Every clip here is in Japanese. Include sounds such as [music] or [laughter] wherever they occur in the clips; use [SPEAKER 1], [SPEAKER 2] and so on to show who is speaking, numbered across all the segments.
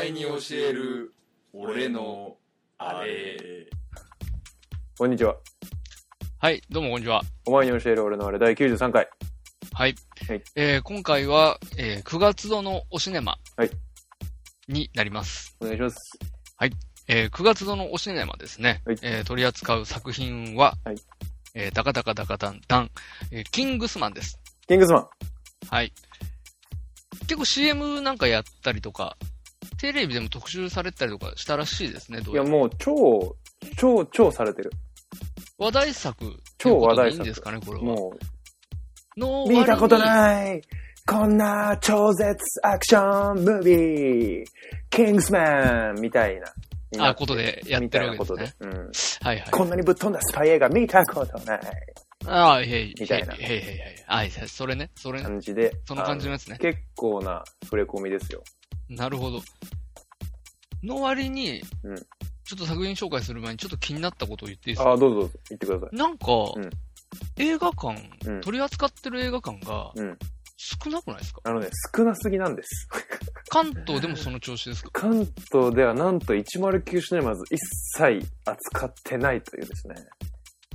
[SPEAKER 1] える俺のあれ
[SPEAKER 2] こんにちは。
[SPEAKER 3] はい、どうもこんにちは。
[SPEAKER 2] お前に教える俺のあれ第93回。
[SPEAKER 3] はい。
[SPEAKER 2] はい
[SPEAKER 3] えー今回は、えー9月度のおシネマ
[SPEAKER 2] はい
[SPEAKER 3] になります。
[SPEAKER 2] お願いします。
[SPEAKER 3] えー9月度のおシネマですね、
[SPEAKER 2] はい
[SPEAKER 3] えー取り扱う作品は、
[SPEAKER 2] はい
[SPEAKER 3] えーダカダカダカダンダン、えーキングスマンです。
[SPEAKER 2] キングスマン。
[SPEAKER 3] はい。結構 CM なんかやったりとか、テレビでも特集されたりとかしたらしいですね、どう
[SPEAKER 2] い
[SPEAKER 3] や
[SPEAKER 2] や、
[SPEAKER 3] ら
[SPEAKER 2] もう超、超、超されてる。
[SPEAKER 3] 話題作っていう
[SPEAKER 2] 超
[SPEAKER 3] こ
[SPEAKER 2] 話
[SPEAKER 3] と
[SPEAKER 2] 題
[SPEAKER 3] でいい
[SPEAKER 2] 作
[SPEAKER 3] んですかね、これは。
[SPEAKER 2] も
[SPEAKER 3] の
[SPEAKER 2] う、見たこと
[SPEAKER 3] い
[SPEAKER 2] ないこんな超絶アクションムービーキングスマンみたいな。
[SPEAKER 3] あ、ことでやっ
[SPEAKER 2] み
[SPEAKER 3] て
[SPEAKER 2] た
[SPEAKER 3] る
[SPEAKER 2] い
[SPEAKER 3] わ
[SPEAKER 2] な
[SPEAKER 3] け
[SPEAKER 2] こ
[SPEAKER 3] です
[SPEAKER 2] と
[SPEAKER 3] ね。
[SPEAKER 2] で。うん。
[SPEAKER 3] はいはい。
[SPEAKER 2] こんなにぶっ飛んだスパイ映画見たことない
[SPEAKER 3] ああ、へい。
[SPEAKER 2] みたいな
[SPEAKER 3] へいへいへいへい。あい、それね。それね。
[SPEAKER 2] 感じで。
[SPEAKER 3] その感じのやつね
[SPEAKER 2] あ。結構な触れ込みですよ。
[SPEAKER 3] なるほど。の割に、
[SPEAKER 2] うん
[SPEAKER 3] ちょっと作品紹介する前にちょっと気になったことを言っていいですか
[SPEAKER 2] あ、どうぞどうぞ。言ってください。
[SPEAKER 3] なんか、
[SPEAKER 2] うん
[SPEAKER 3] 映画館、
[SPEAKER 2] うん
[SPEAKER 3] 取り扱ってる映画館が
[SPEAKER 2] うん
[SPEAKER 3] 少なくないですか、
[SPEAKER 2] あのね、少なすぎなんです。
[SPEAKER 3] 関東でもその調子ですか
[SPEAKER 2] 関東ではなんと109シネマズ一切扱ってないというですね。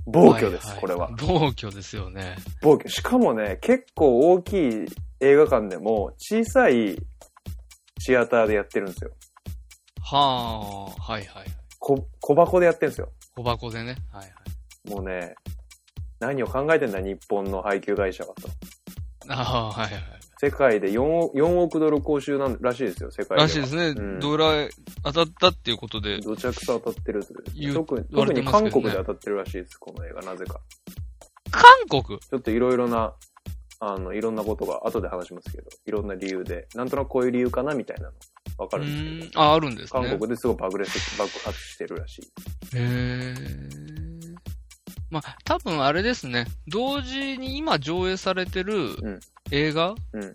[SPEAKER 2] 暴挙です、
[SPEAKER 3] いい
[SPEAKER 2] これは。
[SPEAKER 3] 暴挙ですよね。
[SPEAKER 2] 暴挙。しかもね、結構大きい映画館でも小さいシアターでやってるんですよ。
[SPEAKER 3] はあ、はいはい。
[SPEAKER 2] こ小箱でやってるんですよ。
[SPEAKER 3] 小箱でね。はいはい。
[SPEAKER 2] もうね、何を考えてんだ、日本の配給会社はと。
[SPEAKER 3] ああ、はいはい。
[SPEAKER 2] 世界で 4, 億4億ドル公衆なんらしいですよ、世界では。
[SPEAKER 3] らしいですね。
[SPEAKER 2] うん
[SPEAKER 3] どれらい当たったっていうことで、
[SPEAKER 2] どちゃくそ当たってるとい
[SPEAKER 3] 言
[SPEAKER 2] う。
[SPEAKER 3] う
[SPEAKER 2] 特に、
[SPEAKER 3] 言わ
[SPEAKER 2] 特
[SPEAKER 3] れて
[SPEAKER 2] に
[SPEAKER 3] ますけ
[SPEAKER 2] 韓
[SPEAKER 3] ど
[SPEAKER 2] 国
[SPEAKER 3] ね
[SPEAKER 2] で当たってるらしいです、この映画、なぜか。
[SPEAKER 3] 韓国
[SPEAKER 2] ちょっといろいろな、あの、いろんなことが後で話しますけど、いろんな理由で、なんとなくこういう理由かなみたいなの、わか
[SPEAKER 3] う
[SPEAKER 2] るん
[SPEAKER 3] ー
[SPEAKER 2] です
[SPEAKER 3] ん
[SPEAKER 2] けど、
[SPEAKER 3] あ、あるんですね。
[SPEAKER 2] 韓国ですごい爆裂して、爆発してるらしい。
[SPEAKER 3] へーまあ、多分あれですね。同時に今上映されてる
[SPEAKER 2] ん
[SPEAKER 3] 映画
[SPEAKER 2] うん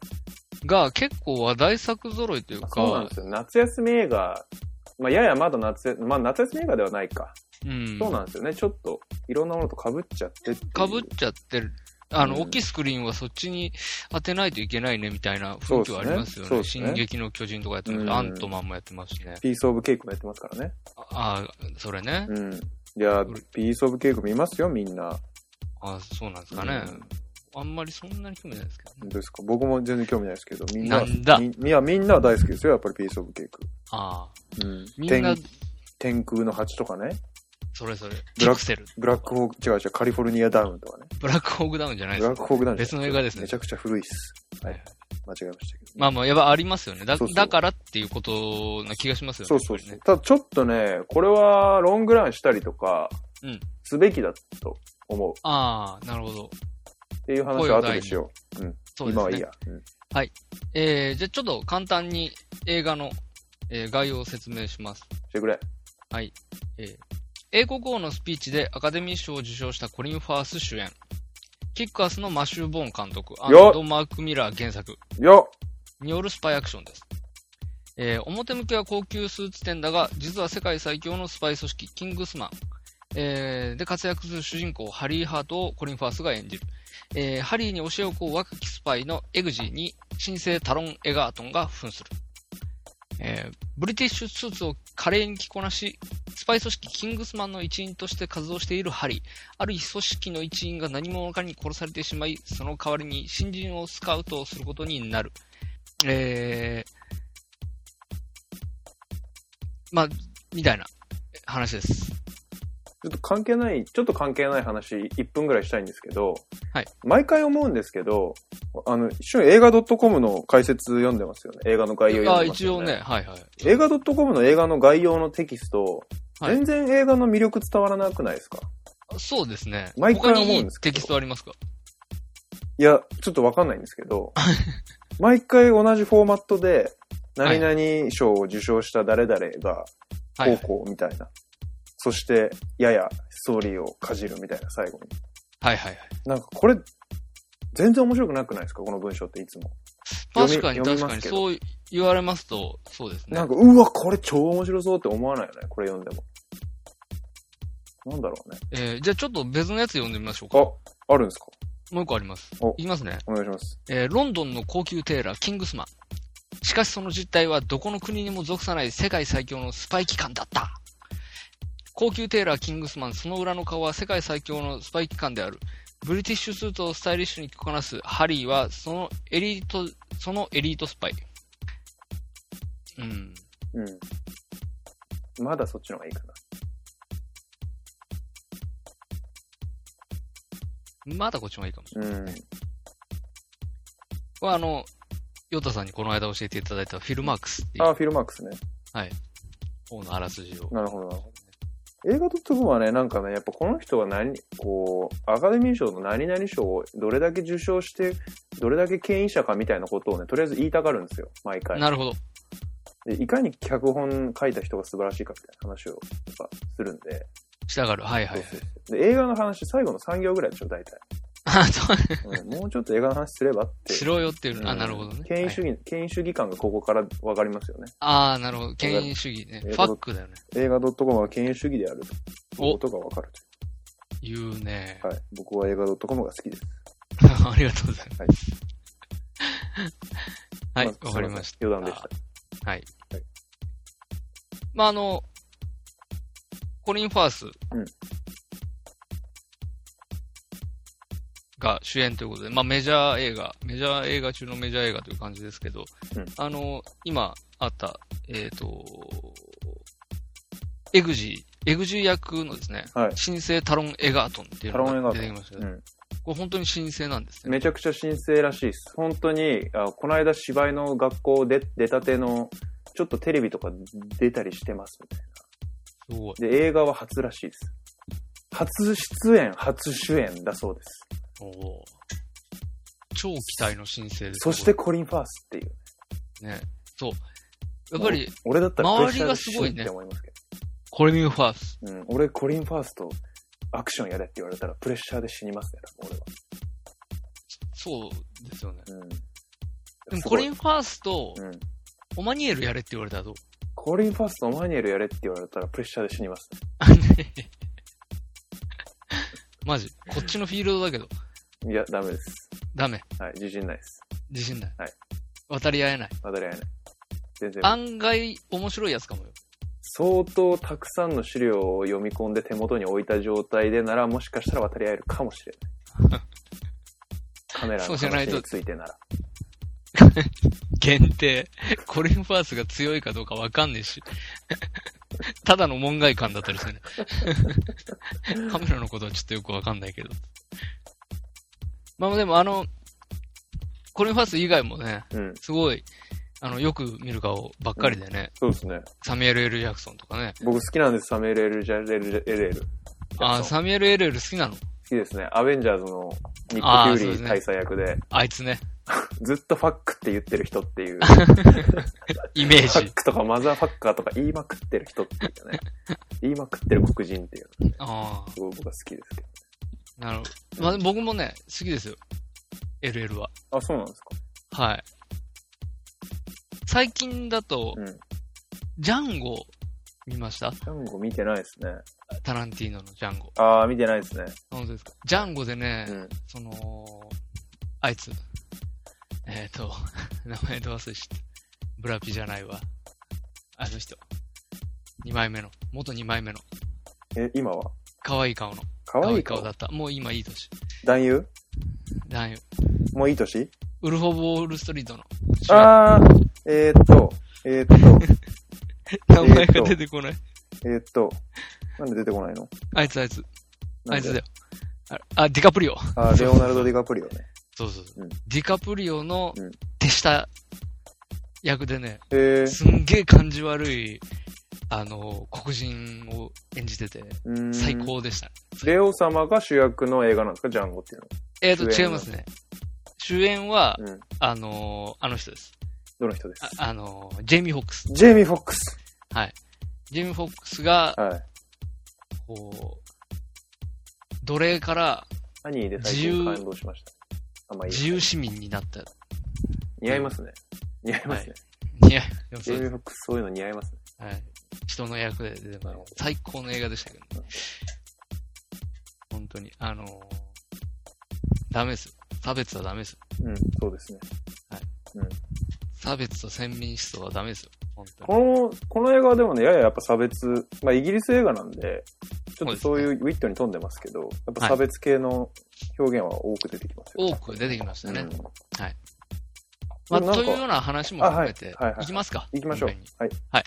[SPEAKER 3] が結構話題作揃いという
[SPEAKER 2] まあ
[SPEAKER 3] か、
[SPEAKER 2] そうなんですよ。夏休み映画、まあ、ややまだ夏、まあ、夏休み映画ではないか。
[SPEAKER 3] うん
[SPEAKER 2] そうなんですよね。ちょっと、いろんなものと被っちゃってっていう
[SPEAKER 3] かぶっちゃってる。あの、
[SPEAKER 2] うん
[SPEAKER 3] 大きいスクリーンはそっちに当てないといけないねみたいな雰囲気はありますよね。
[SPEAKER 2] そうですね
[SPEAKER 3] 進撃の巨人とかやってます、
[SPEAKER 2] うん
[SPEAKER 3] アントマンもやってますしね。
[SPEAKER 2] ピースオブケークもやってますからね。
[SPEAKER 3] ああ、それね。
[SPEAKER 2] うん。いや
[SPEAKER 3] うん、
[SPEAKER 2] ピースオブケーク見ますよ、みんな。
[SPEAKER 3] ああそうなんですかね。
[SPEAKER 2] うん
[SPEAKER 3] あんまりそんなに興味ないですけどね。
[SPEAKER 2] ですか僕も全然興味ないですけど、みんな、
[SPEAKER 3] なんだ
[SPEAKER 2] みいや、みんなは大好きですよ、やっぱりピースオブケーク。
[SPEAKER 3] ああ、
[SPEAKER 2] うん。
[SPEAKER 3] みんな
[SPEAKER 2] 天、天空の蜂とかね、
[SPEAKER 3] それぞれ、
[SPEAKER 2] ブ
[SPEAKER 3] ピ
[SPEAKER 2] ラック
[SPEAKER 3] クセル。
[SPEAKER 2] ブラックホーク、違う違う、カリフォルニアダウンとかね。
[SPEAKER 3] ブラックホークダウンじゃない
[SPEAKER 2] ブ
[SPEAKER 3] です
[SPEAKER 2] ラックホークダウンじゃ
[SPEAKER 3] 別の映画です
[SPEAKER 2] ない
[SPEAKER 3] ね
[SPEAKER 2] めち。ゃくちゃ古いっす。はい
[SPEAKER 3] はいはい。
[SPEAKER 2] 間違えましたけど。
[SPEAKER 3] まあまあ、やっぱありますよね。だ
[SPEAKER 2] そうそう
[SPEAKER 3] だからっていうことな気がしますよね。
[SPEAKER 2] そうそうそ
[SPEAKER 3] や
[SPEAKER 2] う
[SPEAKER 3] っ。
[SPEAKER 2] ただちょっとね、これはロングランしたりとか
[SPEAKER 3] うん、
[SPEAKER 2] すべきだと思う。
[SPEAKER 3] ぱりねああ、なるほど。
[SPEAKER 2] っていう話は後でしよ。
[SPEAKER 3] そううですね。
[SPEAKER 2] 今はいいや。うん
[SPEAKER 3] えー、じゃあちょっと簡単に映画の、えー概要を説明します。
[SPEAKER 2] してくれ。
[SPEAKER 3] えー英国王のスピーチでアカデミー賞を受賞したコリン・ファース主演。キックアスのマシュー・ボーン監督、アン
[SPEAKER 2] よっ
[SPEAKER 3] ド・マーク・ミラー原作
[SPEAKER 2] よっ
[SPEAKER 3] によるスパイアクションです。えー表向きは高級スーツ店だが、実は世界最強のスパイ組織、キングスマン、えーで活躍する主人公、ハリー・ハートをコリン・ファースが演じる。えーハリーに教えをこう若きスパイのエグジーに新生タロン・エガートンが扮する。えーブリティッシュスーツを華麗に着こなし、スパイ組織キングスマンの一員として活動しているハリー。ある日組織の一員が何者かに殺されてしまい、その代わりに新人をスカウトすることになる。えー、まあ、みたいな話で
[SPEAKER 2] ち
[SPEAKER 3] す。
[SPEAKER 2] ょっと関係ない、ちょっと関係ない話、1分ぐらいしたいんですけど、
[SPEAKER 3] はい
[SPEAKER 2] 毎回思うんですけど、あの、一瞬映画 .com の解説読んでますよね。映画の概要
[SPEAKER 3] あ
[SPEAKER 2] 読んでます
[SPEAKER 3] 一
[SPEAKER 2] よ
[SPEAKER 3] 応
[SPEAKER 2] ね。
[SPEAKER 3] ね、はいはい。
[SPEAKER 2] 映画 .com の映画の概要のテキスト、
[SPEAKER 3] はい
[SPEAKER 2] 全然映画の魅力伝わらなくないですか
[SPEAKER 3] そうですね。
[SPEAKER 2] 毎回思
[SPEAKER 3] 他にい
[SPEAKER 2] うん
[SPEAKER 3] い
[SPEAKER 2] ですけど
[SPEAKER 3] テキストありますか
[SPEAKER 2] いや、ちょっとわかんないんですけ
[SPEAKER 3] [laughs]
[SPEAKER 2] ど、毎回同じフォーマットで、
[SPEAKER 3] は
[SPEAKER 2] 何
[SPEAKER 3] い
[SPEAKER 2] 々賞を受賞した誰々が、
[SPEAKER 3] はい
[SPEAKER 2] 高校みたいな。そして、ややストーリーをかじるみたいな最後に。
[SPEAKER 3] はいはいはい。
[SPEAKER 2] なんかこれ、全然面白くなくないですかこの文章っていつも。読み
[SPEAKER 3] 確かに
[SPEAKER 2] 読み
[SPEAKER 3] 確
[SPEAKER 2] ま
[SPEAKER 3] か
[SPEAKER 2] す
[SPEAKER 3] に、
[SPEAKER 2] けど
[SPEAKER 3] そう言われますと、そうですね。
[SPEAKER 2] なんか、うわ、これ超面白そうって思わないよね。これ読んでも。なんだろうね。
[SPEAKER 3] えーじゃあちょっと別のやつ読んでみましょうか。
[SPEAKER 2] あ、あるんですか
[SPEAKER 3] もう一個あります
[SPEAKER 2] お。
[SPEAKER 3] いきますね。
[SPEAKER 2] お願いします。
[SPEAKER 3] えーロンドンの高級テーラー、キングスマン。しかしその実態はどこの国にも属さない世界最強のスパイ機関だった。高級テーラーキングスマンその裏の顔は世界最強のスパイ機関である。ブリティッシュスーツをスタイリッシュに着こなすハリーはそのエリート、そのエリートスパイ。うん。
[SPEAKER 2] うん。まだそっちの方がいいかな。
[SPEAKER 3] まだこっちもいいかも。
[SPEAKER 2] うん。
[SPEAKER 3] これはあの、ヨタさんにこの間教えていただいたフィルマークスってい
[SPEAKER 2] あ
[SPEAKER 3] う
[SPEAKER 2] あ、フィルマークスね。
[SPEAKER 3] 方のあらすじを。
[SPEAKER 2] なるほど、なるほど。映画ともはね、なんかね、やっぱこの人は何、こう、アカデミー賞の何々賞をどれだけ受賞して、どれだけ権威者かみたいなことをね、とりあえず言いたがるんですよ、毎回。
[SPEAKER 3] なるほど。
[SPEAKER 2] でいかに脚本書いた人が素晴らしいかみたいな話をやっぱするんで。
[SPEAKER 3] したがる。はいはいはい。
[SPEAKER 2] そうそうそうで映画の話、最後の3行ぐらいでしょ、大体。
[SPEAKER 3] [laughs] あ、そう、
[SPEAKER 2] うん、もうちょっと映画の話すればって。
[SPEAKER 3] しろよっていうう。
[SPEAKER 2] ん
[SPEAKER 3] あ、なるほどね。
[SPEAKER 2] 権威主
[SPEAKER 3] はい
[SPEAKER 2] 義、権威主義感がここからわかりますよね。
[SPEAKER 3] ああ、なるほど。権威主義ね。ファックだよね。
[SPEAKER 2] 映画 .com は権威主義であるという
[SPEAKER 3] お
[SPEAKER 2] ことがわかる
[SPEAKER 3] 言うね
[SPEAKER 2] と。。はい。僕は映画 .com が好きです。
[SPEAKER 3] [laughs] ありがとうござい
[SPEAKER 2] はい
[SPEAKER 3] ます。はい、わ、
[SPEAKER 2] あ
[SPEAKER 3] かりまし
[SPEAKER 2] すいせん余談でした。
[SPEAKER 3] た。はい
[SPEAKER 2] はい。
[SPEAKER 3] まあ、あの、コリン・ファース
[SPEAKER 2] ん
[SPEAKER 3] が主演ということで、まあメジャー映画、メジャー映画中のメジャー映画という感じですけど、
[SPEAKER 2] うん
[SPEAKER 3] あの、今あった、えっ、と、エグジー、エグジー役のですね、
[SPEAKER 2] はい
[SPEAKER 3] 新生タロン・エガートンっていう
[SPEAKER 2] タロンエ
[SPEAKER 3] の
[SPEAKER 2] ガー
[SPEAKER 3] が
[SPEAKER 2] ト
[SPEAKER 3] 出
[SPEAKER 2] ン
[SPEAKER 3] てきましたけ
[SPEAKER 2] う
[SPEAKER 3] ど、
[SPEAKER 2] ん。
[SPEAKER 3] これ本当に新生なんですね。
[SPEAKER 2] めちゃくちゃ新生らしいです。本当に、あこの間芝居の学校で出たての、ちょっとテレビとか出たりしてますみたい
[SPEAKER 3] すごい。
[SPEAKER 2] な。で、映画は初らしいです。初出演、初主演だそうです。
[SPEAKER 3] おお超期待の新星です
[SPEAKER 2] そ
[SPEAKER 3] ね
[SPEAKER 2] してコリン・ファースっていう。
[SPEAKER 3] これね。そう。やっぱり、
[SPEAKER 2] 俺だったらプレッシャーで
[SPEAKER 3] 周りがすごいね
[SPEAKER 2] 死ぬって思いますけ
[SPEAKER 3] コレミューファース。
[SPEAKER 2] ど。うん。俺、コリン・ファースとアクションやれって言われたらプレッシャーで死にますね、多分
[SPEAKER 3] そうですよね。
[SPEAKER 2] 俺は。うん。
[SPEAKER 3] でも
[SPEAKER 2] す
[SPEAKER 3] コ
[SPEAKER 2] ごい
[SPEAKER 3] リンファースと
[SPEAKER 2] うん。
[SPEAKER 3] オマニエルやれって言われたらどう [laughs]
[SPEAKER 2] コリン・ファースト、オマニエルやれって言われたらプレッシャーで死にますね。
[SPEAKER 3] マジ。こっちのフィールドだけど、
[SPEAKER 2] いや、ダメです。
[SPEAKER 3] ダメ。
[SPEAKER 2] はい、自信ないです。
[SPEAKER 3] 自信ない。
[SPEAKER 2] はい
[SPEAKER 3] 渡り合えない。
[SPEAKER 2] 渡り合えない。全然無理。
[SPEAKER 3] 案外面白いやつかもよ。
[SPEAKER 2] 相当たくさんの資料を読み込んで手元に置いた状態でならもしかしたら渡り合えるかもしれない
[SPEAKER 3] [laughs]
[SPEAKER 2] カメラ
[SPEAKER 3] そう
[SPEAKER 2] の
[SPEAKER 3] じゃない
[SPEAKER 2] 話
[SPEAKER 3] と
[SPEAKER 2] についてなら
[SPEAKER 3] 限定。コリンファースが強いかどうかわかんねえし。ただの門外漢だったりするね。カメラのことはちょっとよくわかんないけど。まあでもあの、コリンファース以外もね、
[SPEAKER 2] うん
[SPEAKER 3] すごい、あの、よく見る顔ばっかりでね、
[SPEAKER 2] そうですね
[SPEAKER 3] サミュエル・エル・ジャクソンとかね。
[SPEAKER 2] 僕好きなんですサミュエル・エル・ジャレル・エレル
[SPEAKER 3] ああ、
[SPEAKER 2] 好
[SPEAKER 3] サミュエル・エル・エル好きなの
[SPEAKER 2] きですねアベンジャーズのニ
[SPEAKER 3] あ
[SPEAKER 2] ッ
[SPEAKER 3] ー
[SPEAKER 2] ク・フュ
[SPEAKER 3] そ
[SPEAKER 2] ー
[SPEAKER 3] うです
[SPEAKER 2] リ
[SPEAKER 3] ね
[SPEAKER 2] ー大佐役で
[SPEAKER 3] あいつね、
[SPEAKER 2] ずっとファックって言ってる人っていう
[SPEAKER 3] イメー
[SPEAKER 2] ファッ
[SPEAKER 3] ジ。
[SPEAKER 2] クとかマザーファッカーとか言いまくってる人っていう
[SPEAKER 3] [laughs]
[SPEAKER 2] ね言いまくってる黒人っていうのね
[SPEAKER 3] あ
[SPEAKER 2] すごい僕は好きですけ
[SPEAKER 3] あ、なるほど。まあ僕もね、好きですよ。エル・エルは。
[SPEAKER 2] どあそうなんですか
[SPEAKER 3] はい。最近だと、
[SPEAKER 2] うんジ
[SPEAKER 3] ジャンゴ見ました
[SPEAKER 2] ャンゴ見てないですね
[SPEAKER 3] タランティーノのジャンゴ。
[SPEAKER 2] ああ見てないですね
[SPEAKER 3] 本当ですかジャンゴでね、
[SPEAKER 2] うん
[SPEAKER 3] その、あいつ、えっ、ー、と、 [laughs] 名前どう忘れした。ブラピじゃないわ。あの人。2枚目の、元2枚目の、
[SPEAKER 2] え今は
[SPEAKER 3] 可愛い顔の、
[SPEAKER 2] 可
[SPEAKER 3] 可
[SPEAKER 2] 愛
[SPEAKER 3] 愛
[SPEAKER 2] い
[SPEAKER 3] い
[SPEAKER 2] 顔
[SPEAKER 3] 顔だった。もう今いい年。
[SPEAKER 2] 男優
[SPEAKER 3] 男優。
[SPEAKER 2] もういい年
[SPEAKER 3] ウルフ・オブ・ウォール・ストリートの主演。
[SPEAKER 2] あー、えー、っと、えー、っと、
[SPEAKER 3] 名前が出てこない。
[SPEAKER 2] えー、っと、なんで出てこないの
[SPEAKER 3] あいつあいつ。あ
[SPEAKER 2] ないんで
[SPEAKER 3] つだよ。ああ、ディカプリオ。
[SPEAKER 2] あーレオナルド・ディカプリオね。
[SPEAKER 3] そうそうそ
[SPEAKER 2] う
[SPEAKER 3] う。
[SPEAKER 2] ん
[SPEAKER 3] ディカプリオの
[SPEAKER 2] うん
[SPEAKER 3] 手下役でね、
[SPEAKER 2] えー、
[SPEAKER 3] すんげえ感じ悪い、あの、黒人を演じてて、
[SPEAKER 2] うーん
[SPEAKER 3] 最。高でした。
[SPEAKER 2] レオ様が主役の映画なんですかジャンゴっていう
[SPEAKER 3] えっ、と、
[SPEAKER 2] 主
[SPEAKER 3] 違
[SPEAKER 2] 演
[SPEAKER 3] い
[SPEAKER 2] は
[SPEAKER 3] ますね。主演は、
[SPEAKER 2] の。うん。
[SPEAKER 3] あの、あの人です。
[SPEAKER 2] どの人です
[SPEAKER 3] ああの、ジェイミー・ホックス。
[SPEAKER 2] ジェイミー・フォックス。
[SPEAKER 3] はい。ジェイミー・ホックスが、
[SPEAKER 2] はい。
[SPEAKER 3] こう、奴隷から
[SPEAKER 2] アニーで最
[SPEAKER 3] 自由
[SPEAKER 2] 近感動しました。あんまあいい。
[SPEAKER 3] 自由市民になった。
[SPEAKER 2] 似合いますね。似合いますね。
[SPEAKER 3] いや、でも
[SPEAKER 2] ジ
[SPEAKER 3] そ
[SPEAKER 2] ェイミ
[SPEAKER 3] うで
[SPEAKER 2] ー・フォックスそういうの似合いますね。
[SPEAKER 3] すはい。人の役で出てま
[SPEAKER 2] な
[SPEAKER 3] す
[SPEAKER 2] るほど
[SPEAKER 3] 最高の映画でしたけどね。本当に、あのダメですよ。差別はダメですよ。
[SPEAKER 2] うん、そうですね。
[SPEAKER 3] 差別と先民思想はダメですよ。本当に。
[SPEAKER 2] この、この映画はでもね、やややっぱ差別、まあイギリス映画なんで、ちょっとそういうウィットに富んでますけど、やっぱ差別系の表現は多く出てきますよ、
[SPEAKER 3] 多く出てきましたね。
[SPEAKER 2] うん
[SPEAKER 3] まあ、
[SPEAKER 2] でもなん
[SPEAKER 3] と
[SPEAKER 2] か
[SPEAKER 3] いうような話も
[SPEAKER 2] あはい
[SPEAKER 3] 含めて
[SPEAKER 2] はいは、い
[SPEAKER 3] いきますか。
[SPEAKER 2] 行きましょう
[SPEAKER 3] 本編に。
[SPEAKER 2] はい。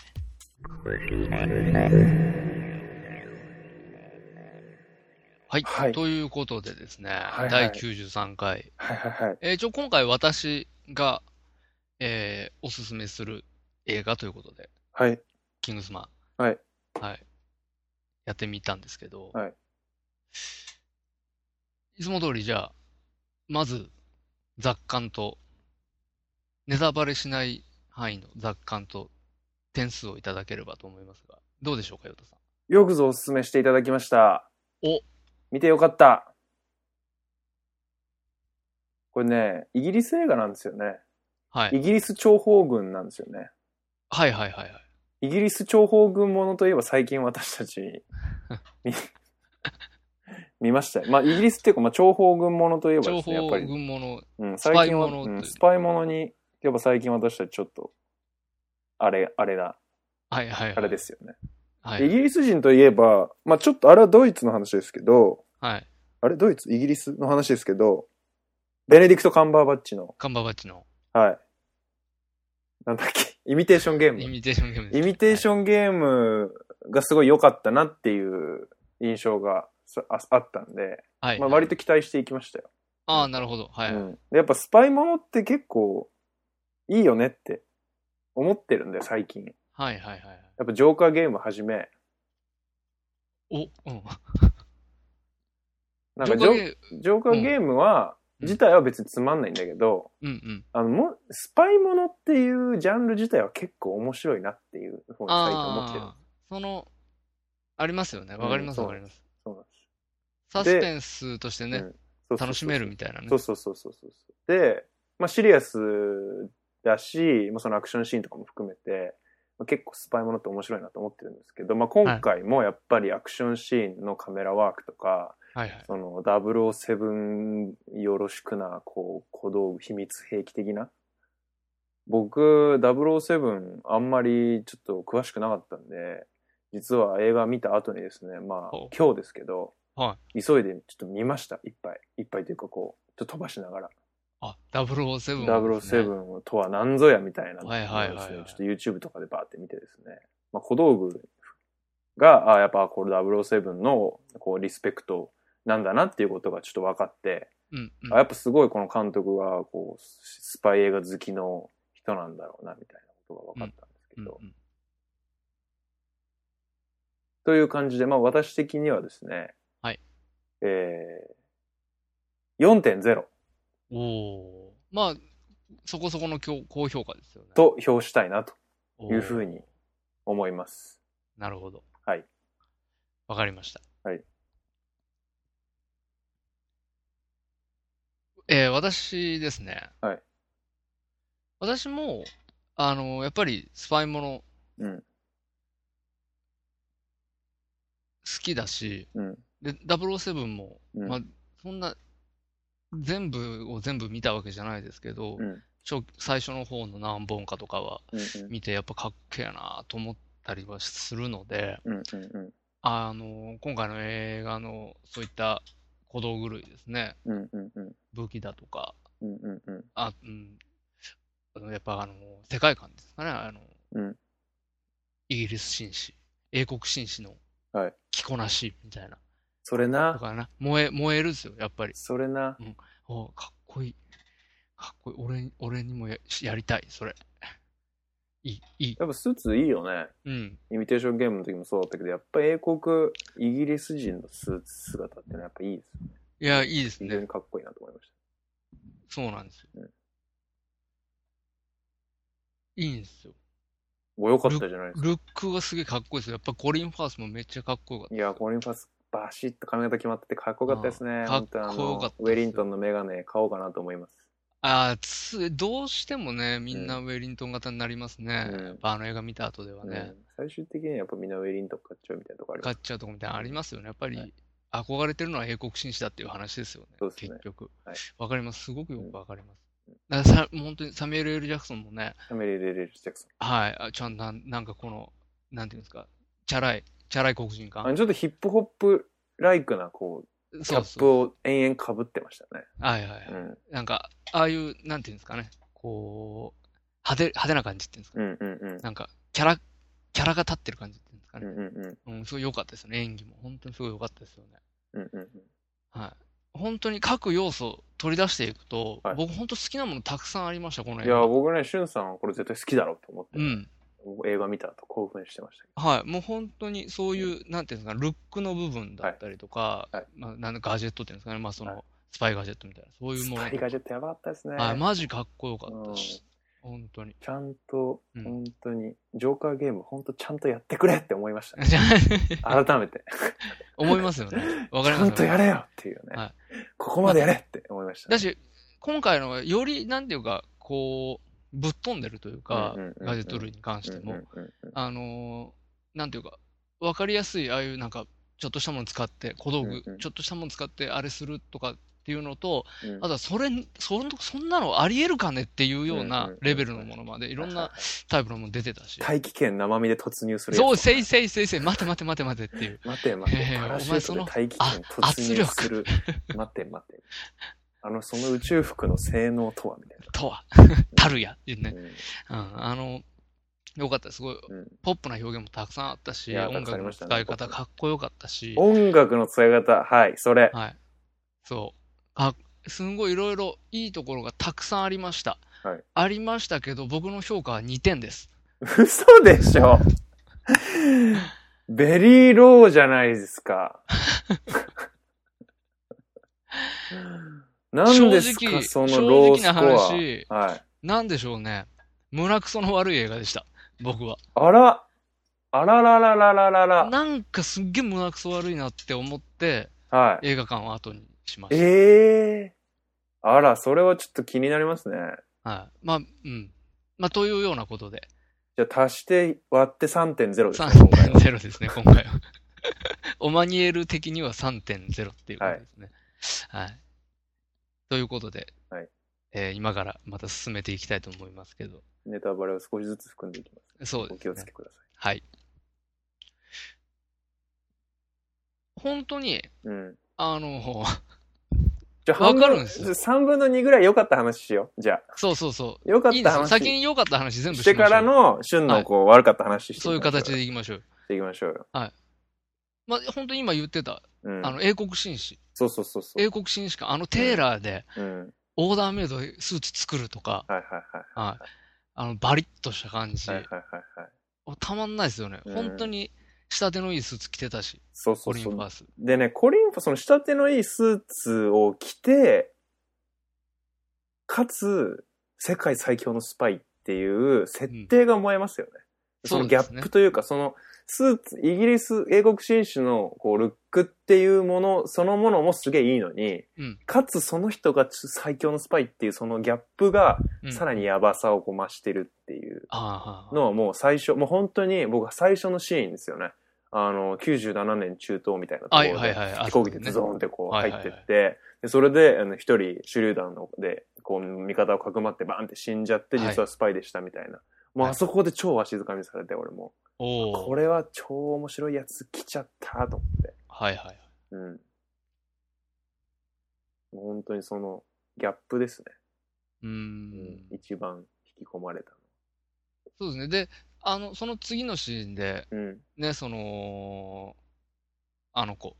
[SPEAKER 3] はい。
[SPEAKER 2] はい
[SPEAKER 3] ということでですね、
[SPEAKER 2] はいは
[SPEAKER 3] 第
[SPEAKER 2] い
[SPEAKER 3] 93回。
[SPEAKER 2] はいはいはい。
[SPEAKER 3] えー、ちょ、今回私が、えー、おすすめする映画ということで、
[SPEAKER 2] はい。
[SPEAKER 3] キングスマン。
[SPEAKER 2] はい。
[SPEAKER 3] はい。やってみたんですけど、
[SPEAKER 2] はい。
[SPEAKER 3] いつも通りじゃあ、まず、雑感と、ネタバレしない範囲の雑感と点数をいただければと思いますが、どうでしょうか、ヨタさん。
[SPEAKER 2] よくぞお勧めしていただきました。
[SPEAKER 3] お
[SPEAKER 2] 見てよかった。これね、イギリス映画なんですよね。
[SPEAKER 3] はい。
[SPEAKER 2] イギリス諜報軍なんですよね。
[SPEAKER 3] はいはいはいはい。
[SPEAKER 2] イギリス諜報軍ものといえば最近私た
[SPEAKER 3] [laughs]
[SPEAKER 2] ち見、見ましたよ。まあ、イギリスっていうか、まあ、諜報軍ものといえば
[SPEAKER 3] 情
[SPEAKER 2] ですね、やっ
[SPEAKER 3] 報
[SPEAKER 2] ぱり。
[SPEAKER 3] 軍もの、
[SPEAKER 2] うん、
[SPEAKER 3] スパ
[SPEAKER 2] 最
[SPEAKER 3] イ
[SPEAKER 2] 近は、
[SPEAKER 3] もの
[SPEAKER 2] う、
[SPEAKER 3] というん
[SPEAKER 2] スパイものに、やっぱ最近私たちちょっと、あれ、あれだ、
[SPEAKER 3] はいはいはい。。
[SPEAKER 2] あれですすよね。
[SPEAKER 3] は
[SPEAKER 2] イ
[SPEAKER 3] い。
[SPEAKER 2] ギリス人といえば、まあ、ちょっとあれはドイツの話ですけど、
[SPEAKER 3] はい。
[SPEAKER 2] あれドイツイギリスの話ですけど、ベネディクト・カンバーバッチの、
[SPEAKER 3] カンバーバッチの
[SPEAKER 2] はい。なんだっけ、イミテーションゲーム。
[SPEAKER 3] イ
[SPEAKER 2] イ
[SPEAKER 3] ミテーションゲームです、
[SPEAKER 2] ミテー
[SPEAKER 3] ョン。
[SPEAKER 2] ションゲームがすごい良かったなっていう印象がさああったんで、
[SPEAKER 3] はい。
[SPEAKER 2] まあ、割と期待していきましたよ。
[SPEAKER 3] ああ、なるほど。はい。
[SPEAKER 2] うんでやっぱスパイものって結構いいよねって思ってるんだよ、最近。
[SPEAKER 3] はいはいはいはい。
[SPEAKER 2] やっぱジョーカーゲームはじめ、
[SPEAKER 3] お、うん。
[SPEAKER 2] なん
[SPEAKER 3] ジョ
[SPEAKER 2] かジ
[SPEAKER 3] ーカー
[SPEAKER 2] ョ
[SPEAKER 3] ゲ
[SPEAKER 2] ジ
[SPEAKER 3] ー
[SPEAKER 2] ョーカーゲームは、
[SPEAKER 3] うん
[SPEAKER 2] 自体は別につまんないんだけど、
[SPEAKER 3] うんうん。
[SPEAKER 2] あのもスパイものっていうジャンル自体は結構面白いなっていうふうに最近思ってる
[SPEAKER 3] ああ、その、ありますよね。わかります
[SPEAKER 2] うん
[SPEAKER 3] わかります。
[SPEAKER 2] そうなんです
[SPEAKER 3] サスペンスとして
[SPEAKER 2] う
[SPEAKER 3] ね
[SPEAKER 2] ん、そうそうそうそう
[SPEAKER 3] 楽しめるみたいなね
[SPEAKER 2] そう。そうそうそうそうで、まあ、シリアスだし、まあ、そのアクションシーンとかも含めて、まあ、結構スパイものって面白いなと思ってるんですけど、まあ、今回もやっぱりアクションシーンのカメラワークとか、
[SPEAKER 3] はいはい。
[SPEAKER 2] その007よろしくな、こう、小道具、秘密兵器的な。僕、007あんまりちょっと詳しくなかったんで、実は映画見た後にですね、まあ
[SPEAKER 3] ほう
[SPEAKER 2] 今日ですけど、
[SPEAKER 3] は
[SPEAKER 2] 急いでちょっと見ました、いっぱい。いっぱいというかこう、ちょっと飛ばしながら。
[SPEAKER 3] あ、007、ね。
[SPEAKER 2] 007とは何ぞやみたいなのを
[SPEAKER 3] は
[SPEAKER 2] で
[SPEAKER 3] い
[SPEAKER 2] すね。
[SPEAKER 3] はいはいはい
[SPEAKER 2] ちょっと YouTube とかでバーって見てですね。まあ、小道具が、あやっぱこれ007のこうリスペクトなんだなっていうことがちょっと分かって、
[SPEAKER 3] うんうん。
[SPEAKER 2] あやっぱすごいこの監督はこうスパイ映画好きの人なんだろうなみたいなことが分かったんですけ
[SPEAKER 3] うん
[SPEAKER 2] ど。
[SPEAKER 3] うん
[SPEAKER 2] という感じで、まあ私的にはですね、
[SPEAKER 3] はい。
[SPEAKER 2] えー、4.0
[SPEAKER 3] おーまあ、そこそこの強高評価ですよね。
[SPEAKER 2] と評したいなと
[SPEAKER 3] おー
[SPEAKER 2] いうふうに思います。
[SPEAKER 3] なるほど。
[SPEAKER 2] はい。
[SPEAKER 3] わかりました。
[SPEAKER 2] はい。
[SPEAKER 3] えー私ですね。
[SPEAKER 2] はい。
[SPEAKER 3] 私も、あの、やっぱりスパイもの
[SPEAKER 2] うん。
[SPEAKER 3] 好きだし、
[SPEAKER 2] うん。
[SPEAKER 3] で、007も、
[SPEAKER 2] うん
[SPEAKER 3] まあ、そんな、全部を全部見たわけじゃないですけど、
[SPEAKER 2] うん。
[SPEAKER 3] 初最初の方の何本かとかは
[SPEAKER 2] うんうん
[SPEAKER 3] 見て、やっぱかっけえなと思ったりはするので、
[SPEAKER 2] うんうん
[SPEAKER 3] あの、今回の映画のそういった小道具類ですね、
[SPEAKER 2] うんうんうんうん
[SPEAKER 3] 武器だとか、
[SPEAKER 2] うんうんうん
[SPEAKER 3] あ、うん、あのやっぱあの、世界観ですかね、あの、
[SPEAKER 2] うん
[SPEAKER 3] イギリス紳士、英国紳士の
[SPEAKER 2] はい
[SPEAKER 3] 着こなしみたいな。
[SPEAKER 2] それ
[SPEAKER 3] だ
[SPEAKER 2] な
[SPEAKER 3] からな、燃え、燃えるですよ、やっぱり。
[SPEAKER 2] それな
[SPEAKER 3] おかっこいい。かっこいい。俺に、俺にもや、やりたい、それ。いい、いい。
[SPEAKER 2] やっぱスーツいいよね
[SPEAKER 3] うん。
[SPEAKER 2] イミテーションゲームの時もそうだったけどやっぱ英国イギリス人のスーツ姿ってのはやっぱいいですよね
[SPEAKER 3] いや、いいです
[SPEAKER 2] 非常
[SPEAKER 3] ね。
[SPEAKER 2] にかっこいいなと思いまし
[SPEAKER 3] そうなんです
[SPEAKER 2] う
[SPEAKER 3] よ
[SPEAKER 2] ん。
[SPEAKER 3] いいんですよ。
[SPEAKER 2] たおよかったじゃないですか
[SPEAKER 3] ルックがすげえかっこいいですよ。やっぱコリン・ファースもめっちゃかっこよかった。
[SPEAKER 2] いやコリン・ファスバシッと髪型決まっててかっこよかったですね
[SPEAKER 3] ん
[SPEAKER 2] 本当にあ
[SPEAKER 3] かっこよ
[SPEAKER 2] の
[SPEAKER 3] かったです
[SPEAKER 2] ウェリントンのメガネ買おうかなと思います
[SPEAKER 3] ああ、つ、どうしてもね、みんなウェリントン型になりますね。
[SPEAKER 2] うん
[SPEAKER 3] やっぱあの映画見た後では
[SPEAKER 2] う
[SPEAKER 3] ね
[SPEAKER 2] ん、最終的にはやっぱみんなウェリントン買っちゃうみたいなとこありま
[SPEAKER 3] 買
[SPEAKER 2] す
[SPEAKER 3] っちゃうとこみたいなのありますよね。やっぱ
[SPEAKER 2] は
[SPEAKER 3] り、憧れてるのは英国紳士だっていう話ですよね
[SPEAKER 2] そう。ですね
[SPEAKER 3] 結局
[SPEAKER 2] はい。
[SPEAKER 3] わかります。すごくよくわかります。だからさ本当にサミュエル・ L ・ジャクソンもね、
[SPEAKER 2] サミュエル・エル・ジャクソン。
[SPEAKER 3] はい、あちゃんなんなんかこの、なんていうんですか、チャラい、チャラい黒人
[SPEAKER 2] あ
[SPEAKER 3] 感。
[SPEAKER 2] のちょっとヒップホップライクな、こう、キャ
[SPEAKER 3] そう
[SPEAKER 2] ップ
[SPEAKER 3] そう。
[SPEAKER 2] を延々かぶってましたね。
[SPEAKER 3] はいはいはい。
[SPEAKER 2] うん
[SPEAKER 3] なんか、ああいう、なんていうんですかね、こう、派手、派手な感じっていうんですか、
[SPEAKER 2] うんうんうん。
[SPEAKER 3] なんか、キャラ、キャラが立ってる感じっていうんですか
[SPEAKER 2] うん
[SPEAKER 3] ね。
[SPEAKER 2] うんうん
[SPEAKER 3] うん、すごい良かったですよね、演技も。本当にすごい良かったですよね。
[SPEAKER 2] うんうん
[SPEAKER 3] はい。本当に各要素を取り出していくと、
[SPEAKER 2] はい
[SPEAKER 3] 僕本当好きなものたくさんありました、この
[SPEAKER 2] うん。
[SPEAKER 3] 映
[SPEAKER 2] いや、
[SPEAKER 3] 画。
[SPEAKER 2] 僕ね、しゅんさんはこれ絶対好きだろうと思って、
[SPEAKER 3] うん。
[SPEAKER 2] 映画見た後興奮してましたけ
[SPEAKER 3] はい。もう本当にそういう、なんていうんですか、ルックの部分だったりとか、
[SPEAKER 2] はいはい
[SPEAKER 3] まあ、なんだガジェットっていうんですかね、まあその、
[SPEAKER 2] はい
[SPEAKER 3] スパイガジェットみたいな、そう
[SPEAKER 2] ど。
[SPEAKER 3] いう
[SPEAKER 2] ス
[SPEAKER 3] もの
[SPEAKER 2] パイガジェットやばかったですね。
[SPEAKER 3] はい、マジかっこよかったし、本当に。 [laughs]
[SPEAKER 2] ちゃんと、
[SPEAKER 3] うん
[SPEAKER 2] 本当に、ジョーカーゲーム、本当ちゃんとやってくれって思いましたね。
[SPEAKER 3] じゃあ [laughs]
[SPEAKER 2] 改めて。
[SPEAKER 3] 思いますよね。わか
[SPEAKER 2] ち
[SPEAKER 3] り
[SPEAKER 2] ゃ
[SPEAKER 3] ます
[SPEAKER 2] んとやれよっていうね。
[SPEAKER 3] はい
[SPEAKER 2] ここまでやれって思いましたね、
[SPEAKER 3] だし、今回のはより、なんていうか、こう、ぶっ飛んでるというか、
[SPEAKER 2] うんうんうんうん
[SPEAKER 3] ガジェット類に関しても、
[SPEAKER 2] うんうんうん
[SPEAKER 3] あのーなんていうか、わかりやすい、ああいうなんか、ちょっとしたもの使って、小道具、
[SPEAKER 2] うんうん
[SPEAKER 3] ちょっとしたもの使って、あれするとかっていうのと、
[SPEAKER 2] うん
[SPEAKER 3] あとはそれ、そんそんなのありえるかねっていうよう
[SPEAKER 2] うん
[SPEAKER 3] な
[SPEAKER 2] うんうん
[SPEAKER 3] レベルのものまで、いろんなタイプのもの出てたし。
[SPEAKER 2] 大気圏生身で突入するやつ
[SPEAKER 3] そう、せいせいせいせい、待て待て待て待てっていう。
[SPEAKER 2] 待て待
[SPEAKER 3] え
[SPEAKER 2] て
[SPEAKER 3] え、
[SPEAKER 2] パラシュ
[SPEAKER 3] お前
[SPEAKER 2] ー
[SPEAKER 3] そ
[SPEAKER 2] ト
[SPEAKER 3] の
[SPEAKER 2] で大気圏突入する。待て待て。あの、その宇宙服の性能とはみたい [laughs]
[SPEAKER 3] とは、たるやっていう
[SPEAKER 2] な。
[SPEAKER 3] ね。うん、あの、よかったです。すごい、
[SPEAKER 2] うんうん
[SPEAKER 3] ポップな表現もたくさんあったし、
[SPEAKER 2] いや
[SPEAKER 3] 音
[SPEAKER 2] たくさんあり
[SPEAKER 3] 楽の
[SPEAKER 2] ました
[SPEAKER 3] 使
[SPEAKER 2] ね
[SPEAKER 3] い方かっこよかったし、
[SPEAKER 2] 音楽の使い方、はい、それ。
[SPEAKER 3] はい。そう。かすんごいいろいろいいところがたくさんありました。
[SPEAKER 2] はい
[SPEAKER 3] ありましたけど、僕の評価は2点です。
[SPEAKER 2] 嘘でしょベリーローじゃないです
[SPEAKER 3] [laughs]
[SPEAKER 2] か。なんです
[SPEAKER 3] 正
[SPEAKER 2] か、
[SPEAKER 3] 直
[SPEAKER 2] そのロー
[SPEAKER 3] 正直な
[SPEAKER 2] スコ
[SPEAKER 3] 話
[SPEAKER 2] ア。はい。
[SPEAKER 3] なんでしょうね。胸くその悪い映画でした。僕は。
[SPEAKER 2] あら、あららららららら。
[SPEAKER 3] なんかすっげえ胸くそ悪いなって思って、
[SPEAKER 2] はい。
[SPEAKER 3] 映画館を後にしました。
[SPEAKER 2] ええあら、それはちょっと気になりますね。
[SPEAKER 3] はい。まあ、うん。まあ、というようなことで、
[SPEAKER 2] じゃあ足して割って3.0ですね、今回は。
[SPEAKER 3] 3.0ですね、今回は。 [laughs] オマニエル的には3.0っていうことですね。はい。ということで、
[SPEAKER 2] はい
[SPEAKER 3] えー今からまた進めていきたいと思いますけど。
[SPEAKER 2] ネタバレを少しずつ含んでいきます。
[SPEAKER 3] そうです、ね。
[SPEAKER 2] お気をつけくださ
[SPEAKER 3] はい。本当に、
[SPEAKER 2] い。うん。
[SPEAKER 3] あの、 [laughs]
[SPEAKER 2] じゃあ半分
[SPEAKER 3] わかるんですよ
[SPEAKER 2] 3分の2ぐらい良かった話しよう。じゃあ。
[SPEAKER 3] そうそうそ
[SPEAKER 2] 良かっ
[SPEAKER 3] う。いいで
[SPEAKER 2] た
[SPEAKER 3] すよ。
[SPEAKER 2] 話
[SPEAKER 3] 先に良かった話全部
[SPEAKER 2] し
[SPEAKER 3] しま
[SPEAKER 2] て
[SPEAKER 3] しょう
[SPEAKER 2] からの、旬のこう、悪かった話して
[SPEAKER 3] そういう
[SPEAKER 2] きましょ
[SPEAKER 3] 形でいきましょうよ。
[SPEAKER 2] していきましょうよ。
[SPEAKER 3] まあ、本当に今言ってた、
[SPEAKER 2] うん
[SPEAKER 3] あ。の、英国紳士。
[SPEAKER 2] そうそうそうそう。
[SPEAKER 3] 英国紳士か、あのテーラーで、
[SPEAKER 2] うん。
[SPEAKER 3] オーダーメイドでスーツ作るとか、
[SPEAKER 2] はいはい
[SPEAKER 3] はい。あの、バリッとした感じ。
[SPEAKER 2] はい。はいはいはいはい。
[SPEAKER 3] たまんないですよね。
[SPEAKER 2] うん
[SPEAKER 3] 本当に、仕立てのいいスーツ着てたし、
[SPEAKER 2] そうそ
[SPEAKER 3] コ
[SPEAKER 2] う
[SPEAKER 3] リン・
[SPEAKER 2] そ
[SPEAKER 3] フ
[SPEAKER 2] う
[SPEAKER 3] ァ。ース。
[SPEAKER 2] でね、コリンファ、その仕立てのいいスーツを着て、かつ、世界最強のスパイっていう設定が燃えますよね。
[SPEAKER 3] うん
[SPEAKER 2] その
[SPEAKER 3] そう
[SPEAKER 2] ギ
[SPEAKER 3] で
[SPEAKER 2] ャ
[SPEAKER 3] すね
[SPEAKER 2] ップというか、その、スーツ、イギリス、英国紳士のこうルックっていうもの、そのものもすげえいいのに、
[SPEAKER 3] うん
[SPEAKER 2] かつその人が最強のスパイっていうそのギャップが、
[SPEAKER 3] うん。
[SPEAKER 2] さ
[SPEAKER 3] に。
[SPEAKER 2] らにヤバさをこう増してるっていう
[SPEAKER 3] ああ、
[SPEAKER 2] のはもう最初、もう本当に僕は最初のシーンですよね。あの、97年中東みたいなところ
[SPEAKER 3] はい
[SPEAKER 2] で、
[SPEAKER 3] はいはい。
[SPEAKER 2] 飛行機でズ
[SPEAKER 3] そ
[SPEAKER 2] ド
[SPEAKER 3] う
[SPEAKER 2] ーンってこう
[SPEAKER 3] は
[SPEAKER 2] 入
[SPEAKER 3] い
[SPEAKER 2] っ
[SPEAKER 3] はい
[SPEAKER 2] て
[SPEAKER 3] はい
[SPEAKER 2] って、でそれであの一人手榴弾のでこう味方をかくまってバンって死んじゃって
[SPEAKER 3] はい
[SPEAKER 2] 実はスパイでしたみたいな、もう
[SPEAKER 3] はい
[SPEAKER 2] あそこで超わしづかみされて俺も
[SPEAKER 3] おお
[SPEAKER 2] こ。れは超面白いやつ来ちゃったと思って
[SPEAKER 3] はいはい。
[SPEAKER 2] うんもう本当にそのギャップですね、
[SPEAKER 3] うー。
[SPEAKER 2] うん一番引き込まれた
[SPEAKER 3] そうですね。で、あの、その次のシーンで、
[SPEAKER 2] のうん
[SPEAKER 3] ね、その、あの子、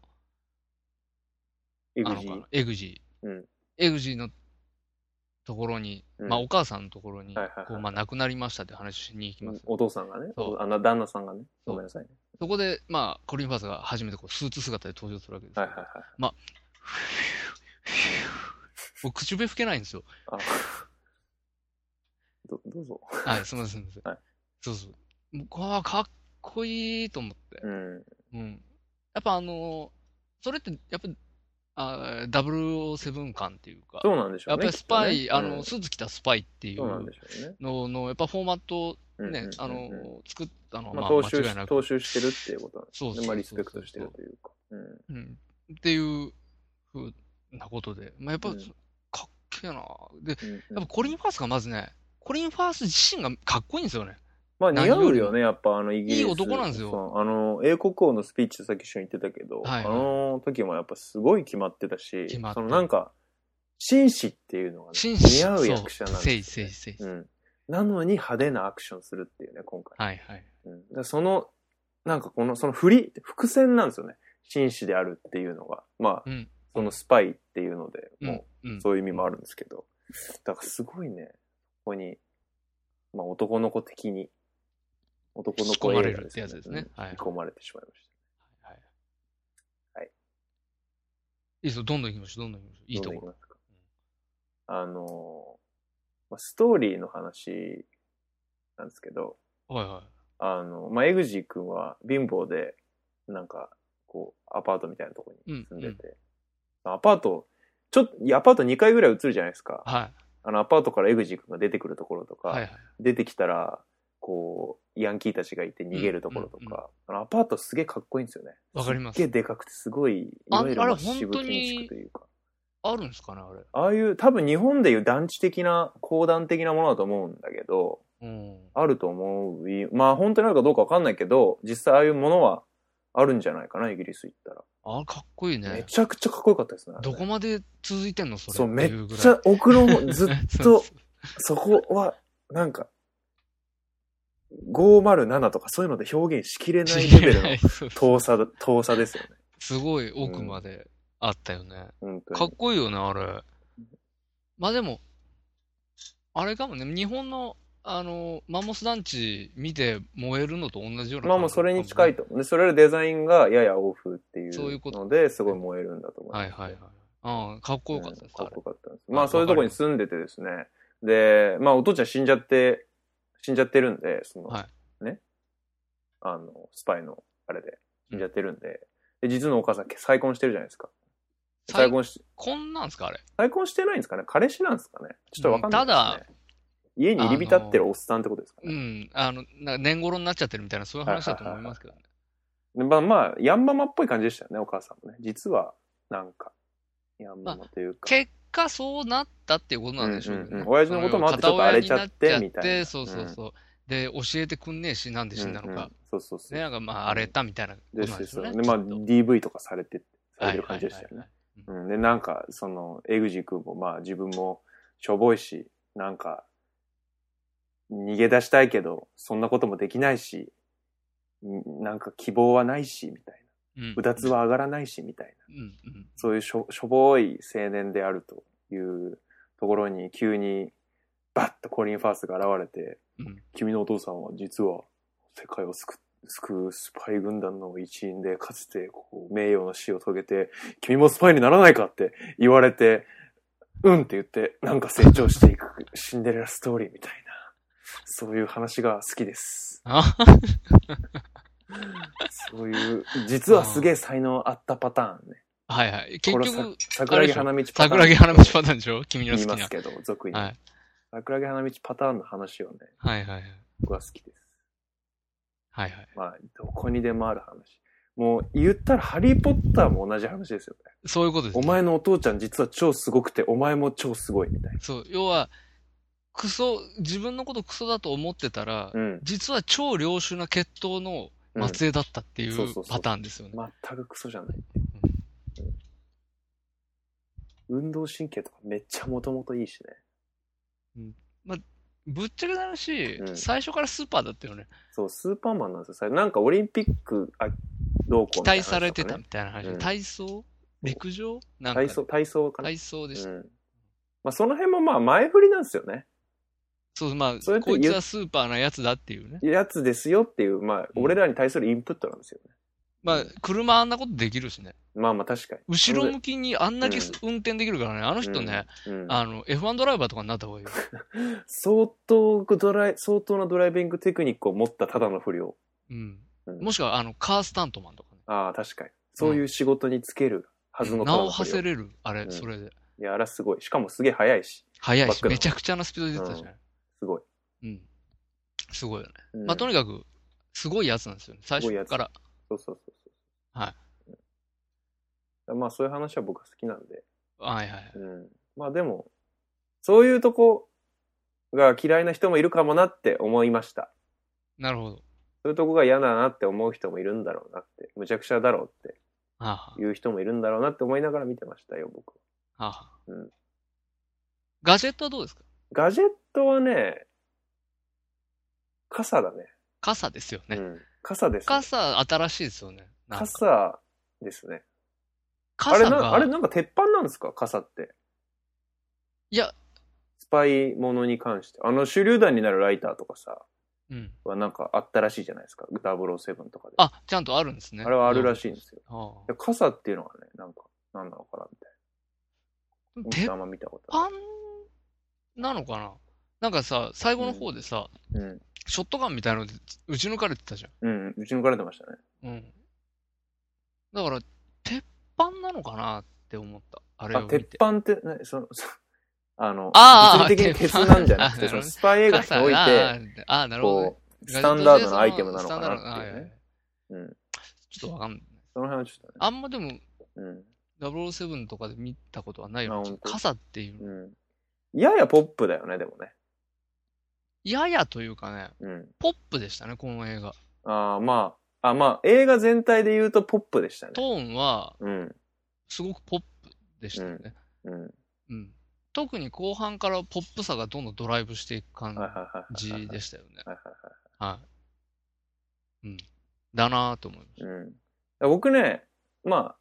[SPEAKER 2] エ
[SPEAKER 3] あ
[SPEAKER 2] グ
[SPEAKER 3] の
[SPEAKER 2] ジ
[SPEAKER 3] 子
[SPEAKER 2] ー
[SPEAKER 3] エグジー。
[SPEAKER 2] うん
[SPEAKER 3] エグジーのところに、
[SPEAKER 2] うん
[SPEAKER 3] まあ、お母さんのところに、
[SPEAKER 2] はいはいはい
[SPEAKER 3] こう、まあ、亡くなりましたって話しに行きます。
[SPEAKER 2] お父さんがね
[SPEAKER 3] そう
[SPEAKER 2] あの旦那さんがね
[SPEAKER 3] そ
[SPEAKER 2] ご
[SPEAKER 3] う
[SPEAKER 2] めんなさいね
[SPEAKER 3] そこで、まあ、コリン・ファースが初めてこうスーツ姿で登場するわけですけ
[SPEAKER 2] はい
[SPEAKER 3] ど。
[SPEAKER 2] はいはい
[SPEAKER 3] もう口笛吹けないん
[SPEAKER 2] [laughs]
[SPEAKER 3] ですよ。
[SPEAKER 2] あ [laughs] どどうぞ
[SPEAKER 3] はい、すみません、すみません。
[SPEAKER 2] はい
[SPEAKER 3] そうそう。もうわあ、かっこいいと思って。
[SPEAKER 2] うん
[SPEAKER 3] うん。やっぱあのーそれって、やっぱ、あー007感っていうか、
[SPEAKER 2] そうなんでしょ
[SPEAKER 3] や
[SPEAKER 2] う
[SPEAKER 3] っ
[SPEAKER 2] ね
[SPEAKER 3] ぱりスパイ、
[SPEAKER 2] きっとね
[SPEAKER 3] あ
[SPEAKER 2] う
[SPEAKER 3] の、
[SPEAKER 2] ん
[SPEAKER 3] スーツ着たスパイっていう
[SPEAKER 2] そうなん
[SPEAKER 3] の
[SPEAKER 2] でしょうね
[SPEAKER 3] の、やっぱフォーマットを
[SPEAKER 2] うんうんうんう
[SPEAKER 3] ね
[SPEAKER 2] ん、
[SPEAKER 3] あのー、作ったのは、
[SPEAKER 2] ま
[SPEAKER 3] ま
[SPEAKER 2] あ、
[SPEAKER 3] あ、
[SPEAKER 2] 踏襲
[SPEAKER 3] 間違
[SPEAKER 2] し
[SPEAKER 3] いなく、
[SPEAKER 2] 踏襲してるっていうことなんです
[SPEAKER 3] そうそ
[SPEAKER 2] ね。
[SPEAKER 3] うそうそう
[SPEAKER 2] まあ、リスペクトしてるというか。うん。
[SPEAKER 3] うん。っていうふうなことで、まあ、やっぱ、
[SPEAKER 2] うん
[SPEAKER 3] かっけえな。で、
[SPEAKER 2] うんうん
[SPEAKER 3] やっぱコリン・ファースがまずね、コリン・ファース自身がかっこいいんですよね。
[SPEAKER 2] まあ似合
[SPEAKER 3] 何よ
[SPEAKER 2] う
[SPEAKER 3] り
[SPEAKER 2] よね、やっぱあのイギリス。
[SPEAKER 3] いい男なんですよ
[SPEAKER 2] そうあの、英国王のスピーチさっき一緒に言ってたけど、
[SPEAKER 3] はいは
[SPEAKER 2] あ
[SPEAKER 3] い
[SPEAKER 2] の時もやっぱすごい決まってたし、
[SPEAKER 3] 決まって
[SPEAKER 2] そのなんか、紳士っていうのが、ね、
[SPEAKER 3] 紳士。
[SPEAKER 2] 似合う役者なんです
[SPEAKER 3] せ
[SPEAKER 2] よ、
[SPEAKER 3] い
[SPEAKER 2] ね。
[SPEAKER 3] せいせい。
[SPEAKER 2] うん。なのに派手なアクションするっていうね、今回。
[SPEAKER 3] はいはい。
[SPEAKER 2] うん、だからその、なんかこの、その振り、伏線なんですよね。紳士であるっていうのが。まあ、
[SPEAKER 3] うん
[SPEAKER 2] そのスパイっていうので、
[SPEAKER 3] うん
[SPEAKER 2] も
[SPEAKER 3] うん
[SPEAKER 2] う、そういう意味もあるんですけど。だからすごいね、ここに、まあ男の子的に、男の子
[SPEAKER 3] 引き込まれ
[SPEAKER 2] 映
[SPEAKER 3] る
[SPEAKER 2] 画
[SPEAKER 3] ってやつですね
[SPEAKER 2] うん
[SPEAKER 3] はい
[SPEAKER 2] 引き込まれてしまいまし
[SPEAKER 3] はい。
[SPEAKER 2] はい。
[SPEAKER 3] いいですよ、どんどん行きましょう、どんどん行きましょう。
[SPEAKER 2] た。
[SPEAKER 3] いいと
[SPEAKER 2] ど
[SPEAKER 3] こ
[SPEAKER 2] ん
[SPEAKER 3] ろ。
[SPEAKER 2] なきますか。あのー、まあ、ストーリーの話なんですけど、
[SPEAKER 3] はいはい。
[SPEAKER 2] あの、まあ、エグジー君は貧乏で、なんか、こう、アパートみたいなとこに住んでて、まあアパート、ちょっと、いやアパート2回ぐらい映るじゃないですか。
[SPEAKER 3] は
[SPEAKER 2] あの、アパートからエグジー君が出てくるところとか、
[SPEAKER 3] い。はいはい。
[SPEAKER 2] 出てきたら、こう、ヤンキーたちがいて逃げるところと
[SPEAKER 3] うんうん
[SPEAKER 2] か、あのアパートすげえかっこいいんですよね。
[SPEAKER 3] わかります
[SPEAKER 2] すっげえでかくて、すごい、い
[SPEAKER 3] あ
[SPEAKER 2] わゆる
[SPEAKER 3] あれ
[SPEAKER 2] ま渋
[SPEAKER 3] 本当に
[SPEAKER 2] 建築というか。
[SPEAKER 3] あるんですかね、あれ。
[SPEAKER 2] ああいう、多分日本でいう団地的な、公団的なものだと思うんだけど、
[SPEAKER 3] うん。
[SPEAKER 2] あると思うい。まあ本当にあるかどうかわかんないけど、実際ああいうものはあるんじゃないかな、イギリス行ったら。
[SPEAKER 3] あれかっこいい
[SPEAKER 2] め
[SPEAKER 3] ね。
[SPEAKER 2] ちゃくちゃかっこよかったですね。あれね
[SPEAKER 3] どこまで続いてんの、それ。
[SPEAKER 2] そう、め
[SPEAKER 3] てい
[SPEAKER 2] っ
[SPEAKER 3] ぐらい
[SPEAKER 2] ちゃ、奥の方、ずっ
[SPEAKER 3] そう
[SPEAKER 2] と
[SPEAKER 3] [laughs] そ、
[SPEAKER 2] そこは、なんか、507とかそういうので表現しきれ
[SPEAKER 3] う
[SPEAKER 2] ないレ
[SPEAKER 3] [laughs]
[SPEAKER 2] ベルの
[SPEAKER 3] そうそう
[SPEAKER 2] 遠さだ、遠さですよね。
[SPEAKER 3] すごい奥まであったよね。
[SPEAKER 2] 本当
[SPEAKER 3] かっ
[SPEAKER 2] に。
[SPEAKER 3] こいいよね、あれ。まあでも、あれかもね、日本の、あの、マンモス団地見て燃えるのと同じような感じ
[SPEAKER 2] まあもうそれに近いと。で、それでデザインがやや欧風ってい
[SPEAKER 3] そういうこ
[SPEAKER 2] う
[SPEAKER 3] と
[SPEAKER 2] ので、すごい燃えるんだと思います、
[SPEAKER 3] はいはいはい。ああ、かっこよかったです、
[SPEAKER 2] うんか
[SPEAKER 3] あ
[SPEAKER 2] っ
[SPEAKER 3] れ
[SPEAKER 2] こ。よかったです。
[SPEAKER 3] あ
[SPEAKER 2] まあそういうとこに住んでてですね。で、まあお父ちゃん死んじゃって、死んじゃってるんで、その、
[SPEAKER 3] は
[SPEAKER 2] ね。あの、スパイの、あれで、死んじゃってるんで。で、実のお母さん再婚してるじゃないですか。再
[SPEAKER 3] 最後、
[SPEAKER 2] 婚し、
[SPEAKER 3] こんなんすか、あれ。
[SPEAKER 2] 再婚してないんですかね彼氏なんですかねちょっとわかんないです、ね
[SPEAKER 3] うんた
[SPEAKER 2] 家に入り浸ってるおっさんってことですか
[SPEAKER 3] う
[SPEAKER 2] ね。
[SPEAKER 3] ん、あの、な年頃になっちゃってるみたいな、そういう話だと思いますけどね。
[SPEAKER 2] でまあまあ、ヤンママっぽい感じでしたよね、お母さんもね。実は、なんか、ヤンママというか。
[SPEAKER 3] 結果そうなったっていうことなんでしょうけどね。
[SPEAKER 2] うんうんうん親父のこともあってちょっと荒れちゃって
[SPEAKER 3] 片親になっちゃ
[SPEAKER 2] み
[SPEAKER 3] っ
[SPEAKER 2] たいな
[SPEAKER 3] そうそうそう。で、教えてくんねえし、なんで死んだの
[SPEAKER 2] うんう
[SPEAKER 3] か
[SPEAKER 2] ん。そうそうそう。
[SPEAKER 3] で、なんかまあ荒れたみたいなこと
[SPEAKER 2] で
[SPEAKER 3] なん
[SPEAKER 2] す
[SPEAKER 3] でしょ
[SPEAKER 2] そうう
[SPEAKER 3] ね。
[SPEAKER 2] で、まあ、
[SPEAKER 3] きっと
[SPEAKER 2] DV とかされて、されてる感じでしたよね
[SPEAKER 3] はいはいはいはい。
[SPEAKER 2] うん、で、なんか、その、エグジ君も、まあ、自分も、しょぼいし、なんか、逃げ出したいけど、そんなこともできないし、んなんか希望はないし、みたいな。
[SPEAKER 3] うん
[SPEAKER 2] うだつは上がらないし、みたいな。
[SPEAKER 3] うんうん。
[SPEAKER 2] そういうしょしょぼい青年であるというところに、急に、バッとコリン・ファースが現れて、
[SPEAKER 3] うん
[SPEAKER 2] 君のお父さんは実は世界を救っ救うスパイ軍団の一員で、かつてこう名誉の死を遂げて、君もスパイにならないかって言われて、うんって言って、なんか成長していくシンデレラストーリーみたいな、そういう話が好きです。
[SPEAKER 3] あ
[SPEAKER 2] そういう、実はすげえ才能あったパターンね。
[SPEAKER 3] はいはい。結
[SPEAKER 2] これさ
[SPEAKER 3] 局、あ
[SPEAKER 2] 桜
[SPEAKER 3] れ
[SPEAKER 2] 木
[SPEAKER 3] でしょ
[SPEAKER 2] 花道パターン。
[SPEAKER 3] 桜木花道パターンでしょ君の
[SPEAKER 2] 言
[SPEAKER 3] 好
[SPEAKER 2] いま
[SPEAKER 3] き
[SPEAKER 2] す
[SPEAKER 3] な。
[SPEAKER 2] けど、俗に。
[SPEAKER 3] はい。
[SPEAKER 2] 桜木花道パターンの話をね、
[SPEAKER 3] はいはいはい。
[SPEAKER 2] 僕は好きです。
[SPEAKER 3] はいはい。
[SPEAKER 2] まあ、どこにでもある話。もう、言ったら、ハリー・ポッターも同じ話ですよね。
[SPEAKER 3] そういうことです
[SPEAKER 2] お
[SPEAKER 3] ね。
[SPEAKER 2] 前のお父ちゃん実は超すごくて、お前も超すごいみたいな。
[SPEAKER 3] そう、要は、クソ、自分のことクソだと思ってたら、
[SPEAKER 2] うん。
[SPEAKER 3] 実は超良種な血統の
[SPEAKER 2] うん
[SPEAKER 3] 末裔だったってい
[SPEAKER 2] そうそう
[SPEAKER 3] う
[SPEAKER 2] そう
[SPEAKER 3] パターンですよね。
[SPEAKER 2] 全くクソじゃない。運動神経とかめっちゃもともといいしね。
[SPEAKER 3] ぶっちゃけな話、
[SPEAKER 2] うん
[SPEAKER 3] 最初からスーパーだったよね。
[SPEAKER 2] そう、スーパーマンなんですよ。さなんかオリンピック、あ、どうこ
[SPEAKER 3] 期
[SPEAKER 2] うみたい
[SPEAKER 3] 待
[SPEAKER 2] な話とかね
[SPEAKER 3] されてたみたいな話。
[SPEAKER 2] うん
[SPEAKER 3] 体操陸上なんか、
[SPEAKER 2] 体操、体操かな。
[SPEAKER 3] 体操でした。
[SPEAKER 2] うん。まあ、その辺もまあ、前振りなんですよね。
[SPEAKER 3] そう、ま
[SPEAKER 2] それ
[SPEAKER 3] あ、
[SPEAKER 2] って
[SPEAKER 3] こ
[SPEAKER 2] 言う
[SPEAKER 3] いつはスーパーなやつだっていうね。
[SPEAKER 2] やつですよっていう、まあ、俺らに対するインプットなんですよね。
[SPEAKER 3] まあ、車あんなことできるしね。
[SPEAKER 2] まあまあ、確かに。
[SPEAKER 3] 後ろ向きにあんだけす運転できるからね。あの人ね、
[SPEAKER 2] うん、うん
[SPEAKER 3] あの、F1 ドライバーとかになった方がい
[SPEAKER 2] [laughs]
[SPEAKER 3] いよ。
[SPEAKER 2] 相当ドライ、相当なドライビングテクニックを持ったただの不良。
[SPEAKER 3] うん。
[SPEAKER 2] うん
[SPEAKER 3] もしくは、あの、カースタントマンとかね。
[SPEAKER 2] ああ、確かに。そういう仕事につけるはずのた
[SPEAKER 3] 名
[SPEAKER 2] だの
[SPEAKER 3] を
[SPEAKER 2] 不
[SPEAKER 3] 馳
[SPEAKER 2] 良。
[SPEAKER 3] せれる。あれ、
[SPEAKER 2] うん
[SPEAKER 3] それで。
[SPEAKER 2] いや、あらすごい。しかもすげえ速いし。
[SPEAKER 3] 速い
[SPEAKER 2] バッ
[SPEAKER 3] し、
[SPEAKER 2] クの
[SPEAKER 3] めちゃくちゃなスピードで出てたじゃない。
[SPEAKER 2] すごい。
[SPEAKER 3] うん。すごいよね。
[SPEAKER 2] うん
[SPEAKER 3] まあ、とにかく、すごいやつなんですよね。最
[SPEAKER 2] すごい
[SPEAKER 3] 初
[SPEAKER 2] やつ
[SPEAKER 3] から。
[SPEAKER 2] そうそうそうそう。
[SPEAKER 3] はい
[SPEAKER 2] うん。まあ、そういう話は僕は好きなんで。
[SPEAKER 3] はいはい。
[SPEAKER 2] うん。まあ、でも、そういうとこが嫌いな人もいるかもなって思いました。
[SPEAKER 3] なるほど。
[SPEAKER 2] そういうとこが嫌だなって思う人もいるんだろうなって、むちゃくちゃだろうっ
[SPEAKER 3] は
[SPEAKER 2] ていう人もいるんだろうなって思いながら見てましたよ、僕。
[SPEAKER 3] あ、はあはあ
[SPEAKER 2] うん
[SPEAKER 3] ガジェットはどうですか
[SPEAKER 2] ガジェットはね、傘だね。
[SPEAKER 3] 傘ですよね。
[SPEAKER 2] うん。傘です、ね。
[SPEAKER 3] 傘、新しいですよね。なんか
[SPEAKER 2] 傘ですね。あ
[SPEAKER 3] 傘
[SPEAKER 2] れ
[SPEAKER 3] が
[SPEAKER 2] な、あれなんか鉄板なんですか傘って。
[SPEAKER 3] いや、
[SPEAKER 2] スパイものに関して。あの手榴弾になるライターとかさ、
[SPEAKER 3] うん。
[SPEAKER 2] はなんかあったらしいじゃないですか。007とかで。あ
[SPEAKER 3] あ、ちゃんとあるんですね。
[SPEAKER 2] れはあるら
[SPEAKER 3] い。
[SPEAKER 2] しいんですよ。
[SPEAKER 3] ああ
[SPEAKER 2] で傘っていうのはね、なんか、なんなのかなみたいな。
[SPEAKER 3] 鉄
[SPEAKER 2] あんま見たことな
[SPEAKER 3] パンなのかななんかさ、最後の方でさ、
[SPEAKER 2] い。うん。
[SPEAKER 3] ショットガンみたいなので撃ち抜かれてたじゃ
[SPEAKER 2] うん。うちのから出ましたね。
[SPEAKER 3] ん。うん。だから、鉄板なのかなって思った。あれを
[SPEAKER 2] あ、
[SPEAKER 3] 見て。
[SPEAKER 2] 鉄板って、ね、その、そあの、
[SPEAKER 3] ああ
[SPEAKER 2] 物理的に鉄なんじゃなくて、
[SPEAKER 3] 鉄
[SPEAKER 2] そ
[SPEAKER 3] 板
[SPEAKER 2] のスパイ映画におい
[SPEAKER 3] 傘が
[SPEAKER 2] て、
[SPEAKER 3] あーあー、なるほどね
[SPEAKER 2] こう、スタンダードのアイテムなのかなっていうね。
[SPEAKER 3] ガジェットでそのスタンダードなはいはい
[SPEAKER 2] うん
[SPEAKER 3] ちょっとわかんない。
[SPEAKER 2] その辺はちょっとね。
[SPEAKER 3] あんまでも、
[SPEAKER 2] うん。
[SPEAKER 3] 007とかで見たことはないよ
[SPEAKER 2] あ
[SPEAKER 3] うな
[SPEAKER 2] 本当
[SPEAKER 3] 傘っていうの。
[SPEAKER 2] うん。ややポップだよね、でもね。
[SPEAKER 3] ややというかね、
[SPEAKER 2] うん。
[SPEAKER 3] ポップでしたね、この映画。
[SPEAKER 2] ああ、まあ、あまあ、映画全体で言うとポップでしたね。
[SPEAKER 3] トーンは、
[SPEAKER 2] うん。
[SPEAKER 3] すごくポップでしたよね。
[SPEAKER 2] うん。
[SPEAKER 3] うん。特に後半からポップさがどんどんドライブしていく
[SPEAKER 2] はい
[SPEAKER 3] 感
[SPEAKER 2] はいはい。
[SPEAKER 3] じでしたよね。
[SPEAKER 2] はい
[SPEAKER 3] はい。うん。だなぁと思いまし
[SPEAKER 2] はいはい。うん。僕ね、まあ、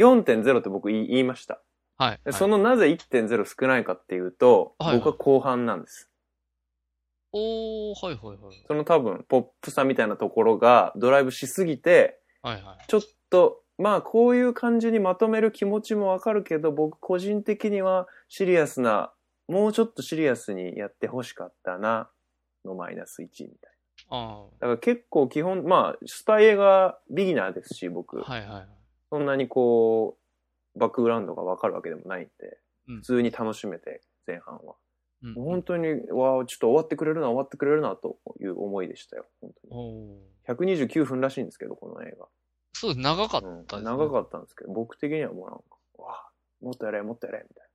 [SPEAKER 2] 4.0って僕言い言いました。
[SPEAKER 3] た。はい。
[SPEAKER 2] で
[SPEAKER 3] はい
[SPEAKER 2] そのなぜ1.0少ないかっていうと、
[SPEAKER 3] はいはい
[SPEAKER 2] 僕は後半なんです。
[SPEAKER 3] おー、はいはいはい。
[SPEAKER 2] その多分、ポップさみたいなところがドライブしすぎて、
[SPEAKER 3] はいはい。
[SPEAKER 2] ちょっと、まあこういう感じにまとめる気持ちもわかるけど、僕個人的にはシリアスな、もうちょっとシリアスにやってほしかったな、のマイナス1みたいな。
[SPEAKER 3] あ
[SPEAKER 2] だから結構基本、まあ、スパイ映画ビギナーですし、
[SPEAKER 3] あ。
[SPEAKER 2] 僕、
[SPEAKER 3] はいはいはい。
[SPEAKER 2] そんなにこう、バックグラウンドがわかるわけでもないんで、
[SPEAKER 3] うん
[SPEAKER 2] 普通に楽しめて、前半は。
[SPEAKER 3] うん。
[SPEAKER 2] もう本当に、わあ、ちょっと終わってくれるな、終わってくれるな、という思いでしたよ。本当に。
[SPEAKER 3] おー
[SPEAKER 2] 129分らしいんですけど、この映画。
[SPEAKER 3] そうです、長かったです、
[SPEAKER 2] う
[SPEAKER 3] ね
[SPEAKER 2] ん、長かったんですけど、僕的にはもうなんか、わあ、もっとやれ、もっとやれ、みたい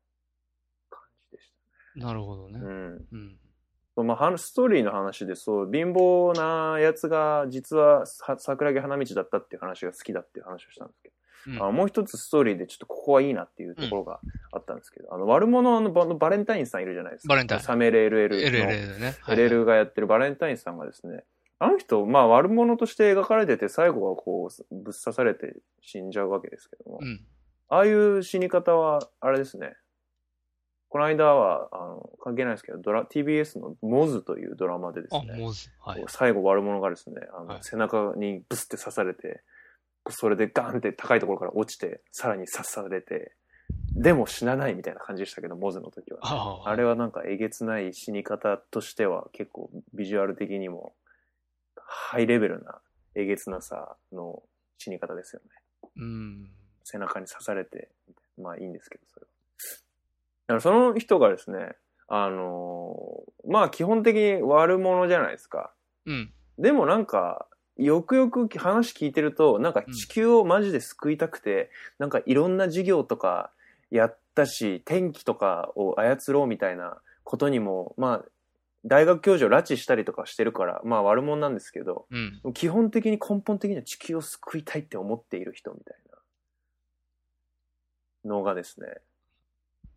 [SPEAKER 2] な感じでし
[SPEAKER 3] なるほど
[SPEAKER 2] た。
[SPEAKER 3] ね。
[SPEAKER 2] うん。
[SPEAKER 3] うん。
[SPEAKER 2] そうまあ、話ストーリーの話で、そう、貧乏なやつが、実はは桜木花道だったっていう話が好きだっていう話をしたんですけ
[SPEAKER 3] うん
[SPEAKER 2] ど、あもう一つストーリーで、ちょっとここはいいなっていうところがあったんですけど、あの、悪者のババレンタインさんいるじゃないですか。
[SPEAKER 3] バレンタイン
[SPEAKER 2] サメレ LL の。
[SPEAKER 3] LL でね。はいはい
[SPEAKER 2] LL がやってるバレンタインさんがですね、あの人、まあ悪者として描かれてて、最後はこう、ぶっ刺されて死んじゃうわけですけども、
[SPEAKER 3] うん。
[SPEAKER 2] ああいう死に方は、あれですね。この間は、あの、関係ないですけど、ドラ、TBS のモズというドラマでです
[SPEAKER 3] あ、
[SPEAKER 2] ね、
[SPEAKER 3] モズ。はい
[SPEAKER 2] こう。最後悪者がですね、あの、
[SPEAKER 3] はい
[SPEAKER 2] 背中にブスって刺されて、それでガンって高いところから落ちて、さらに刺されて、でも死なないみたいな感じでしたけど、モズの時は。
[SPEAKER 3] ああ
[SPEAKER 2] あれはなんかえげつない死に方としては結構ビジュアル的にもハイレベルなえげつなさの死に方ですよね。
[SPEAKER 3] うん。
[SPEAKER 2] 背中に刺されて、まあいいんですけど、それは。だからその人がですね、あのーまあ基本的に悪者じゃないですか。
[SPEAKER 3] うん。
[SPEAKER 2] でもなんか、よくよく話聞いてると、なんか地球をマジで救いたくて、なんかいろんな事業とかやったし、天気とかを操ろうみたいなことにも、まあ、大学教授を拉致したりとかしてるから、まあ悪者なんですけど、
[SPEAKER 3] うん。
[SPEAKER 2] 基本的に根本的には地球を救いたいって思っている人みたいなのがですね、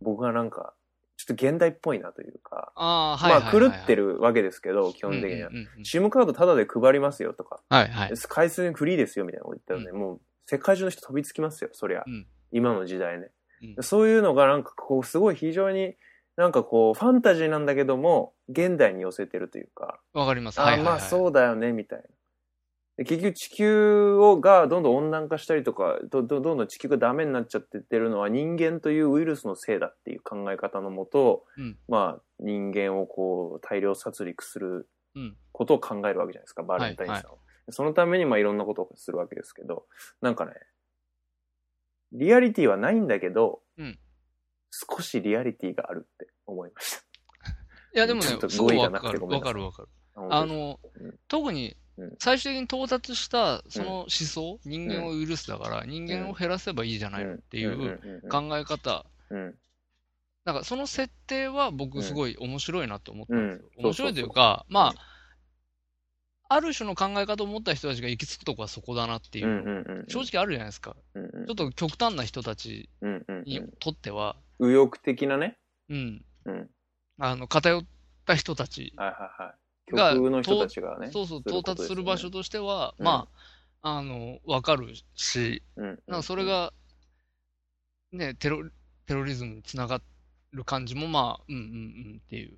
[SPEAKER 2] 僕はなんか、ちょっと現代っぽいなというか、
[SPEAKER 3] ああ、はいはい
[SPEAKER 2] まあ
[SPEAKER 3] はいはい。
[SPEAKER 2] 狂ってるわけですけど、基
[SPEAKER 3] うん
[SPEAKER 2] 本
[SPEAKER 3] うんうん。
[SPEAKER 2] 的には。
[SPEAKER 3] うん
[SPEAKER 2] シムカードタダで配りますよとか、
[SPEAKER 3] はいはい。
[SPEAKER 2] 回数フリーですよみたいなこと言ったらね、もう世界中の人飛びつきますよ、そりゃ。
[SPEAKER 3] うん
[SPEAKER 2] 今の時代ね、
[SPEAKER 3] うん
[SPEAKER 2] そういうのがなんかこう、すごい非常に、なんかこう、ファンタジーなんだけども、現代に寄せてるというか、
[SPEAKER 3] わかります。
[SPEAKER 2] あ
[SPEAKER 3] はい
[SPEAKER 2] あ
[SPEAKER 3] は
[SPEAKER 2] ー、
[SPEAKER 3] いはい。
[SPEAKER 2] まあそうだよね、みたいな。で結局地球をがどんどん温暖化したりとかどどどんどん地球がダメになっちゃってってるのは人間というウイルスのせいだっていう考え方のもと、
[SPEAKER 3] うん
[SPEAKER 2] まあ人間をこう大量殺戮する
[SPEAKER 3] うん
[SPEAKER 2] ことを考えるわけじゃないですか、バレンタインさんは。
[SPEAKER 3] はい
[SPEAKER 2] そのためにまあいろんなことをするわけですけど、なんかね、リアリティはないんだけど、
[SPEAKER 3] うん
[SPEAKER 2] 少しリアリティがあるって思いました。
[SPEAKER 3] いやでもね
[SPEAKER 2] ちょっ、と
[SPEAKER 3] すごい
[SPEAKER 2] 語彙が
[SPEAKER 3] わ
[SPEAKER 2] な
[SPEAKER 3] か
[SPEAKER 2] くて
[SPEAKER 3] る。
[SPEAKER 2] ごめ
[SPEAKER 3] わ
[SPEAKER 2] んな
[SPEAKER 3] か
[SPEAKER 2] さい
[SPEAKER 3] るわかる。あの
[SPEAKER 2] うん、
[SPEAKER 3] 特に
[SPEAKER 2] うん
[SPEAKER 3] 最終的に到達したその思想、人間をウイルスだから人間を減らせばいいじゃないのってい
[SPEAKER 2] ん
[SPEAKER 3] う考え方
[SPEAKER 2] うんうんうん
[SPEAKER 3] なんかその設定は僕すごい面白いなって思ったんですよ。
[SPEAKER 2] うん
[SPEAKER 3] 面白いというか、まあ、ある種の考え方を持った人たちが行き着くとこはそこだなっていうう、
[SPEAKER 2] んうんうん。
[SPEAKER 3] 正直あるじゃないですか。
[SPEAKER 2] うんうん
[SPEAKER 3] ちょっと極端な人たち
[SPEAKER 2] うんうん
[SPEAKER 3] に
[SPEAKER 2] うん
[SPEAKER 3] とっては、
[SPEAKER 2] 右翼的なね。
[SPEAKER 3] うん、
[SPEAKER 2] うん。
[SPEAKER 3] あの、偏った人たち
[SPEAKER 2] はいはいはい。極
[SPEAKER 3] が
[SPEAKER 2] 右の人たちがね。
[SPEAKER 3] そうそう、
[SPEAKER 2] そうい
[SPEAKER 3] 到
[SPEAKER 2] うことですね
[SPEAKER 3] 達する場所としては、
[SPEAKER 2] うん
[SPEAKER 3] まあ、あの、わかるし、
[SPEAKER 2] うんうん
[SPEAKER 3] なんかそれ、が、ね、テロ、テロリズムにつながる感じも、まあ、うんうんうんっていう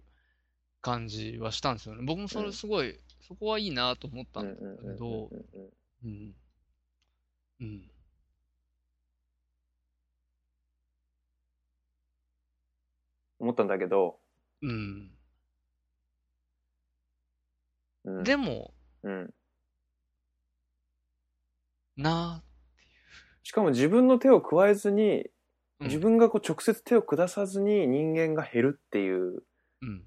[SPEAKER 3] 感じはしたんですよね。僕もそれすごい、そこはいいなと思った
[SPEAKER 2] うんん
[SPEAKER 3] だ
[SPEAKER 2] うん
[SPEAKER 3] け
[SPEAKER 2] うんうん
[SPEAKER 3] ど、
[SPEAKER 2] うん
[SPEAKER 3] うん。うん。
[SPEAKER 2] 思ったんだけど、
[SPEAKER 3] うん。
[SPEAKER 2] うん、
[SPEAKER 3] でも、
[SPEAKER 2] うん、
[SPEAKER 3] な
[SPEAKER 2] しかも自分の手を加えずに、
[SPEAKER 3] うん
[SPEAKER 2] 自分がこう直接手を下さずに人間が減るっていう
[SPEAKER 3] うん。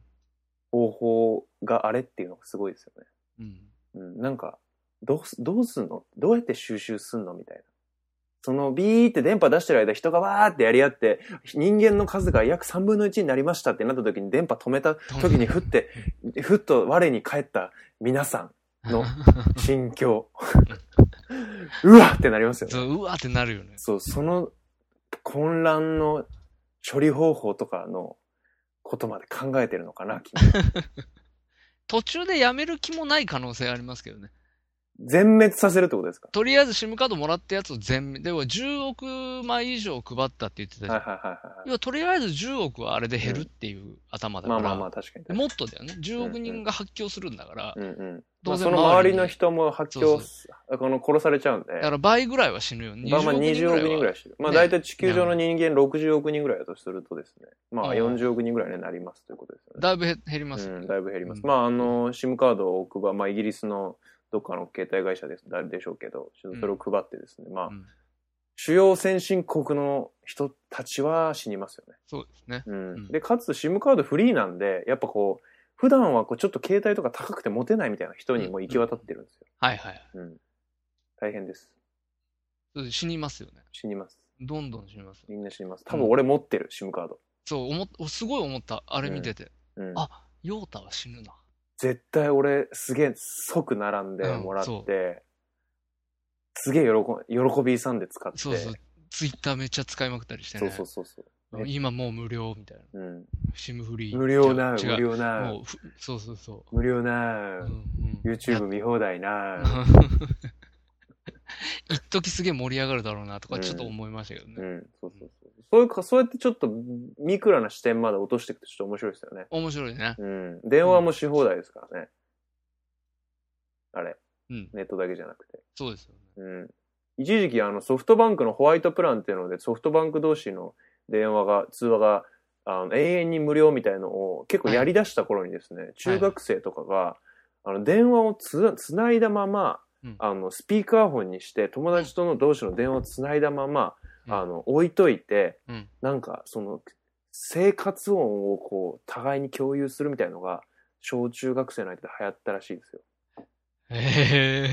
[SPEAKER 2] 方法があれっていうのがすごいですよね。
[SPEAKER 3] うん。
[SPEAKER 2] うん、なんか、どうす、どうすんのどうやって収集すんのみたいな。そのビーって電波出してる間人がわーってやり合って、人間の数が約3分の1になりましたってなった時に電波止めた時にふって、ふっと我に返った皆さんの心
[SPEAKER 3] [laughs]
[SPEAKER 2] 境。うわってなりますよね。
[SPEAKER 3] そううわーってなるよね。
[SPEAKER 2] そう、その混乱の処理方法とかのことまで考えてるのかな、君
[SPEAKER 3] 途中でやめる気もない可能性ありますけどね。
[SPEAKER 2] 全滅させるってことですか
[SPEAKER 3] とりあえず SIM カードもらったやつを全面、でも10億枚以上配ったって言ってたじゃん。
[SPEAKER 2] はいはいはいはい
[SPEAKER 3] 要はとりあえず10億はあれで減るっていう頭。だか
[SPEAKER 2] ま
[SPEAKER 3] ら、
[SPEAKER 2] あまあまあ、確かに確かに。
[SPEAKER 3] もっとだよね。10億人が発狂するんだから、
[SPEAKER 2] うんうん。
[SPEAKER 3] 当
[SPEAKER 2] まあ、そ
[SPEAKER 3] 然
[SPEAKER 2] の周りの
[SPEAKER 3] に
[SPEAKER 2] 人も発
[SPEAKER 3] そ
[SPEAKER 2] 狂
[SPEAKER 3] うそう
[SPEAKER 2] す、この殺されちゃうんで。
[SPEAKER 3] だから倍ぐらいは死ぬよ。
[SPEAKER 2] まあまあ20億
[SPEAKER 3] 20億
[SPEAKER 2] 人
[SPEAKER 3] 人
[SPEAKER 2] ぐ
[SPEAKER 3] ぐ
[SPEAKER 2] ら
[SPEAKER 3] ら
[SPEAKER 2] い
[SPEAKER 3] い
[SPEAKER 2] してる。まあ大体地球上の人間60億人ぐらいだとするとですね。まあ
[SPEAKER 3] うん
[SPEAKER 2] 40億人ぐらいになりますということですよね。
[SPEAKER 3] だいぶ減減りますよ
[SPEAKER 2] う
[SPEAKER 3] ね
[SPEAKER 2] ん、だいぶ減ります。
[SPEAKER 3] うん
[SPEAKER 2] まあ、あの、SIM カードを配、まあ、イギリスのどっかの携帯会社です、誰でしょうけど、ちょっとそれを配ってですね、まあ、
[SPEAKER 3] うん
[SPEAKER 2] 主要先進国の人たちは死にますよね。
[SPEAKER 3] そうですね。
[SPEAKER 2] うん。
[SPEAKER 3] うん
[SPEAKER 2] で、かつ SIM カードフリーなんで、やっぱこう、普段はこうちょっと携帯とか高くて持てないみたいな人にも行き渡ってるんですよ。
[SPEAKER 3] はいはい。
[SPEAKER 2] うん。大変です。
[SPEAKER 3] そう死にますよね。
[SPEAKER 2] 死にます。
[SPEAKER 3] どんどん死にますよ。
[SPEAKER 2] みんな死にます。多分俺持ってる、SIM カード。
[SPEAKER 3] そう、思っおすごい思った。あれ見てて。
[SPEAKER 2] うん。
[SPEAKER 3] あ、ヨータは死ぬな。
[SPEAKER 2] 絶対俺すげえ即並んでもらって、
[SPEAKER 3] うん
[SPEAKER 2] すげえ喜ん喜びさんで使って。
[SPEAKER 3] そうそう。ツイッターめっちゃ使いまくったりして
[SPEAKER 2] そ
[SPEAKER 3] ね。
[SPEAKER 2] うそうそうそう。
[SPEAKER 3] うん今もう無料みたいな。
[SPEAKER 2] うん、
[SPEAKER 3] シムフリー。
[SPEAKER 2] 無料な、
[SPEAKER 3] 違
[SPEAKER 2] 無
[SPEAKER 3] う
[SPEAKER 2] 料な
[SPEAKER 3] も、うふそうそうそ
[SPEAKER 2] 無料
[SPEAKER 3] う。
[SPEAKER 2] な
[SPEAKER 3] う、んうん
[SPEAKER 2] YouTube 見放題な、
[SPEAKER 3] [laughs] 一時すげえ盛り上がるだろうなと
[SPEAKER 2] う
[SPEAKER 3] か
[SPEAKER 2] ん
[SPEAKER 3] ちょっと思いましたけどね。
[SPEAKER 2] うん、そうそうそう。そういうか、そうやってちょっとミクラな視点まで落としていくとちょっと面白いですよね。
[SPEAKER 3] 面白いね。
[SPEAKER 2] うん。電話もし放題ですからね。あれ、
[SPEAKER 3] うん。
[SPEAKER 2] ネットだけじゃなくて。
[SPEAKER 3] そうですよね。
[SPEAKER 2] うん。一時期あのソフトバンクのホワイトプランっていうのでソフトバンク同士の電話が、通話があの永遠に無料みたいのを結構やり出した頃にですね、中学生とかが、あの電話をつつないだまま、
[SPEAKER 3] うん
[SPEAKER 2] あのスピーカーフォンにして友達との同士の電話をつないだまま、
[SPEAKER 3] うん
[SPEAKER 2] あの置いといて、
[SPEAKER 3] うん
[SPEAKER 2] なんかその生活音をこう互いに共有するみたいのが小中学生の間で流行ったらしいですよ。
[SPEAKER 3] へ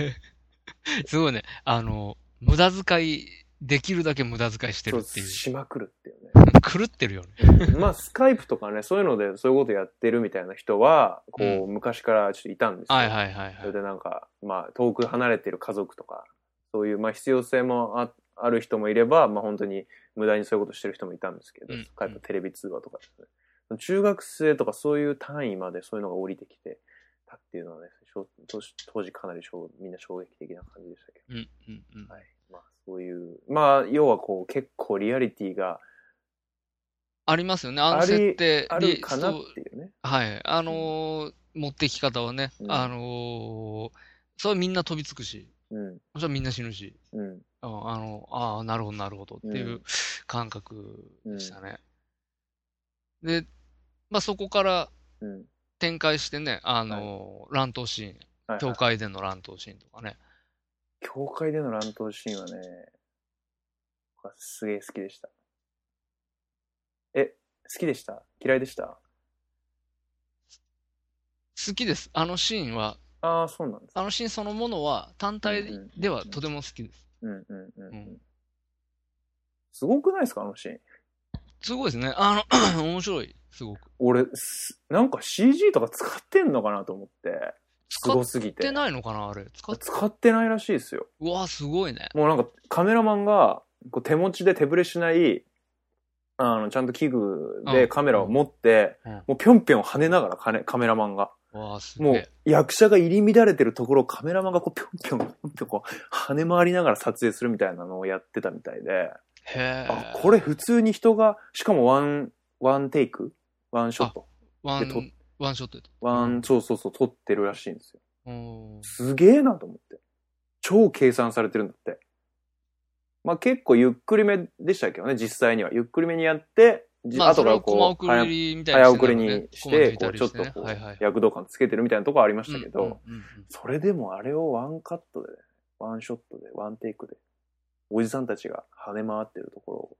[SPEAKER 3] え。すごいね。あの、無駄遣い、できるだけ無駄遣いしてるってい。
[SPEAKER 2] そううしまくるっていうね。
[SPEAKER 3] 狂ってるよね。
[SPEAKER 2] [laughs] まあ、スカイプとかね、そういうので、そういうことやってるみたいな人は、こう、昔からちょっといたんですよ。
[SPEAKER 3] はいはいはい
[SPEAKER 2] そ
[SPEAKER 3] は
[SPEAKER 2] れ
[SPEAKER 3] い。
[SPEAKER 2] でなんか、まあ、遠く離れてる家族とか、そういう、まあ、必要性もあある人もいれば、まあ、本当に無駄にそういうことしてる人もいたんですけど、
[SPEAKER 3] うん
[SPEAKER 2] スカイプ、テレビ通話とかですね。中学生とかそういう単位までそういうのが降りてきてたっていうのはね、しょ当時当時かなりしょみんな衝撃的な感じでしたけど。
[SPEAKER 3] うんうんうん。
[SPEAKER 2] はい。まあ、そういう、まあ、要はこう、結構リアリティが
[SPEAKER 3] ありますよね。あの
[SPEAKER 2] あり
[SPEAKER 3] 設定。
[SPEAKER 2] あるかなっ
[SPEAKER 3] そう
[SPEAKER 2] ていうね。
[SPEAKER 3] はい。あのー、持ってき方はね
[SPEAKER 2] う。ん
[SPEAKER 3] あのー、それはみんな飛びつくし、
[SPEAKER 2] うん。
[SPEAKER 3] それはみんな死ぬし。
[SPEAKER 2] うん。
[SPEAKER 3] うんあの、ああ、なるほど、なるほどっていううん感覚でしたね。で、まあ、そこから
[SPEAKER 2] うん。
[SPEAKER 3] 展開してね、あの、乱闘シーン、
[SPEAKER 2] はい
[SPEAKER 3] 教会での乱闘シーンとかね。
[SPEAKER 2] 教会での乱闘シーンはね、僕はすげえ好きでした。え、好きでした嫌いでした
[SPEAKER 3] 好きです。あのシーンは、
[SPEAKER 2] ああ、そうなんです。
[SPEAKER 3] あのシーンそのものは単体
[SPEAKER 2] うんうん
[SPEAKER 3] ではとても好きです。
[SPEAKER 2] うんうんうん。う
[SPEAKER 3] うんん、
[SPEAKER 2] すごくないですかあのシーン。
[SPEAKER 3] すごいですね。あの、 [coughs] 面白い。すごく。
[SPEAKER 2] 俺、すなんか CG とか使ってんのかなと思って。す
[SPEAKER 3] 使
[SPEAKER 2] ご
[SPEAKER 3] っ
[SPEAKER 2] すぎて。
[SPEAKER 3] てないのかなあれ。使っ、
[SPEAKER 2] 使ってないらしいですよ。
[SPEAKER 3] うわ、すごいね。
[SPEAKER 2] もうなんかカメラマンがこう手持ちで手ぶれしない、あの、ちゃんと器具
[SPEAKER 3] う
[SPEAKER 2] で
[SPEAKER 3] ん
[SPEAKER 2] カメラを持って、
[SPEAKER 3] うん
[SPEAKER 2] もうぴょんぴょん跳ねながらカネカメラマンが。
[SPEAKER 3] わあ、すげ
[SPEAKER 2] もう
[SPEAKER 3] え。
[SPEAKER 2] 役者が入り乱れてるところをカメラマンがこうぴょんぴょんぴょんぴょんこう跳ね回りながら撮影するみたいなのをやってたみたいで、
[SPEAKER 3] へえ。
[SPEAKER 2] あ、これ普通に人が、しかもワン、ワンテイクワンショット
[SPEAKER 3] ワ
[SPEAKER 2] でと
[SPEAKER 3] ン、ワンショットで。
[SPEAKER 2] ワン、そうそうそう、撮ってるらしいんですよ。
[SPEAKER 3] うん
[SPEAKER 2] すげえなと思って。超計算されてるんだって。まあ結構ゆっくりめでしたけどね、実際には。ゆっくりめにやって、じ
[SPEAKER 3] まあ、
[SPEAKER 2] 後
[SPEAKER 3] そ
[SPEAKER 2] か
[SPEAKER 3] れ
[SPEAKER 2] ら
[SPEAKER 3] をコマ
[SPEAKER 2] こう、
[SPEAKER 3] 送りみたいな
[SPEAKER 2] 早送りにして、こ
[SPEAKER 3] コマ
[SPEAKER 2] う
[SPEAKER 3] 抜い
[SPEAKER 2] ち
[SPEAKER 3] た
[SPEAKER 2] ょっ
[SPEAKER 3] りしてね
[SPEAKER 2] とこ、
[SPEAKER 3] はいはいう
[SPEAKER 2] 躍動感つけてるみたいなとこありましたけ
[SPEAKER 3] うん
[SPEAKER 2] ど、
[SPEAKER 3] うんうんうん
[SPEAKER 2] それでもあれをワンカットでね、ワンショットで、ワンテイクで、おじさんたちが跳ね回ってるところを、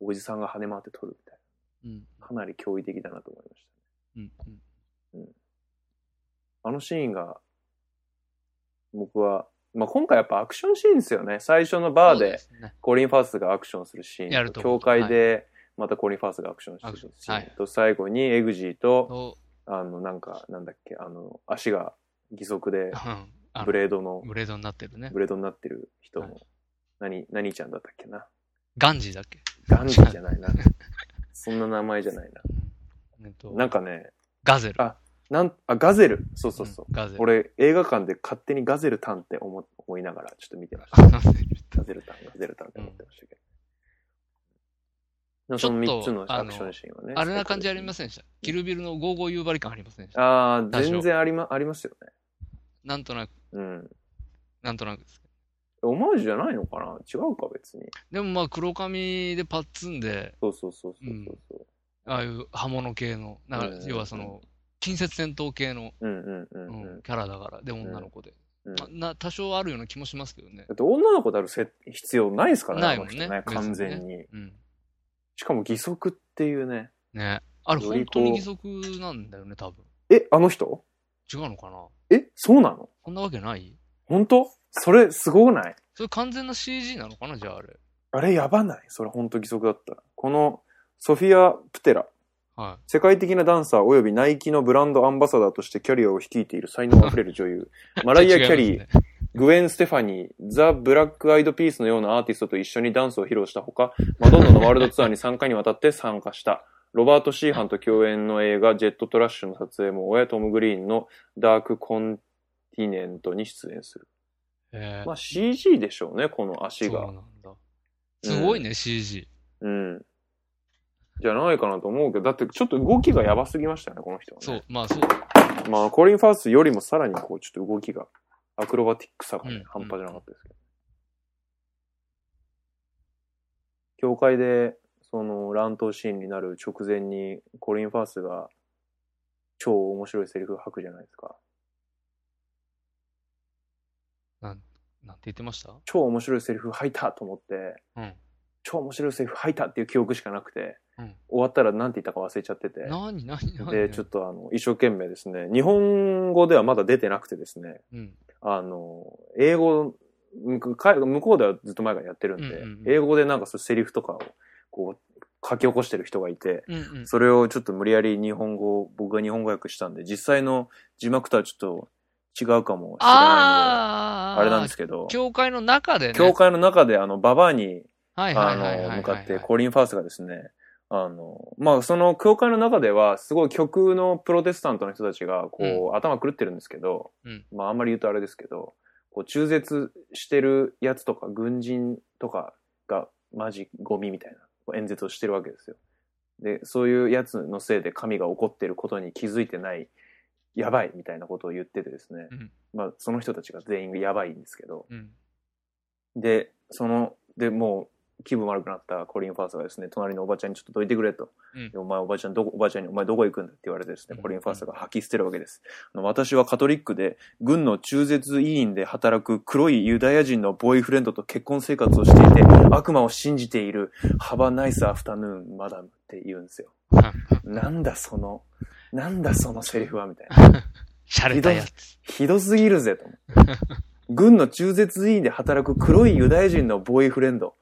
[SPEAKER 2] おじさんが跳ね回って撮るみたい
[SPEAKER 3] うん
[SPEAKER 2] な。かなり驚異的だなと思いました。
[SPEAKER 3] うんうん
[SPEAKER 2] あのシーンが、僕は、まあ、今回やっぱアクションシーンですよね。最初のバー
[SPEAKER 3] そう
[SPEAKER 2] です
[SPEAKER 3] ね
[SPEAKER 2] コリン・ファースがアクションするシ
[SPEAKER 3] や
[SPEAKER 2] ーン
[SPEAKER 3] る
[SPEAKER 2] と、
[SPEAKER 3] と
[SPEAKER 2] 教会でまたコリン・ファースがアクションするシーンと、最後にエグジーと、
[SPEAKER 3] と
[SPEAKER 2] あの、なんか、なんだっけ、あの、足が義足で
[SPEAKER 3] うんあの
[SPEAKER 2] ブレードの、
[SPEAKER 3] ブレードになってるね。
[SPEAKER 2] ブレードになってる人
[SPEAKER 3] は
[SPEAKER 2] の、何、何ちゃんだったっけな。
[SPEAKER 3] ガンジーだっけ
[SPEAKER 2] ガンジーじゃない
[SPEAKER 3] [laughs]
[SPEAKER 2] な。そんな名前じゃないな。
[SPEAKER 3] えっと
[SPEAKER 2] なんかね、
[SPEAKER 3] ガゼル。
[SPEAKER 2] あなん、あ、ガゼル。そうそうそう。
[SPEAKER 3] んガゼル。
[SPEAKER 2] 俺、映画館で勝手にガゼルタンって思思いながら、ちょっと見てました。
[SPEAKER 3] ガゼル
[SPEAKER 2] ガゼルタン、ガゼルタンって思ってましたけど。
[SPEAKER 3] ち
[SPEAKER 2] そ
[SPEAKER 3] ょっと
[SPEAKER 2] の3つのアクションシーンはね。
[SPEAKER 3] [laughs] あれな感じありま
[SPEAKER 2] し
[SPEAKER 3] せんでした。キルビルのゴーゴー夕張感ありませんでした。
[SPEAKER 2] ああ、
[SPEAKER 3] 多少
[SPEAKER 2] 全然あり,、ま、ありますよね。
[SPEAKER 3] なんとなく、
[SPEAKER 2] うん。
[SPEAKER 3] なんとなくですけ
[SPEAKER 2] オマージュじゃないのかな違うか、別に。
[SPEAKER 3] ど。でもまあ黒髪でパッツンで、
[SPEAKER 2] そうそうそうそうそう。
[SPEAKER 3] ああいう刃物系の、だから
[SPEAKER 2] うん
[SPEAKER 3] 要はその、近接戦闘系の、
[SPEAKER 2] うんうんうん
[SPEAKER 3] う
[SPEAKER 2] うんん。
[SPEAKER 3] キャラだから、で女の子で、
[SPEAKER 2] うん
[SPEAKER 3] まあな。多少あるような気もしますけどね
[SPEAKER 2] だ。って女の子であるせ必要ないですからね、
[SPEAKER 3] ないもんね
[SPEAKER 2] あの人完
[SPEAKER 3] 別にね
[SPEAKER 2] 全に。
[SPEAKER 3] うん。
[SPEAKER 2] しかも義足っていうね。
[SPEAKER 3] ね。あれ
[SPEAKER 2] より
[SPEAKER 3] 本
[SPEAKER 2] こ
[SPEAKER 3] 当
[SPEAKER 2] う
[SPEAKER 3] に義足なんだよね、多分。
[SPEAKER 2] え、あの人
[SPEAKER 3] 違うのかな
[SPEAKER 2] え、そうなの
[SPEAKER 3] こんなわけない
[SPEAKER 2] 本当それ、すごくない
[SPEAKER 3] それ完全な CG なのかなじゃああれ。
[SPEAKER 2] あれやばないそれ本当義足だったら。この、ソフィア・プテラ。
[SPEAKER 3] は
[SPEAKER 2] 世界的なダンサー及びナイキのブランドアンバサダーとしてキャリアを率いている才能あふれる女
[SPEAKER 3] [laughs]
[SPEAKER 2] 優。マ
[SPEAKER 3] い。
[SPEAKER 2] ライア・キャリー、
[SPEAKER 3] じゃあ違いますね
[SPEAKER 2] グエン・ステファニー、ザ・ブラック・アイド・ピースのようなアーティストと一緒にダンスを披露したほか、マドンナのワールドツアーに3回にわたって参加した。ロバート・シーハンと共演の映画、ジェット・トラッシュの撮影も終え、トム・グリーンのダーク・コンティネントに出演する。
[SPEAKER 3] えー
[SPEAKER 2] まあ CG でしょうね、この足
[SPEAKER 3] そうな
[SPEAKER 2] が
[SPEAKER 3] ん。だ。すごいね、CG。
[SPEAKER 2] うん。じゃないかなと思うけど、だってちょっと動きがやばすぎましたよね、この人はね。
[SPEAKER 3] そう、まあそう。
[SPEAKER 2] まあ、コリン・ファースよりもさらにこう、ちょっと動きが、アクロバティックさがね、
[SPEAKER 3] うん
[SPEAKER 2] 半端じゃなかったですけど。教会で、その、乱闘シーンになる直前に、コリン・ファースが、超面白いセリフを吐くじゃないですか。
[SPEAKER 3] なんて言ってました
[SPEAKER 2] 超面白いセリフ吐いたと思って、
[SPEAKER 3] うん
[SPEAKER 2] 超面白いセリフ吐いたっていう記憶しかなくて、
[SPEAKER 3] うん
[SPEAKER 2] 終わったら何て言ったか忘れちゃってて。
[SPEAKER 3] 何、何、何
[SPEAKER 2] で、ちょっ
[SPEAKER 3] と。
[SPEAKER 2] とあの、一生懸命ですね、日本語ではまだ出てなくてですね、
[SPEAKER 3] うん。
[SPEAKER 2] あの、英語、向こう海向こうではずっと前からやってるんで、
[SPEAKER 3] うんうんうん
[SPEAKER 2] 英語でなんかそういうセリフとかをこう書き起こしてる人がいて、
[SPEAKER 3] うんうん。
[SPEAKER 2] それをちょっと無理やり日本語、僕が日本語訳したんで、実際の字幕とはちょっと違うかもしれないの
[SPEAKER 3] あー
[SPEAKER 2] で、あれなんですけど、
[SPEAKER 3] 教会の中でね。
[SPEAKER 2] 教会の中であの、ババアに、
[SPEAKER 3] はいは
[SPEAKER 2] あ
[SPEAKER 3] いはいはいはいはい。
[SPEAKER 2] の、向かって、コリン・ファースがですね、あの、まあ、その教会の中では、すごい極右のプロテスタントの人たちが、こう、頭狂ってるんですけど、
[SPEAKER 3] うん
[SPEAKER 2] まあ、あんまり言うとあれですけど、こう、中絶してるやつとか、軍人とかが、マジゴミみたいなこう演説をしてるわけですよ。で、そういうやつのせいで神が怒ってることに気づいてない、やばいみたいなことを言っててですね、
[SPEAKER 3] うん
[SPEAKER 2] まあ、その人たちが全員やばいんですけど、
[SPEAKER 3] うん。 [laughs]
[SPEAKER 2] で、その、で、もう、気分悪くなったコリン・ファースがですね、隣のおばちゃんにちょっとどいてくれと。
[SPEAKER 3] うん
[SPEAKER 2] でお前、おばちゃん、どこ、おばちゃんに、お前どこ行くんだって言われてですね、
[SPEAKER 3] うん
[SPEAKER 2] コリン・ファースが吐き捨てるわけです。あの私はカトリックで、軍の中絶委員で働く黒いユダヤ人のボーイフレンドと結婚生活をしていて、悪魔を信じている、ハバナイスアフタヌーン、マダムって言うん
[SPEAKER 3] [laughs]
[SPEAKER 2] ですよ。なんだその、なんだそのセリフは、みたいな。
[SPEAKER 3] シャレたやつ。
[SPEAKER 2] ひどすぎるぜと思って。軍の中絶委員で働く黒いユダヤ人のボーイフレンド。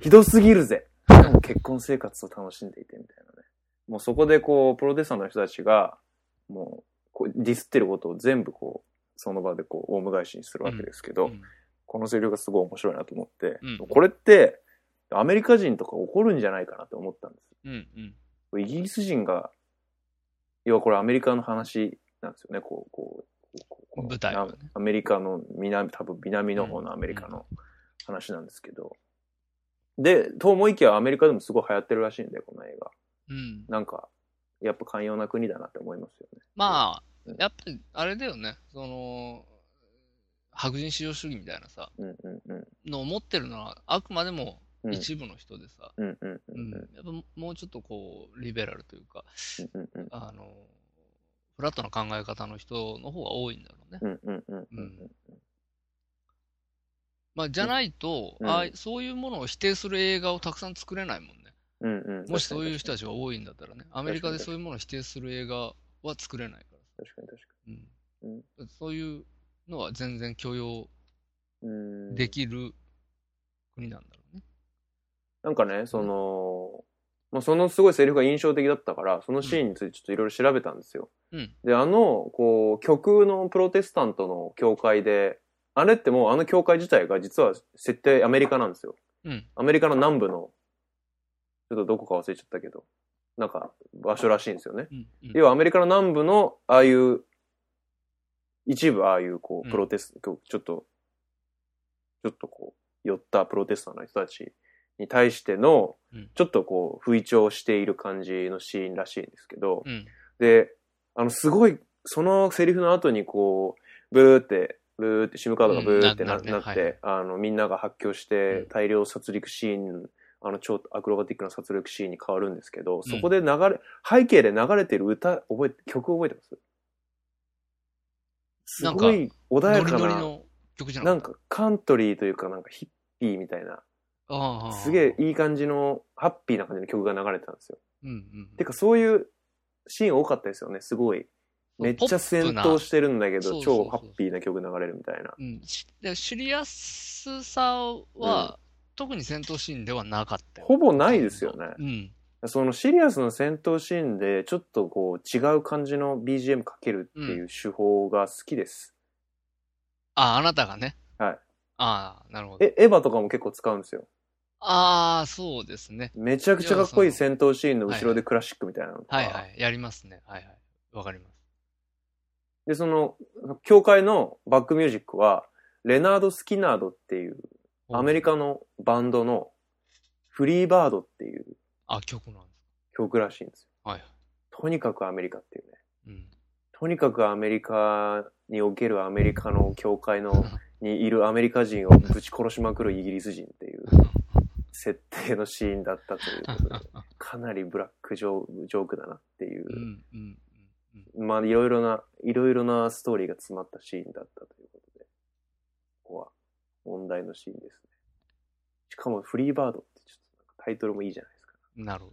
[SPEAKER 2] ひどすぎるぜ。でも結婚生活を楽しんでいてみたいなね。もうそこでこう、プロデューサーの人たちが、もう、こうディスってることを全部こう、その場でこう、オウム返しにするわけですけど、
[SPEAKER 3] うん
[SPEAKER 2] このセリフがすごい面白いなと思って、
[SPEAKER 3] うん
[SPEAKER 2] これって、アメリカ人とか怒るんじゃないかなって思ったんです。
[SPEAKER 3] うんうん。
[SPEAKER 2] イギリス人が、要はこれアメリカの話なんですよね、こう、こう、こうこの
[SPEAKER 3] 舞台をね
[SPEAKER 2] なアメリカの南、多分南の方のアメリカの話なんですけど。で、と思いきやアメリカでもすごい流行ってるらしいんで、この映画。
[SPEAKER 3] うん。
[SPEAKER 2] なんか、やっぱ寛容な国だなって思いますよね。
[SPEAKER 3] まあ
[SPEAKER 2] うん、
[SPEAKER 3] やっぱり、あれだよね。その、白人至上主義みたいなさ、
[SPEAKER 2] うんうんうん。
[SPEAKER 3] のを持ってるのは、あくまでも
[SPEAKER 2] うん
[SPEAKER 3] 一部の人でさ、
[SPEAKER 2] うんうんう
[SPEAKER 3] うん
[SPEAKER 2] ん。
[SPEAKER 3] やっぱもうちょっとこう、リベラルというか、
[SPEAKER 2] うんうんうん。
[SPEAKER 3] あの、フラットな考え方の人の方が多いんだろうね。
[SPEAKER 2] うんうんうんうん
[SPEAKER 3] うんまあ、じゃないと、
[SPEAKER 2] うん
[SPEAKER 3] ああいそういうものを否定する映画をたくさん作れないもんね。
[SPEAKER 2] うんうん。
[SPEAKER 3] もしそういう
[SPEAKER 2] 確
[SPEAKER 3] 人たちが多いんだったらね。アメリカでそういうものを否定する映画は作れないからさ。
[SPEAKER 2] かに確か
[SPEAKER 3] うん
[SPEAKER 2] うん
[SPEAKER 3] だってそういうのは全然許容
[SPEAKER 2] に。うん
[SPEAKER 3] できる国なんだろうね。
[SPEAKER 2] なんかね、その、まあ、そのすごいセリフが印象的だったから、そのシーンについてちょっといろいろ調べたんですよ。
[SPEAKER 3] うん
[SPEAKER 2] で、あの、こう、曲のプロテスタントの教会で、あれってもうあの教会自体が実は設定アメリカなんですよ。
[SPEAKER 3] うん。
[SPEAKER 2] アメリカの南部の、ちょっとどこか忘れちゃったけど、なんか場所らしいんですよね。
[SPEAKER 3] うん。うん
[SPEAKER 2] 要はアメリカの南部の、ああいう、一部ああいう、こ
[SPEAKER 3] う
[SPEAKER 2] う、
[SPEAKER 3] ん
[SPEAKER 2] プロテスト、ちょっと、ちょっとこう、寄ったプロテスターの人たちに対しての
[SPEAKER 3] うん、
[SPEAKER 2] ちょっとこう、不意調している感じのシーンらしいんですけど、
[SPEAKER 3] うん。
[SPEAKER 2] で、あの、すごい、そのセリフの後にこう、ブーって、ブーって、シムカードがブーってな,、
[SPEAKER 3] うんな
[SPEAKER 2] な
[SPEAKER 3] るね
[SPEAKER 2] って、
[SPEAKER 3] はい
[SPEAKER 2] あの、みんなが発狂し
[SPEAKER 3] う
[SPEAKER 2] て
[SPEAKER 3] ん、
[SPEAKER 2] 大量殺戮シーン、あの、超アクロバティックな殺戮シーンに変わるんですけど、
[SPEAKER 3] ん
[SPEAKER 2] そこで流れ、背景で流れてる歌、覚えて、曲覚えてますす
[SPEAKER 3] なんか
[SPEAKER 2] ごい穏や
[SPEAKER 3] ノ
[SPEAKER 2] か
[SPEAKER 3] リ
[SPEAKER 2] な、
[SPEAKER 3] ノリの曲じゃ
[SPEAKER 2] な
[SPEAKER 3] なんい
[SPEAKER 2] かカントリーというか、なんかヒッピーみたいな、
[SPEAKER 3] ああ。
[SPEAKER 2] すげえ。いい感じの、ハッピーな感じの曲が流れてたんですよ。
[SPEAKER 3] うんうん。
[SPEAKER 2] てか、そういうシーン多かったですよね、すごい。めっちゃ戦闘してるんだけ
[SPEAKER 3] そう
[SPEAKER 2] ど、
[SPEAKER 3] そうそう
[SPEAKER 2] 超ハッピーな曲流れるみたいな。
[SPEAKER 3] うん、しでシリアスさは、特に戦闘シーンではなかったよ。
[SPEAKER 2] ほぼないですよね。
[SPEAKER 3] うん。
[SPEAKER 2] そのシリアスの戦闘シーンで、ちょっとこう違う感じの BGM かけるっていう手法が好きです。
[SPEAKER 3] あ、あなたがね。
[SPEAKER 2] はい。
[SPEAKER 3] ああ、なるほど。
[SPEAKER 2] え、エヴァとかも結構使うんですよ。
[SPEAKER 3] ああ、そうですね。
[SPEAKER 2] めちゃくちゃかっこいい戦闘シーンの後ろでクラシックみたいなのとか。
[SPEAKER 3] はいはい。やりますね。はいはい。わかります。
[SPEAKER 2] で、その、教会のバックミュージックは、レナード・スキナードっていうアメリ
[SPEAKER 3] カ。
[SPEAKER 2] カのバンドのフリーバードっていう
[SPEAKER 3] あ、曲なんです。
[SPEAKER 2] 曲らしいんです
[SPEAKER 3] はいはい。
[SPEAKER 2] よ。とにかくアメリカっていうね。
[SPEAKER 3] うん。
[SPEAKER 2] とにかくアメリカにおけるアメリカの教会のにいるアメリカ人をぶち殺しまくるイギリス人っていう設定のシーンだったということで、かなりブラックジョジョークだなっていう
[SPEAKER 3] [laughs] う、んうん
[SPEAKER 2] まあいろいろな、いろいろなストーリーが詰まったシーンだったということで、ここは問題のシーンですね。しかもフリーバードってちょっとなんかタイトルもいいじゃないですか。
[SPEAKER 3] うん。なるほ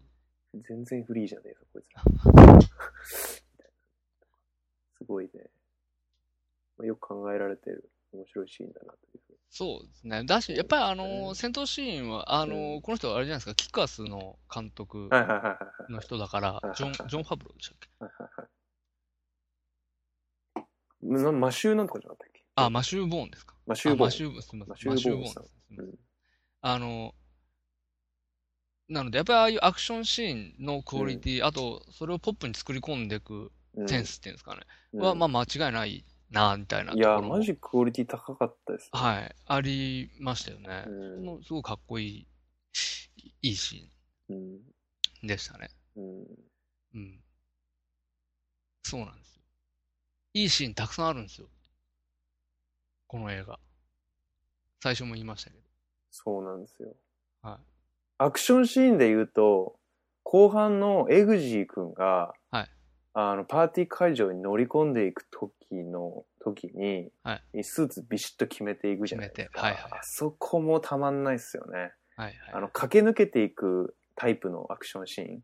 [SPEAKER 3] ど。
[SPEAKER 2] 全然フリーじゃねえぞ、こい
[SPEAKER 3] [laughs]
[SPEAKER 2] つら。すごいね。まあ、よく考えられてる面白いシーンだなというふうに。
[SPEAKER 3] そうですね。だし、やっぱりあ
[SPEAKER 2] う
[SPEAKER 3] の、
[SPEAKER 2] ん
[SPEAKER 3] 戦闘シーンは、あの、この人はあれじゃないですか、キッカースの監督
[SPEAKER 2] はいはいはいはいはい。
[SPEAKER 3] の人だから
[SPEAKER 2] い、
[SPEAKER 3] ジョン、ジョン・ファブローでしたっけ
[SPEAKER 2] なマシューなんとかじゃなかったっけ
[SPEAKER 3] あ、マシュー・ボーンですか。
[SPEAKER 2] マシュー
[SPEAKER 3] あ
[SPEAKER 2] ボ
[SPEAKER 3] マシ
[SPEAKER 2] ーン。
[SPEAKER 3] ューボーン、すみません。
[SPEAKER 2] マ
[SPEAKER 3] マ
[SPEAKER 2] シ
[SPEAKER 3] シ
[SPEAKER 2] ュ
[SPEAKER 3] ュ
[SPEAKER 2] ーボ
[SPEAKER 3] ー・
[SPEAKER 2] ーン
[SPEAKER 3] ボーン
[SPEAKER 2] さん
[SPEAKER 3] です。すみ
[SPEAKER 2] う
[SPEAKER 3] ません
[SPEAKER 2] ん
[SPEAKER 3] あの、なので、やっぱりああいうアクションシーンのクオリティ、あと、それをポップに作り込んでいく
[SPEAKER 2] うん
[SPEAKER 3] センスっていうんですかね、
[SPEAKER 2] うん
[SPEAKER 3] は、まあ間違いないな、みたいなと
[SPEAKER 2] い
[SPEAKER 3] ころ
[SPEAKER 2] やー、
[SPEAKER 3] も
[SPEAKER 2] マジクオリティ高かったです、ね。
[SPEAKER 3] はい、ありましたよね
[SPEAKER 2] う。ん。
[SPEAKER 3] もうすごいかっこいい、いいシ
[SPEAKER 2] うん。
[SPEAKER 3] ーンでしたね。
[SPEAKER 2] うん。
[SPEAKER 3] うん。そうなんですよ。いいシーンたくさんあるんですよ。この映画。最初も言いましたけど。
[SPEAKER 2] そうなんですよ。
[SPEAKER 3] は
[SPEAKER 2] アクションシーンで言うと、後半のエグジー君が、
[SPEAKER 3] はい
[SPEAKER 2] あの、パーティー会場に乗り込んでいく時の、時に、
[SPEAKER 3] は
[SPEAKER 2] スーツビシッと決めていくじゃないですか。
[SPEAKER 3] 決めてはいはい
[SPEAKER 2] あそこもたまんないっすよね。
[SPEAKER 3] い。はい
[SPEAKER 2] あ
[SPEAKER 3] はい。
[SPEAKER 2] の、駆け抜けていくタイプのアクションシーン。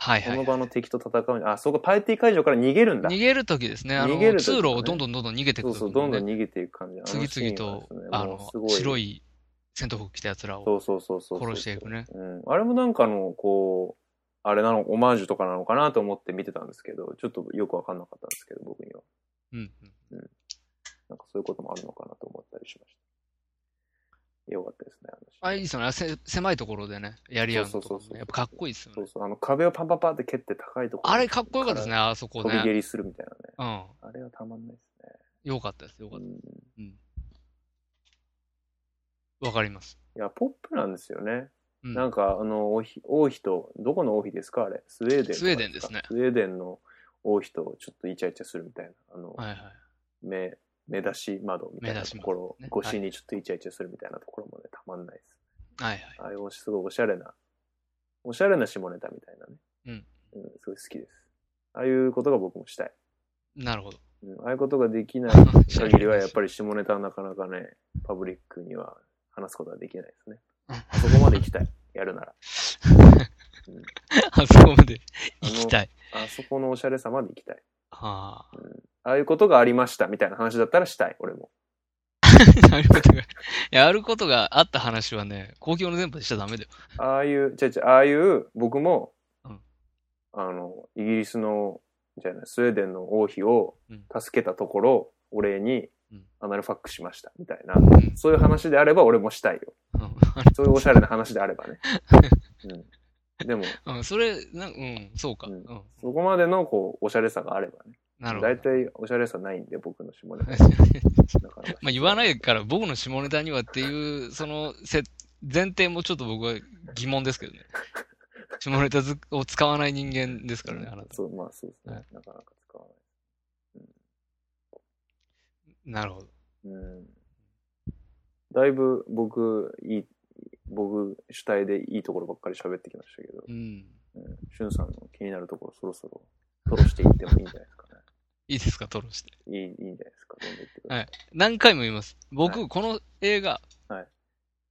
[SPEAKER 3] はい
[SPEAKER 2] こ
[SPEAKER 3] はい
[SPEAKER 2] の。場の敵と戦うに、あ、そこパーティー会場から逃げるんだ。
[SPEAKER 3] 逃げるときですね。あの、
[SPEAKER 2] 逃げる時
[SPEAKER 3] 通
[SPEAKER 2] だね
[SPEAKER 3] 路をどんどんどんどん逃げて
[SPEAKER 2] そ
[SPEAKER 3] くる、
[SPEAKER 2] うそう、どんどん
[SPEAKER 3] ね
[SPEAKER 2] 逃げていく感じ。あのシーン
[SPEAKER 3] 次々と
[SPEAKER 2] はですね、
[SPEAKER 3] あ
[SPEAKER 2] もう
[SPEAKER 3] の
[SPEAKER 2] すご、
[SPEAKER 3] 白い戦闘服着た奴ら
[SPEAKER 2] そ
[SPEAKER 3] を
[SPEAKER 2] うそうそうそう。
[SPEAKER 3] 殺していくね。
[SPEAKER 2] うん。あれもなんかの、こう、あれなの、オマージュとかなのかなと思って見てたんですけど、ちょっとよくわかんなかったんですけど、僕には。
[SPEAKER 3] うん。
[SPEAKER 2] なんかそういうこともあるのかなと思ったりしました。よかったですね、あの
[SPEAKER 3] あ、いいですよね。せ狭いところでね、やり合うのと
[SPEAKER 2] そう
[SPEAKER 3] か
[SPEAKER 2] そうそうそ
[SPEAKER 3] ね
[SPEAKER 2] う
[SPEAKER 3] やっぱかっこいいですよ
[SPEAKER 2] そ
[SPEAKER 3] ね
[SPEAKER 2] う。そう、あの壁をパンパンパンって蹴って高いところ。
[SPEAKER 3] あれかっこよかったですね、。あそこ
[SPEAKER 2] 飛び蹴
[SPEAKER 3] ね。
[SPEAKER 2] りするみたいなね。
[SPEAKER 3] うん。
[SPEAKER 2] あれはたまんないですね。
[SPEAKER 3] よかったです、よか
[SPEAKER 2] う
[SPEAKER 3] ったで
[SPEAKER 2] ん。
[SPEAKER 3] す。うん。わかります。
[SPEAKER 2] いや、ポップなんですよね。
[SPEAKER 3] うん。
[SPEAKER 2] なんか、あの、王妃、王妃と、どこの王妃ですかあれ。スウェーデンの。
[SPEAKER 3] スウェーデンですね
[SPEAKER 2] スウェーデンの王妃と、ちょっとイチャイチャするみたいな。あの、
[SPEAKER 3] はいはい。
[SPEAKER 2] 目、目出し窓みたいな
[SPEAKER 3] 目出し
[SPEAKER 2] と
[SPEAKER 3] 窓
[SPEAKER 2] ころ、
[SPEAKER 3] ね
[SPEAKER 2] 越しにちょっとイチャイチャするみたいなところもね、たまんないです。
[SPEAKER 3] はいはい。
[SPEAKER 2] あれもすごいおしゃれな、おしゃれな下ネタみたいなね。
[SPEAKER 3] うん。
[SPEAKER 2] うん、すごい好きです。ああいうことが僕もしたい。
[SPEAKER 3] なるほど。
[SPEAKER 2] うん、ああいうことができない限りはやっぱり下ネタはなかなかね、パブリックには話すことはできないですね。
[SPEAKER 3] [laughs] うん
[SPEAKER 2] あそこまで行きたい。やるなら。
[SPEAKER 3] [laughs] あそこまで
[SPEAKER 2] あの
[SPEAKER 3] 行きたい。
[SPEAKER 2] あそこのおしゃれさまで行きたい。
[SPEAKER 3] はあ。 [laughs]
[SPEAKER 2] ああいうことがありましたみたいな話だったらしたい、俺も。
[SPEAKER 3] やることが、やることがあった話はね、公共の電波でしちゃダメだよ。
[SPEAKER 2] ああいう、違う違う、ああいう、僕も、
[SPEAKER 3] うん
[SPEAKER 2] あの、イギリスの、じゃない、スウェーデンの王妃を
[SPEAKER 3] うん
[SPEAKER 2] 助けたところ、お礼に
[SPEAKER 3] うん
[SPEAKER 2] アナルファックしました、みたいな。
[SPEAKER 3] うん
[SPEAKER 2] そういう話であれば俺もしたいよ。
[SPEAKER 3] うん
[SPEAKER 2] そういうおしゃれな話であれば
[SPEAKER 3] [laughs]
[SPEAKER 2] ね。うん、でも、
[SPEAKER 3] うん、それ、なんうん、そうか。
[SPEAKER 2] う
[SPEAKER 3] うんん。
[SPEAKER 2] そこまでの、こう、おしゃれさがあればね。
[SPEAKER 3] なるほど。
[SPEAKER 2] 大体、おしゃれさないんで、僕の下
[SPEAKER 3] [laughs]
[SPEAKER 2] ネタ。だから、
[SPEAKER 3] まあ言わないから僕の下ネタにはっ
[SPEAKER 2] [laughs]
[SPEAKER 3] ていう、そのせ前提もちょっと僕は疑問です
[SPEAKER 2] [laughs]
[SPEAKER 3] けどね。下ネタずを使わない人間ですからね、あなた。
[SPEAKER 2] そう、まあそうですね。
[SPEAKER 3] はい
[SPEAKER 2] なかなか使わない。
[SPEAKER 3] なるほど。
[SPEAKER 2] うんだいぶ僕、いい、僕主体でいいところばっかり喋ってきましたけど、
[SPEAKER 3] うん。
[SPEAKER 2] うん、しゅんさんの気になるところそろそ
[SPEAKER 3] [laughs]
[SPEAKER 2] ろ、トロしていってもいいんじゃないですかね。
[SPEAKER 3] いいですか、トロして。
[SPEAKER 2] いい、いいんじゃないですか、どんどん言ってください。
[SPEAKER 3] 何回も言います。僕、
[SPEAKER 2] は
[SPEAKER 3] この映画、
[SPEAKER 2] はい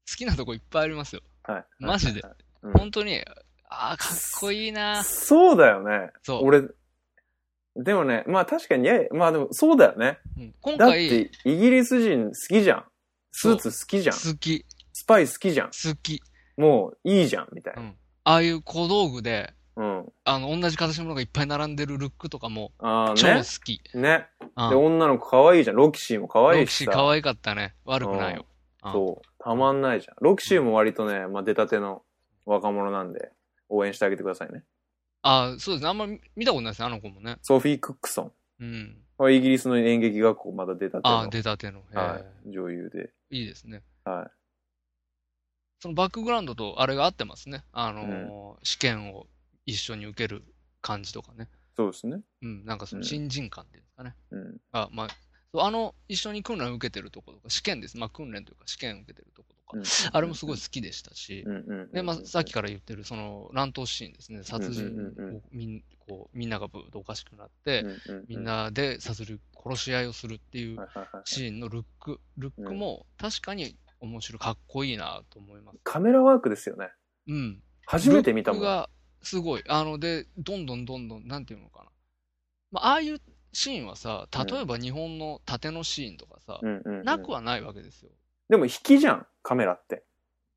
[SPEAKER 3] 好きなとこいっぱいありますよ。
[SPEAKER 2] はい。
[SPEAKER 3] マジで
[SPEAKER 2] はい
[SPEAKER 3] 本当に、ああ、かっこいいな。
[SPEAKER 2] そうだよね。
[SPEAKER 3] そう。
[SPEAKER 2] 俺、でもね、まあ確かに、いやまあでもそうだよね。
[SPEAKER 3] うん今
[SPEAKER 2] だっ
[SPEAKER 3] 回、
[SPEAKER 2] て、イギリス人好きじゃん。ス
[SPEAKER 3] そう
[SPEAKER 2] ーツ好きじゃん。ス
[SPEAKER 3] 好き、
[SPEAKER 2] パイ好きじゃん。
[SPEAKER 3] 好き。
[SPEAKER 2] もういいじゃん、みたいな。
[SPEAKER 3] ああいう小道具で、
[SPEAKER 2] うん。
[SPEAKER 3] あの、同じ形のものがいっぱい並んでるルックとかも、
[SPEAKER 2] ああ、
[SPEAKER 3] 超好
[SPEAKER 2] ね。
[SPEAKER 3] き。
[SPEAKER 2] ね。
[SPEAKER 3] うん
[SPEAKER 2] で、女の子可愛いじゃん。ロキシーも可愛
[SPEAKER 3] ロ
[SPEAKER 2] い
[SPEAKER 3] キ
[SPEAKER 2] し
[SPEAKER 3] シ
[SPEAKER 2] さ。
[SPEAKER 3] ー可愛かったね。悪くないよ。うん
[SPEAKER 2] そう。たまんないじゃん。ロキシーも割とね、まあ、出たての若者なんで、応援してあげてくださいね。
[SPEAKER 3] ああ、そうですね。あんまり見たことないですね、あの子もね。
[SPEAKER 2] ソフィー・クックソン
[SPEAKER 3] うん。
[SPEAKER 2] はイギリスの演劇学校まだ出たて
[SPEAKER 3] ああ、
[SPEAKER 2] の、
[SPEAKER 3] 出たての。
[SPEAKER 2] は
[SPEAKER 3] へ
[SPEAKER 2] い、女優で。
[SPEAKER 3] えいいですね。
[SPEAKER 2] は
[SPEAKER 3] そのバックグラウンドとあれが合ってますね。あのー試験を一緒に受ける感じとかね。
[SPEAKER 2] い。そうですね。
[SPEAKER 3] うん、なんかその新人感っていうんですかね。
[SPEAKER 2] うん。
[SPEAKER 3] あ、まあ、そうあの、一緒に訓練を受けてるとことか、試験です。まあ、訓練というか試験を受けてるとことか、
[SPEAKER 2] うん
[SPEAKER 3] あれもすごい好きでしたし、
[SPEAKER 2] うんうんうん。
[SPEAKER 3] で、まあ、さっき
[SPEAKER 2] か
[SPEAKER 3] から言ってる、その、乱闘シーンですね。殺人
[SPEAKER 2] うんうんうんう
[SPEAKER 3] をみん、こう、みんながぶーっとおかしくなって、みん
[SPEAKER 2] は
[SPEAKER 3] なで殺戮、殺し合いをするってい
[SPEAKER 2] いうはいはい。
[SPEAKER 3] シーンのルック、ルックも確かに面白い、かっこいいなと思います。
[SPEAKER 2] カメラワークですよね。
[SPEAKER 3] うん。
[SPEAKER 2] 初めて見たも
[SPEAKER 3] ルック
[SPEAKER 2] ん。
[SPEAKER 3] がすごい。あの、で、どんどんどんどん、なんていうのかな。まあ、ああいうシーンはさ、例えば日本の盾のシーンとかさ、
[SPEAKER 2] うんうんうん
[SPEAKER 3] なくはないわけですよ。
[SPEAKER 2] でも引きじゃん、カメラって。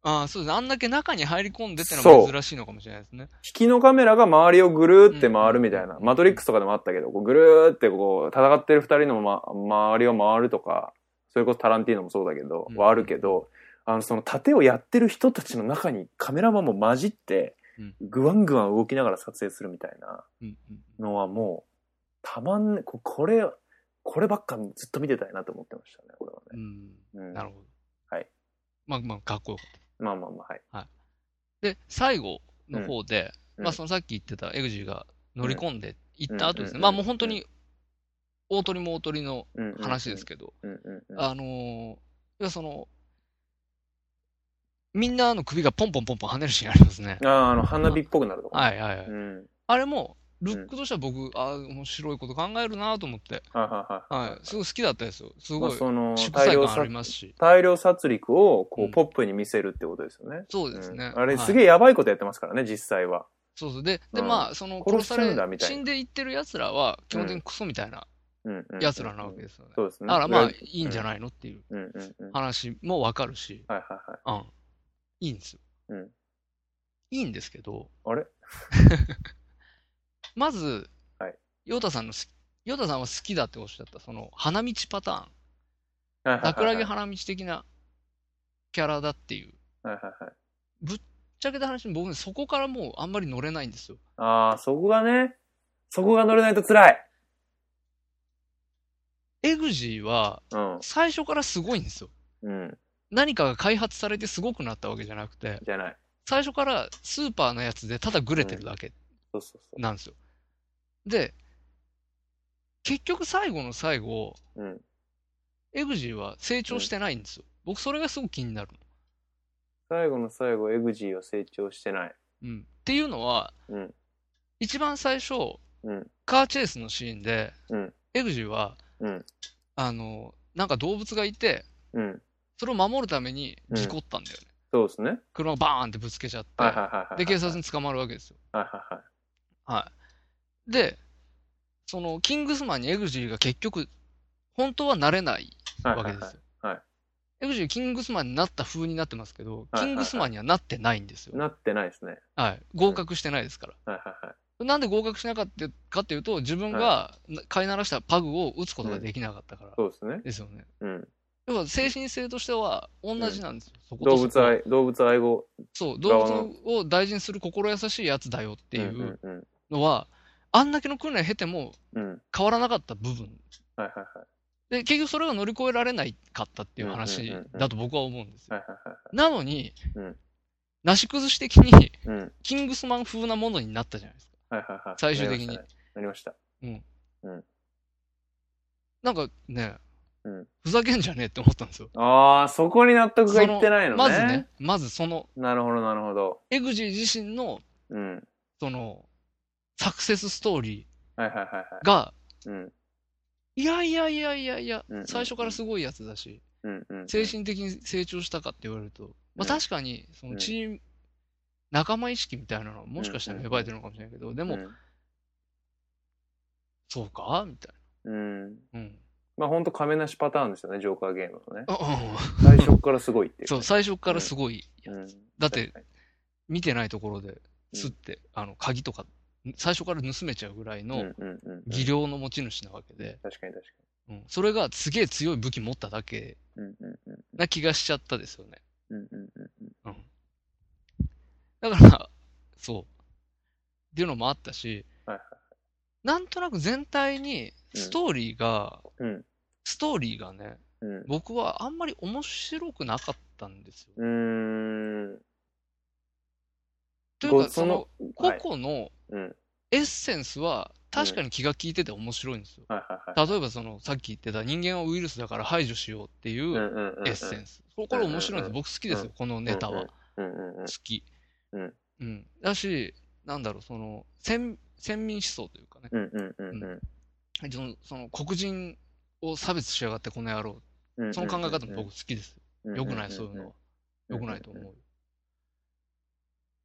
[SPEAKER 3] ああ、そうです。あんだけ中に入り込んでっての
[SPEAKER 2] そ
[SPEAKER 3] は
[SPEAKER 2] う
[SPEAKER 3] 珍しいのかもしれないですね。
[SPEAKER 2] 引きのカメラが周りをぐるーって回るみたいな。
[SPEAKER 3] うん
[SPEAKER 2] マトリックスとかでもあったけど、こうぐるーってこう、戦ってる二人の、ま、周りを回るとか、それこそタランティーノもそうだけど、
[SPEAKER 3] うん
[SPEAKER 2] はあるけど、あの、その盾をやってる人たちの中にカメラマンも混じって
[SPEAKER 3] うん、
[SPEAKER 2] ぐわんぐわん動きながら撮影するみたいな
[SPEAKER 3] うんうん。
[SPEAKER 2] のはもう、たまんね、ここれ、こればっかずっと見てたいなと思ってましたね、俺は
[SPEAKER 3] う
[SPEAKER 2] ね。
[SPEAKER 3] ん。
[SPEAKER 2] うん
[SPEAKER 3] なるほど。
[SPEAKER 2] はい。
[SPEAKER 3] まあまあ、かっこよかった。
[SPEAKER 2] まあまあまあ、はい。
[SPEAKER 3] で、最後の方で、
[SPEAKER 2] うん
[SPEAKER 3] まあそのさっき言ってたエグジーが乗り込んで行った後です
[SPEAKER 2] う
[SPEAKER 3] ね、
[SPEAKER 2] ん
[SPEAKER 3] まあもう本当に大鳥も大鳥の
[SPEAKER 2] うんうんうん
[SPEAKER 3] 話ですけど、
[SPEAKER 2] うんうんうん。
[SPEAKER 3] あのー、要はその、みんなの首がポンポンポンポン跳ねるシーンありますね。
[SPEAKER 2] ああ、あの、花火っぽくなるとこ
[SPEAKER 3] はいはいはい。
[SPEAKER 2] うん。
[SPEAKER 3] あれも、ルックとしては僕、ああ、面白いこと考えるなと思って、
[SPEAKER 2] はいはいはい。
[SPEAKER 3] はい、すごい好きだったですよ。す
[SPEAKER 2] ま
[SPEAKER 3] ご
[SPEAKER 2] あ
[SPEAKER 3] い、
[SPEAKER 2] その、
[SPEAKER 3] 祝
[SPEAKER 2] 大
[SPEAKER 3] 祭
[SPEAKER 2] 量
[SPEAKER 3] 感あ
[SPEAKER 2] 殺
[SPEAKER 3] りますし。
[SPEAKER 2] 大量殺戮をこ
[SPEAKER 3] う
[SPEAKER 2] うんポップに見せるってことですよね。
[SPEAKER 3] そうですね。
[SPEAKER 2] うんあれす
[SPEAKER 3] はい
[SPEAKER 2] げえやばいことやってますからね、実際は。
[SPEAKER 3] そうそう。で、で、
[SPEAKER 2] うん
[SPEAKER 3] まあ、その、
[SPEAKER 2] 殺
[SPEAKER 3] 殺
[SPEAKER 2] しちゃ
[SPEAKER 3] さ
[SPEAKER 2] うんだみ
[SPEAKER 3] れ、
[SPEAKER 2] たいな
[SPEAKER 3] 死んでいってる奴らは、基本的にクソみたいな
[SPEAKER 2] うんうんうん。
[SPEAKER 3] 奴らなわけですよね。
[SPEAKER 2] そうですね。
[SPEAKER 3] だからまあ、
[SPEAKER 2] い
[SPEAKER 3] いいんじゃないのっていう
[SPEAKER 2] うんうんうん。はい
[SPEAKER 3] 話もわかるし、
[SPEAKER 2] はいはい。
[SPEAKER 3] うん。いいんですよ。
[SPEAKER 2] うん
[SPEAKER 3] いいんですけど、
[SPEAKER 2] あれ
[SPEAKER 3] [laughs] まず
[SPEAKER 2] はい、
[SPEAKER 3] ヨタさんのす、ヨタさんは好きだっておっしゃった、その、花道パターン。
[SPEAKER 2] はいはいはい。
[SPEAKER 3] 桜木
[SPEAKER 2] はい
[SPEAKER 3] 花道的なキャラだっていう。ぶ
[SPEAKER 2] は
[SPEAKER 3] っ
[SPEAKER 2] いはい。
[SPEAKER 3] ちゃけた話に僕ね、そこからもうあんまり乗れないんですよ。
[SPEAKER 2] ああ、そこがね、そこが乗れないと辛い。
[SPEAKER 3] エグジーは、
[SPEAKER 2] うん。
[SPEAKER 3] 最初からすごいんですよ。
[SPEAKER 2] うん。
[SPEAKER 3] 何かが開発されてすごくなったわけじゃなくて、
[SPEAKER 2] じゃない。
[SPEAKER 3] 最初からスーパーのやつでただグレてるだけ
[SPEAKER 2] そうそうそ
[SPEAKER 3] なんですよ。で、結局最後の最後、
[SPEAKER 2] う。うん。
[SPEAKER 3] エグジーは成長してないんですよ。僕それがすごく気になる
[SPEAKER 2] 最後の最後、エグジーは成長してない。
[SPEAKER 3] の。うん。っていうのは、
[SPEAKER 2] うん。
[SPEAKER 3] 一番最初、
[SPEAKER 2] うん。
[SPEAKER 3] カーチェイスのシーンで、
[SPEAKER 2] うん
[SPEAKER 3] エグジーは、
[SPEAKER 2] うん
[SPEAKER 3] あの、なんか動物がいて、
[SPEAKER 2] うん。
[SPEAKER 3] それを守るために事故ったんだよね。
[SPEAKER 2] そうですね。
[SPEAKER 3] 車をバーンってぶつけちゃって、
[SPEAKER 2] はいはいはいはい。
[SPEAKER 3] で、警察に捕まるわけですよ。
[SPEAKER 2] はいはいはい。
[SPEAKER 3] はい。で、その、キングスマンにエグジーが結局、本当はなれない
[SPEAKER 2] はい
[SPEAKER 3] わ
[SPEAKER 2] は
[SPEAKER 3] け
[SPEAKER 2] い
[SPEAKER 3] ですよ。
[SPEAKER 2] はいはい
[SPEAKER 3] エグジー、キングスマンになった風になってますけど、
[SPEAKER 2] はいはいはい
[SPEAKER 3] キングスマンにはなってないんですよ。
[SPEAKER 2] なってないですね。
[SPEAKER 3] はい。合格してないですから。
[SPEAKER 2] はいはいはい。
[SPEAKER 3] なんで合格しなかったかっていうと、自分がな飼いならしたパグを打つことができなかったから。
[SPEAKER 2] そうですね。
[SPEAKER 3] ですよね。
[SPEAKER 2] うん。
[SPEAKER 3] 要は精神性としては同じなんですよ。そこと
[SPEAKER 2] 動
[SPEAKER 3] そこ
[SPEAKER 2] 物愛、動物愛護
[SPEAKER 3] そう、動
[SPEAKER 2] 側の
[SPEAKER 3] 物を大事にする心優しいやつだよってい
[SPEAKER 2] ん
[SPEAKER 3] う
[SPEAKER 2] うん
[SPEAKER 3] のは、あんだけの訓練経ても
[SPEAKER 2] うん。うん。
[SPEAKER 3] 変わらなかった部分。
[SPEAKER 2] はいはいはい。
[SPEAKER 3] で、結局それが乗り越えられないかったっていう話だと僕は思うんですよ。
[SPEAKER 2] はいはいはい。
[SPEAKER 3] なのに
[SPEAKER 2] うん、
[SPEAKER 3] なし崩し的に、
[SPEAKER 2] うん。
[SPEAKER 3] キングスマン風なものになったじゃないですか。
[SPEAKER 2] はいはいはい。
[SPEAKER 3] 最終的に
[SPEAKER 2] なりましたね。
[SPEAKER 3] なんかね、
[SPEAKER 2] うん
[SPEAKER 3] ふざけんじゃねえって思ったんですよ。
[SPEAKER 2] なりましたああ、そこに納得がいってないのね。
[SPEAKER 3] まずね、まずその、
[SPEAKER 2] なるほどなるほど。
[SPEAKER 3] エグジー自身の、
[SPEAKER 2] うん。
[SPEAKER 3] その、サクセスストーリ
[SPEAKER 2] はいはいはいはい。
[SPEAKER 3] ーが、
[SPEAKER 2] うん。
[SPEAKER 3] いやいやいやいやいや
[SPEAKER 2] うんうんう、ん
[SPEAKER 3] 最初からすごいやつだし、
[SPEAKER 2] うんうん。
[SPEAKER 3] 精神的に成長したかって言われると、
[SPEAKER 2] う
[SPEAKER 3] まあ
[SPEAKER 2] ん
[SPEAKER 3] 確かに、その
[SPEAKER 2] うん
[SPEAKER 3] チーム、仲間意識みたいなのはもしかしたら
[SPEAKER 2] うん
[SPEAKER 3] 芽
[SPEAKER 2] うんうん
[SPEAKER 3] 生えてるのかもしれないけど、でも、そうかみたい
[SPEAKER 2] うん。うん。
[SPEAKER 3] な。うん。
[SPEAKER 2] まあほんと亀梨パターンですよね、ジョーカーゲームのね。
[SPEAKER 3] あ
[SPEAKER 2] 最初からすごいっていう。
[SPEAKER 3] そう、最初からすごいやつ。
[SPEAKER 2] うん。
[SPEAKER 3] だって
[SPEAKER 2] 確かに、
[SPEAKER 3] 見てないところで、すって、あの、鍵とか、最初から盗めちゃうぐらいの
[SPEAKER 2] うんうんうん。
[SPEAKER 3] 技量の持ち主なわけで、
[SPEAKER 2] 確かに確か
[SPEAKER 3] うん、それがすげえ強い武器持っただけ
[SPEAKER 2] に。うんうんうん。
[SPEAKER 3] な気がしちゃったですよね。
[SPEAKER 2] うんうんうんうん。
[SPEAKER 3] だから、そう。っていうのもあったし、
[SPEAKER 2] はいは
[SPEAKER 3] なんとなく全体に
[SPEAKER 2] うん
[SPEAKER 3] ストーリーが、
[SPEAKER 2] うん
[SPEAKER 3] ストーリーがね、
[SPEAKER 2] うん。
[SPEAKER 3] 僕はあんまり面白くなかったんですよ。
[SPEAKER 2] うーん。
[SPEAKER 3] という
[SPEAKER 2] ご
[SPEAKER 3] か、その、、
[SPEAKER 2] はい
[SPEAKER 3] 個々の
[SPEAKER 2] うん。はい
[SPEAKER 3] エッセンスは確かに気が利いてて面白いんですよ。
[SPEAKER 2] はいはい。
[SPEAKER 3] 例えばその、さっき言ってた人間はウイルスだから排除しようっていううん
[SPEAKER 2] うんうん。
[SPEAKER 3] エッセンス。これ面白いんです。
[SPEAKER 2] うん
[SPEAKER 3] 僕好きですよ、このネタは。
[SPEAKER 2] うんうんうん
[SPEAKER 3] 好。き。
[SPEAKER 2] うん。
[SPEAKER 3] うん。だし、なんだろう、その、先、先民思想というかね。
[SPEAKER 2] うんうんうんうん
[SPEAKER 3] そのその黒人を差別しやがってこの野郎。
[SPEAKER 2] うん
[SPEAKER 3] その考え方も僕好きです
[SPEAKER 2] 僕
[SPEAKER 3] よ。よくない、そういうのは。
[SPEAKER 2] うん
[SPEAKER 3] よ
[SPEAKER 2] うん
[SPEAKER 3] くないと思うよ。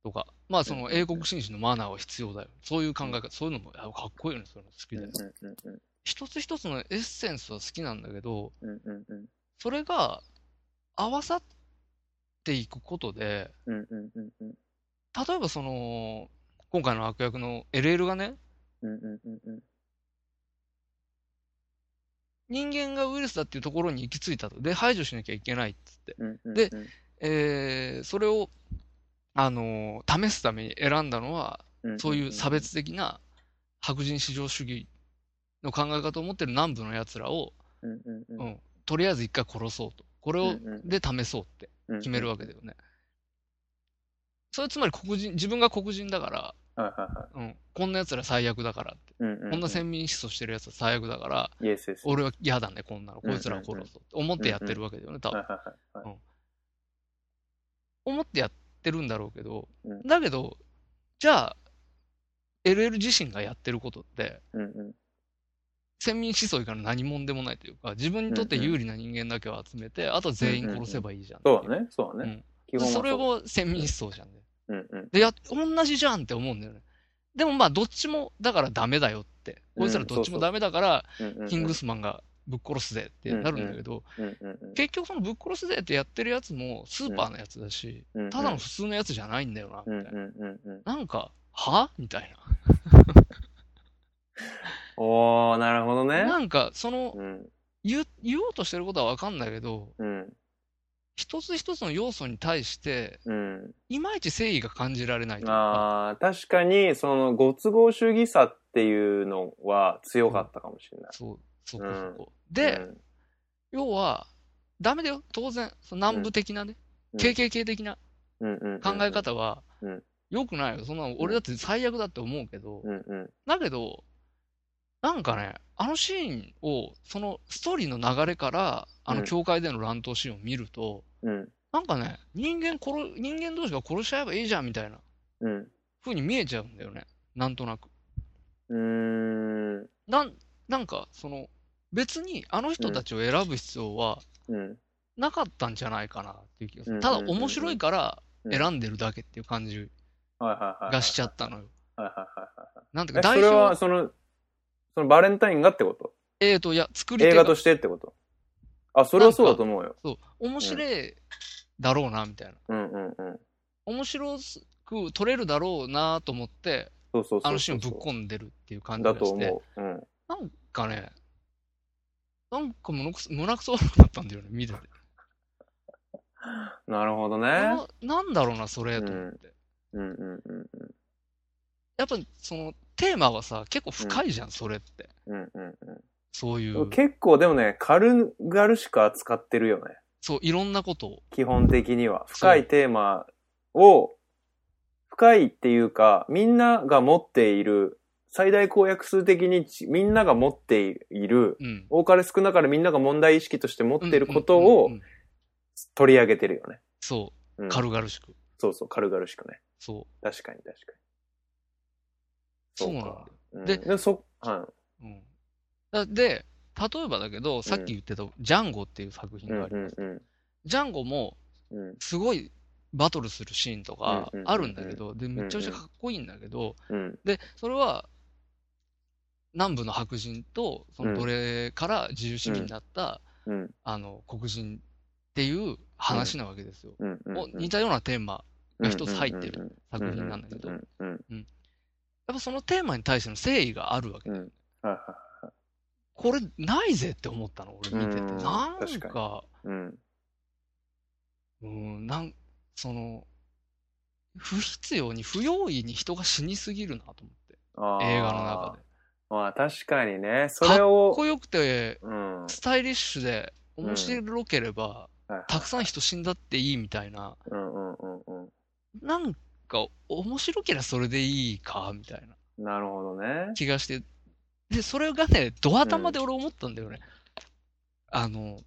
[SPEAKER 3] とか、まあその英国紳士のマナーは必要だよ。そういう考え方、そういうのもあかっこいいよね、そういうの好き
[SPEAKER 2] うん
[SPEAKER 3] だ
[SPEAKER 2] う
[SPEAKER 3] よ
[SPEAKER 2] ん。うんうん
[SPEAKER 3] 一つ一つのエッセンスは好きなんだけど、
[SPEAKER 2] うんうんうん
[SPEAKER 3] それが合わさっていくことで、
[SPEAKER 2] うんうんうんうん
[SPEAKER 3] 例えばその、今回の悪役の LL がね、
[SPEAKER 2] うんうんうんうん
[SPEAKER 3] 人間がウイルスだっていうところに行き着いたと。で、排除しなきゃいけないっつって。
[SPEAKER 2] うんうん
[SPEAKER 3] でえーそれを、あのー試すために選んだのは、そういう差別的な白人至上主義の考え方を持ってる南部の奴らを、
[SPEAKER 2] うんうんうん
[SPEAKER 3] うんとりあえず一回殺そうと。これを、
[SPEAKER 2] うんうん
[SPEAKER 3] で試そうって
[SPEAKER 2] うん
[SPEAKER 3] 決めるわけだよね。それつまり黒人、自分が黒人だから、
[SPEAKER 2] はいはいは
[SPEAKER 3] うん、こんな奴ら最悪だからって。
[SPEAKER 2] いうんうんうん
[SPEAKER 3] こんな先民思想してる奴ら最悪だから、
[SPEAKER 2] イエスイエス
[SPEAKER 3] 俺は嫌だね、こんなの。こいつらを殺
[SPEAKER 2] うんうんうん
[SPEAKER 3] そうと思ってやってるわけだよね、多分
[SPEAKER 2] はい。はいはいはい
[SPEAKER 3] 思ってやってるんだろうけど、
[SPEAKER 2] うん
[SPEAKER 3] だけど、じゃあ、LL 自身がやってることって、
[SPEAKER 2] うんうん
[SPEAKER 3] 先民思想以外の何者でもないというか、自分にとって有利な人間だけを集めて、あとは全員殺せばいいじゃん。
[SPEAKER 2] そうだねそうだね基
[SPEAKER 3] で
[SPEAKER 2] 本は
[SPEAKER 3] それ
[SPEAKER 2] う
[SPEAKER 3] を先民思想じゃんね。
[SPEAKER 2] うんうん
[SPEAKER 3] で、や、同じじゃんって思うんだよね。でもまあ、どっちも、だからダメだよっって、こいつらどっちもダメだから、キング
[SPEAKER 2] ス。
[SPEAKER 3] スマンがぶっ殺すぜってなるんだけど、
[SPEAKER 2] うんうんうん
[SPEAKER 3] 結局そのぶっ殺すぜってやってるやつもスーパーのやつだし、
[SPEAKER 2] うんうん
[SPEAKER 3] ただの普通のやつじゃないんだよな、みた
[SPEAKER 2] うん
[SPEAKER 3] い
[SPEAKER 2] う
[SPEAKER 3] な。
[SPEAKER 2] んうんうん。
[SPEAKER 3] なんか、はみたい
[SPEAKER 2] おー、なるほどね。
[SPEAKER 3] な。なんか、その、
[SPEAKER 2] うん
[SPEAKER 3] 言う言おうとしてることはわかんないけど、
[SPEAKER 2] うん
[SPEAKER 3] 一つ一つの要素に対して、
[SPEAKER 2] うん。
[SPEAKER 3] いまいち誠意が感じられないというか
[SPEAKER 2] あー確かに、その、ご都合主義さっていうのは強かったかもしれない。
[SPEAKER 3] そう、そこそこ。
[SPEAKER 2] う
[SPEAKER 3] で、
[SPEAKER 2] ん
[SPEAKER 3] 要は、ダメだよ、当然。その南部的なね、
[SPEAKER 2] うん
[SPEAKER 3] KKK 的な
[SPEAKER 2] うんうんうん
[SPEAKER 3] 考え方は
[SPEAKER 2] うん、
[SPEAKER 3] 良くないよ。そんなの、俺だって最悪だって思うけど、
[SPEAKER 2] うんうん
[SPEAKER 3] だけど、なんかね、あのシーンを、そのストーリーの流れから、あ
[SPEAKER 2] う
[SPEAKER 3] の
[SPEAKER 2] ん
[SPEAKER 3] 教会での乱闘シーンを見ると、
[SPEAKER 2] うん
[SPEAKER 3] なんかね、人間殺、人間同士が殺し合えばいいじゃんみたいな
[SPEAKER 2] うん
[SPEAKER 3] 風に見えちゃうんだよね。なんとなく。
[SPEAKER 2] うん
[SPEAKER 3] なん、なんか、その、別にあの人たちを選ぶ必要は
[SPEAKER 2] うん
[SPEAKER 3] なかったんじゃないかなっていう気がす
[SPEAKER 2] う
[SPEAKER 3] る。
[SPEAKER 2] ん
[SPEAKER 3] ただ面白いから
[SPEAKER 2] うん
[SPEAKER 3] 選んでるだけっていう感じ
[SPEAKER 2] はいはいはい。
[SPEAKER 3] がしちゃったのよ。
[SPEAKER 2] はいはいはいはい。
[SPEAKER 3] なんていう
[SPEAKER 2] え
[SPEAKER 3] か、
[SPEAKER 2] そ
[SPEAKER 3] 代
[SPEAKER 2] れは
[SPEAKER 3] 表、
[SPEAKER 2] その、そのバレンタインがってこと
[SPEAKER 3] えーと、いや、作り手
[SPEAKER 2] 映
[SPEAKER 3] が
[SPEAKER 2] 画としてってことあ、それはそうだと思うよ。
[SPEAKER 3] そう、面白いだろうな、みたいな。
[SPEAKER 2] うんうんうん。
[SPEAKER 3] 面白く撮れるだろうなと思って、
[SPEAKER 2] そうそうそうそう。
[SPEAKER 3] あのシーンをぶっ込んでるっていう感じが
[SPEAKER 2] だ
[SPEAKER 3] して。
[SPEAKER 2] と思う。うん。
[SPEAKER 3] なんかね、なんか胸くそ胸くそ悪くなったんだよね、見てて。
[SPEAKER 2] なるほどね。
[SPEAKER 3] ななんだろうな、それ、と思って。
[SPEAKER 2] うんうんうん
[SPEAKER 3] やっぱ、その、テーマはさ、結構深いじゃん、それって。
[SPEAKER 2] うん。うんうんうん
[SPEAKER 3] そうい
[SPEAKER 2] でも
[SPEAKER 3] う、
[SPEAKER 2] 結構でもね、軽々しく扱ってるよね。
[SPEAKER 3] そう、いろんなことを。
[SPEAKER 2] 基本的には。深いテーマを、深いっていうか、みんなが持っている、最大公約数的にちみんなが持っている、
[SPEAKER 3] うん。
[SPEAKER 2] 多かれ少なかれみんなが問題意識として持っていること
[SPEAKER 3] うん
[SPEAKER 2] を
[SPEAKER 3] うんうんうん
[SPEAKER 2] 取り上げてるよね。
[SPEAKER 3] そ
[SPEAKER 2] うん
[SPEAKER 3] う、軽々しく。
[SPEAKER 2] そうそう、軽々しくね。
[SPEAKER 3] そう。
[SPEAKER 2] 確かに確かに。
[SPEAKER 3] そうなんだよ
[SPEAKER 2] か。うん
[SPEAKER 3] で
[SPEAKER 2] で、そ、は
[SPEAKER 3] うんだ。で、例えばだけど、さっき言ってた、ジャンゴっていう作
[SPEAKER 2] い。
[SPEAKER 3] 品
[SPEAKER 2] うん
[SPEAKER 3] があ
[SPEAKER 2] う
[SPEAKER 3] りま
[SPEAKER 2] ん
[SPEAKER 3] す。
[SPEAKER 2] うん。
[SPEAKER 3] ジャンゴも、
[SPEAKER 2] うん
[SPEAKER 3] すごいバトルするシーンとか
[SPEAKER 2] うんうんうんうん
[SPEAKER 3] あるんだけど、で、めちゃめちゃかっこいいんだけど、
[SPEAKER 2] うん
[SPEAKER 3] で、それは、南部の白人と、その奴隷から自由主義になった、
[SPEAKER 2] うん
[SPEAKER 3] あの、黒人っていう話なわけですよ。
[SPEAKER 2] うんうん。
[SPEAKER 3] を似たようなテーマ、が一つ入ってる作品なんだけど、
[SPEAKER 2] う
[SPEAKER 3] やっ
[SPEAKER 2] んうん
[SPEAKER 3] ぱそのテーマに対しての誠意があるわけ
[SPEAKER 2] う。んうん。はいはい
[SPEAKER 3] これないぜって思ったの、俺見てて。
[SPEAKER 2] うん
[SPEAKER 3] なん
[SPEAKER 2] 確
[SPEAKER 3] か、
[SPEAKER 2] うん。
[SPEAKER 3] うん、なん、その、不必要に、不用意に人が死にすぎるなと思って。
[SPEAKER 2] あー
[SPEAKER 3] 映画の中で。。
[SPEAKER 2] まあ確かにね、それを。
[SPEAKER 3] かっこよくて、
[SPEAKER 2] うん。はい
[SPEAKER 3] スタイリッシュで、面白ければ、
[SPEAKER 2] はい
[SPEAKER 3] たくさん人死んだっていいみたいな。
[SPEAKER 2] うんうんうんう。
[SPEAKER 3] なんか、面白ければそれでいいか、みたいなん
[SPEAKER 2] なるほどね。
[SPEAKER 3] 気がして。で、それがね、ド頭で俺思ったんだよね。あの、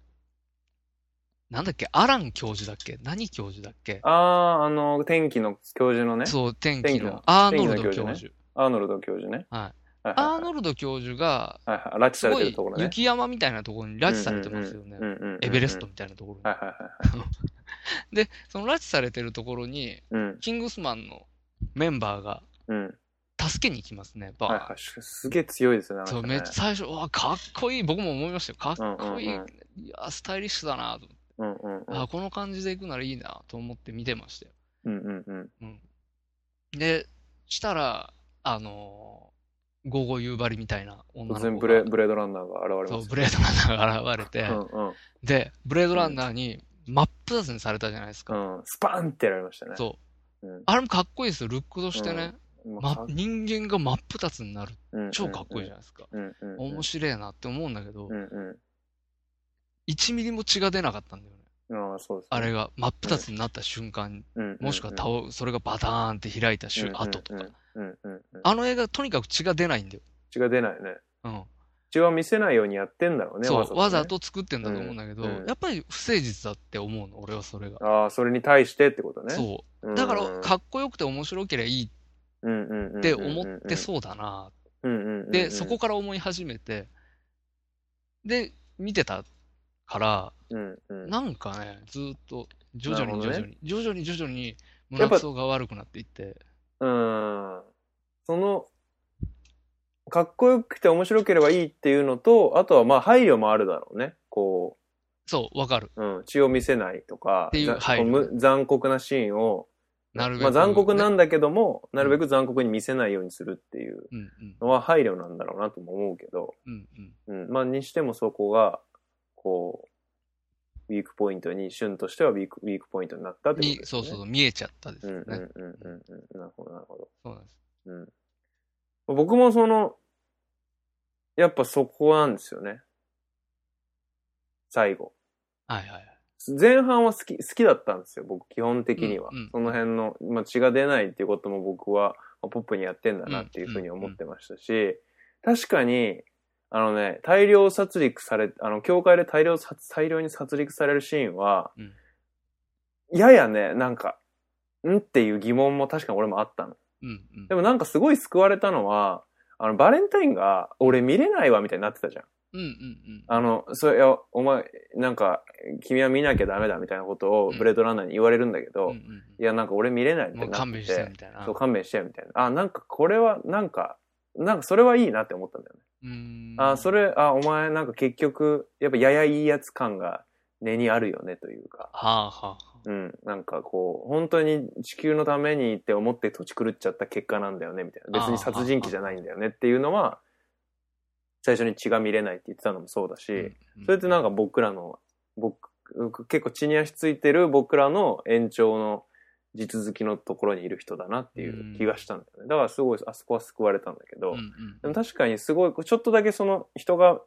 [SPEAKER 3] なんだっけ、アラン教授だっけ何教授だっけ
[SPEAKER 2] ああ、あの、天気の教授のね。
[SPEAKER 3] そう、天気
[SPEAKER 2] 天気
[SPEAKER 3] の
[SPEAKER 2] の。
[SPEAKER 3] アーノルド
[SPEAKER 2] 天気
[SPEAKER 3] 教
[SPEAKER 2] の教
[SPEAKER 3] 授。
[SPEAKER 2] アーノルド教授ね。
[SPEAKER 3] はい。
[SPEAKER 2] はいはい
[SPEAKER 3] アー
[SPEAKER 2] はい
[SPEAKER 3] ノルド教授が、
[SPEAKER 2] はいはい。拉致
[SPEAKER 3] す
[SPEAKER 2] され
[SPEAKER 3] ご
[SPEAKER 2] てる
[SPEAKER 3] い
[SPEAKER 2] ところね。
[SPEAKER 3] 雪山みたいなところに拉致されてますよね
[SPEAKER 2] うん。うんうんうんうん
[SPEAKER 3] エベレストみたいなところに
[SPEAKER 2] はいはいはいはい。
[SPEAKER 3] で、その拉致されてるところに、
[SPEAKER 2] うん。
[SPEAKER 3] キングスマンのメンバーが
[SPEAKER 2] うん。
[SPEAKER 3] 助けに行きますね、バーン
[SPEAKER 2] はいはい。しすげえ強いですね、なんか
[SPEAKER 3] そう、
[SPEAKER 2] ね
[SPEAKER 3] めっちゃ最初、うわ、かっこいい、僕も思いましたよ。かっこいい。
[SPEAKER 2] うんうん
[SPEAKER 3] いやー、スタイリッシュだなと思って、
[SPEAKER 2] うんうんうん。
[SPEAKER 3] あーこの感じで行くならいいなと思って見てましたよ。
[SPEAKER 2] うんうんうん。
[SPEAKER 3] うん。で、したら、あのー、ゴーゴー夕張みたいな女
[SPEAKER 2] 突
[SPEAKER 3] の子が
[SPEAKER 2] 然ブレ、ブレードランナーが現れ
[SPEAKER 3] そ
[SPEAKER 2] ま
[SPEAKER 3] う、
[SPEAKER 2] す。
[SPEAKER 3] ブレードランナーが現れて、
[SPEAKER 2] うんうん。
[SPEAKER 3] で、ブレードランナーに真っ二つにされたじゃないですか。
[SPEAKER 2] うん、スパンってやられましたね。
[SPEAKER 3] そう。
[SPEAKER 2] うん
[SPEAKER 3] あれもかっこいいですよ、ルックとしてね。
[SPEAKER 2] う
[SPEAKER 3] ま人間が真っ二つになる。
[SPEAKER 2] うん
[SPEAKER 3] 超かっこいいじゃないですか。
[SPEAKER 2] うんうんうん。
[SPEAKER 3] 面白いなって思うんだけど
[SPEAKER 2] う、んうん
[SPEAKER 3] 1ミリも血が出なかったんだよね。
[SPEAKER 2] うん。ああ、そうですね。
[SPEAKER 3] あれが真っ二つになった瞬間、
[SPEAKER 2] うん、
[SPEAKER 3] もしくは
[SPEAKER 2] っ
[SPEAKER 3] 倒、それがバターンって開いた瞬後とか。。
[SPEAKER 2] うんうんうんうん。
[SPEAKER 3] あの映画、とにかく血が出ないんだよ。
[SPEAKER 2] 血が出ないね。
[SPEAKER 3] うん。
[SPEAKER 2] 血は見せないようにやってんだろうね。
[SPEAKER 3] そう、わざ
[SPEAKER 2] ね。
[SPEAKER 3] と作ってんだと思うんだけど、
[SPEAKER 2] うんうん
[SPEAKER 3] やっぱり不誠実だって思うの、俺はそれが。
[SPEAKER 2] ああ、それに対してってことね。
[SPEAKER 3] そうう。
[SPEAKER 2] ん。
[SPEAKER 3] だから、かっこよくて面白ければいいっ
[SPEAKER 2] うんうんうんうんうん。
[SPEAKER 3] て思ってそうだ
[SPEAKER 2] うんうんう
[SPEAKER 3] な。
[SPEAKER 2] んうん。
[SPEAKER 3] で、そこから思い始めて、で、見てたから、
[SPEAKER 2] うんうん。
[SPEAKER 3] なんかね、ずーっと、徐々
[SPEAKER 2] なる
[SPEAKER 3] に
[SPEAKER 2] ほ
[SPEAKER 3] 徐
[SPEAKER 2] どね
[SPEAKER 3] 々に、徐々に徐々に、
[SPEAKER 2] や
[SPEAKER 3] 胸
[SPEAKER 2] っぱ
[SPEAKER 3] くそが悪くなっていって、
[SPEAKER 2] うん。その、かっこよくて面白ければいいっていうのと、あとはまあ配慮もあるだろうね。こ
[SPEAKER 3] そう、わかる。
[SPEAKER 2] う、うん、血を見せないとか、
[SPEAKER 3] っていう
[SPEAKER 2] ざ
[SPEAKER 3] 配慮
[SPEAKER 2] こむ残酷なシーンを、
[SPEAKER 3] なるべく、
[SPEAKER 2] まあ残酷な
[SPEAKER 3] ね
[SPEAKER 2] んだけども、なるべく残酷に見せないようにするっていう
[SPEAKER 3] うんうん
[SPEAKER 2] のは配慮なんだろうなとも思うけど、
[SPEAKER 3] うんうん。
[SPEAKER 2] うん、まあにしてもそこが、こう、ウィークポイントに、旬としてはウィークウィークポイントになったってこと
[SPEAKER 3] に
[SPEAKER 2] で、す
[SPEAKER 3] そ
[SPEAKER 2] ね。
[SPEAKER 3] うそうそう、見えちゃったです
[SPEAKER 2] うん
[SPEAKER 3] よ
[SPEAKER 2] う
[SPEAKER 3] ね
[SPEAKER 2] ん。うんうんうん。なるほど、なるほど。
[SPEAKER 3] そうなんです。
[SPEAKER 2] うん。僕もその、やっぱそこなんですよね。最後。
[SPEAKER 3] はいはいはい。
[SPEAKER 2] 前半は好き、好きだったんですよ、僕、基本的には。
[SPEAKER 3] うんうん
[SPEAKER 2] その辺の、まあ、血が出ないっていうことも僕は、まあポップにやってんだなっていうふうに思ってましたし、確かに、あのね、大量殺戮され、あの、教会で大量殺、大量に殺戮されるシーンは、
[SPEAKER 3] うん
[SPEAKER 2] ややね、なんか、んっていう疑問も確かに俺もあったの。
[SPEAKER 3] うんうん。
[SPEAKER 2] でもなんかすごい救われたのは、あの、バレンタインが、俺見れないわ、みたいになってたじゃん。
[SPEAKER 3] うんうんうん。
[SPEAKER 2] あの、それ、いや、お前、なんか、君は見なきゃダメだ、みたいなことを、
[SPEAKER 3] うん
[SPEAKER 2] ブレードランナーに言われるんだけど、
[SPEAKER 3] うんうん
[SPEAKER 2] いや、なんか俺見れないっ
[SPEAKER 3] う
[SPEAKER 2] て
[SPEAKER 3] ん、
[SPEAKER 2] な
[SPEAKER 3] も
[SPEAKER 2] っ
[SPEAKER 3] う
[SPEAKER 2] てて。
[SPEAKER 3] 勘弁してみたいな。
[SPEAKER 2] そう、勘弁して、みたいな。あ、なんかこれは、なんか、なんかそれはいいなって思ったんだよね。
[SPEAKER 3] うーん
[SPEAKER 2] あ、そ。れ、あ、お前、なんか結局、やっぱややいいやつ感が根にあるよね、というか。
[SPEAKER 3] はあはあはあ。
[SPEAKER 2] うん、なんかこう、本当に地球のためにって思って土地狂っちゃった結果なんだよね、みたいな。別に殺人鬼じゃないんだよねっていうのは、最初に血が見れないって言ってたのもそうだし、
[SPEAKER 3] うん
[SPEAKER 2] それってなんか僕らの、僕、結構血に足ついてる僕らの延長の地続きのところにいる人だなっていう気がしたんだよね。だからすごい、あそこは救われたんだけど、
[SPEAKER 3] うん
[SPEAKER 2] で
[SPEAKER 3] うん
[SPEAKER 2] も確かにすごい、ちょっとだけその人が、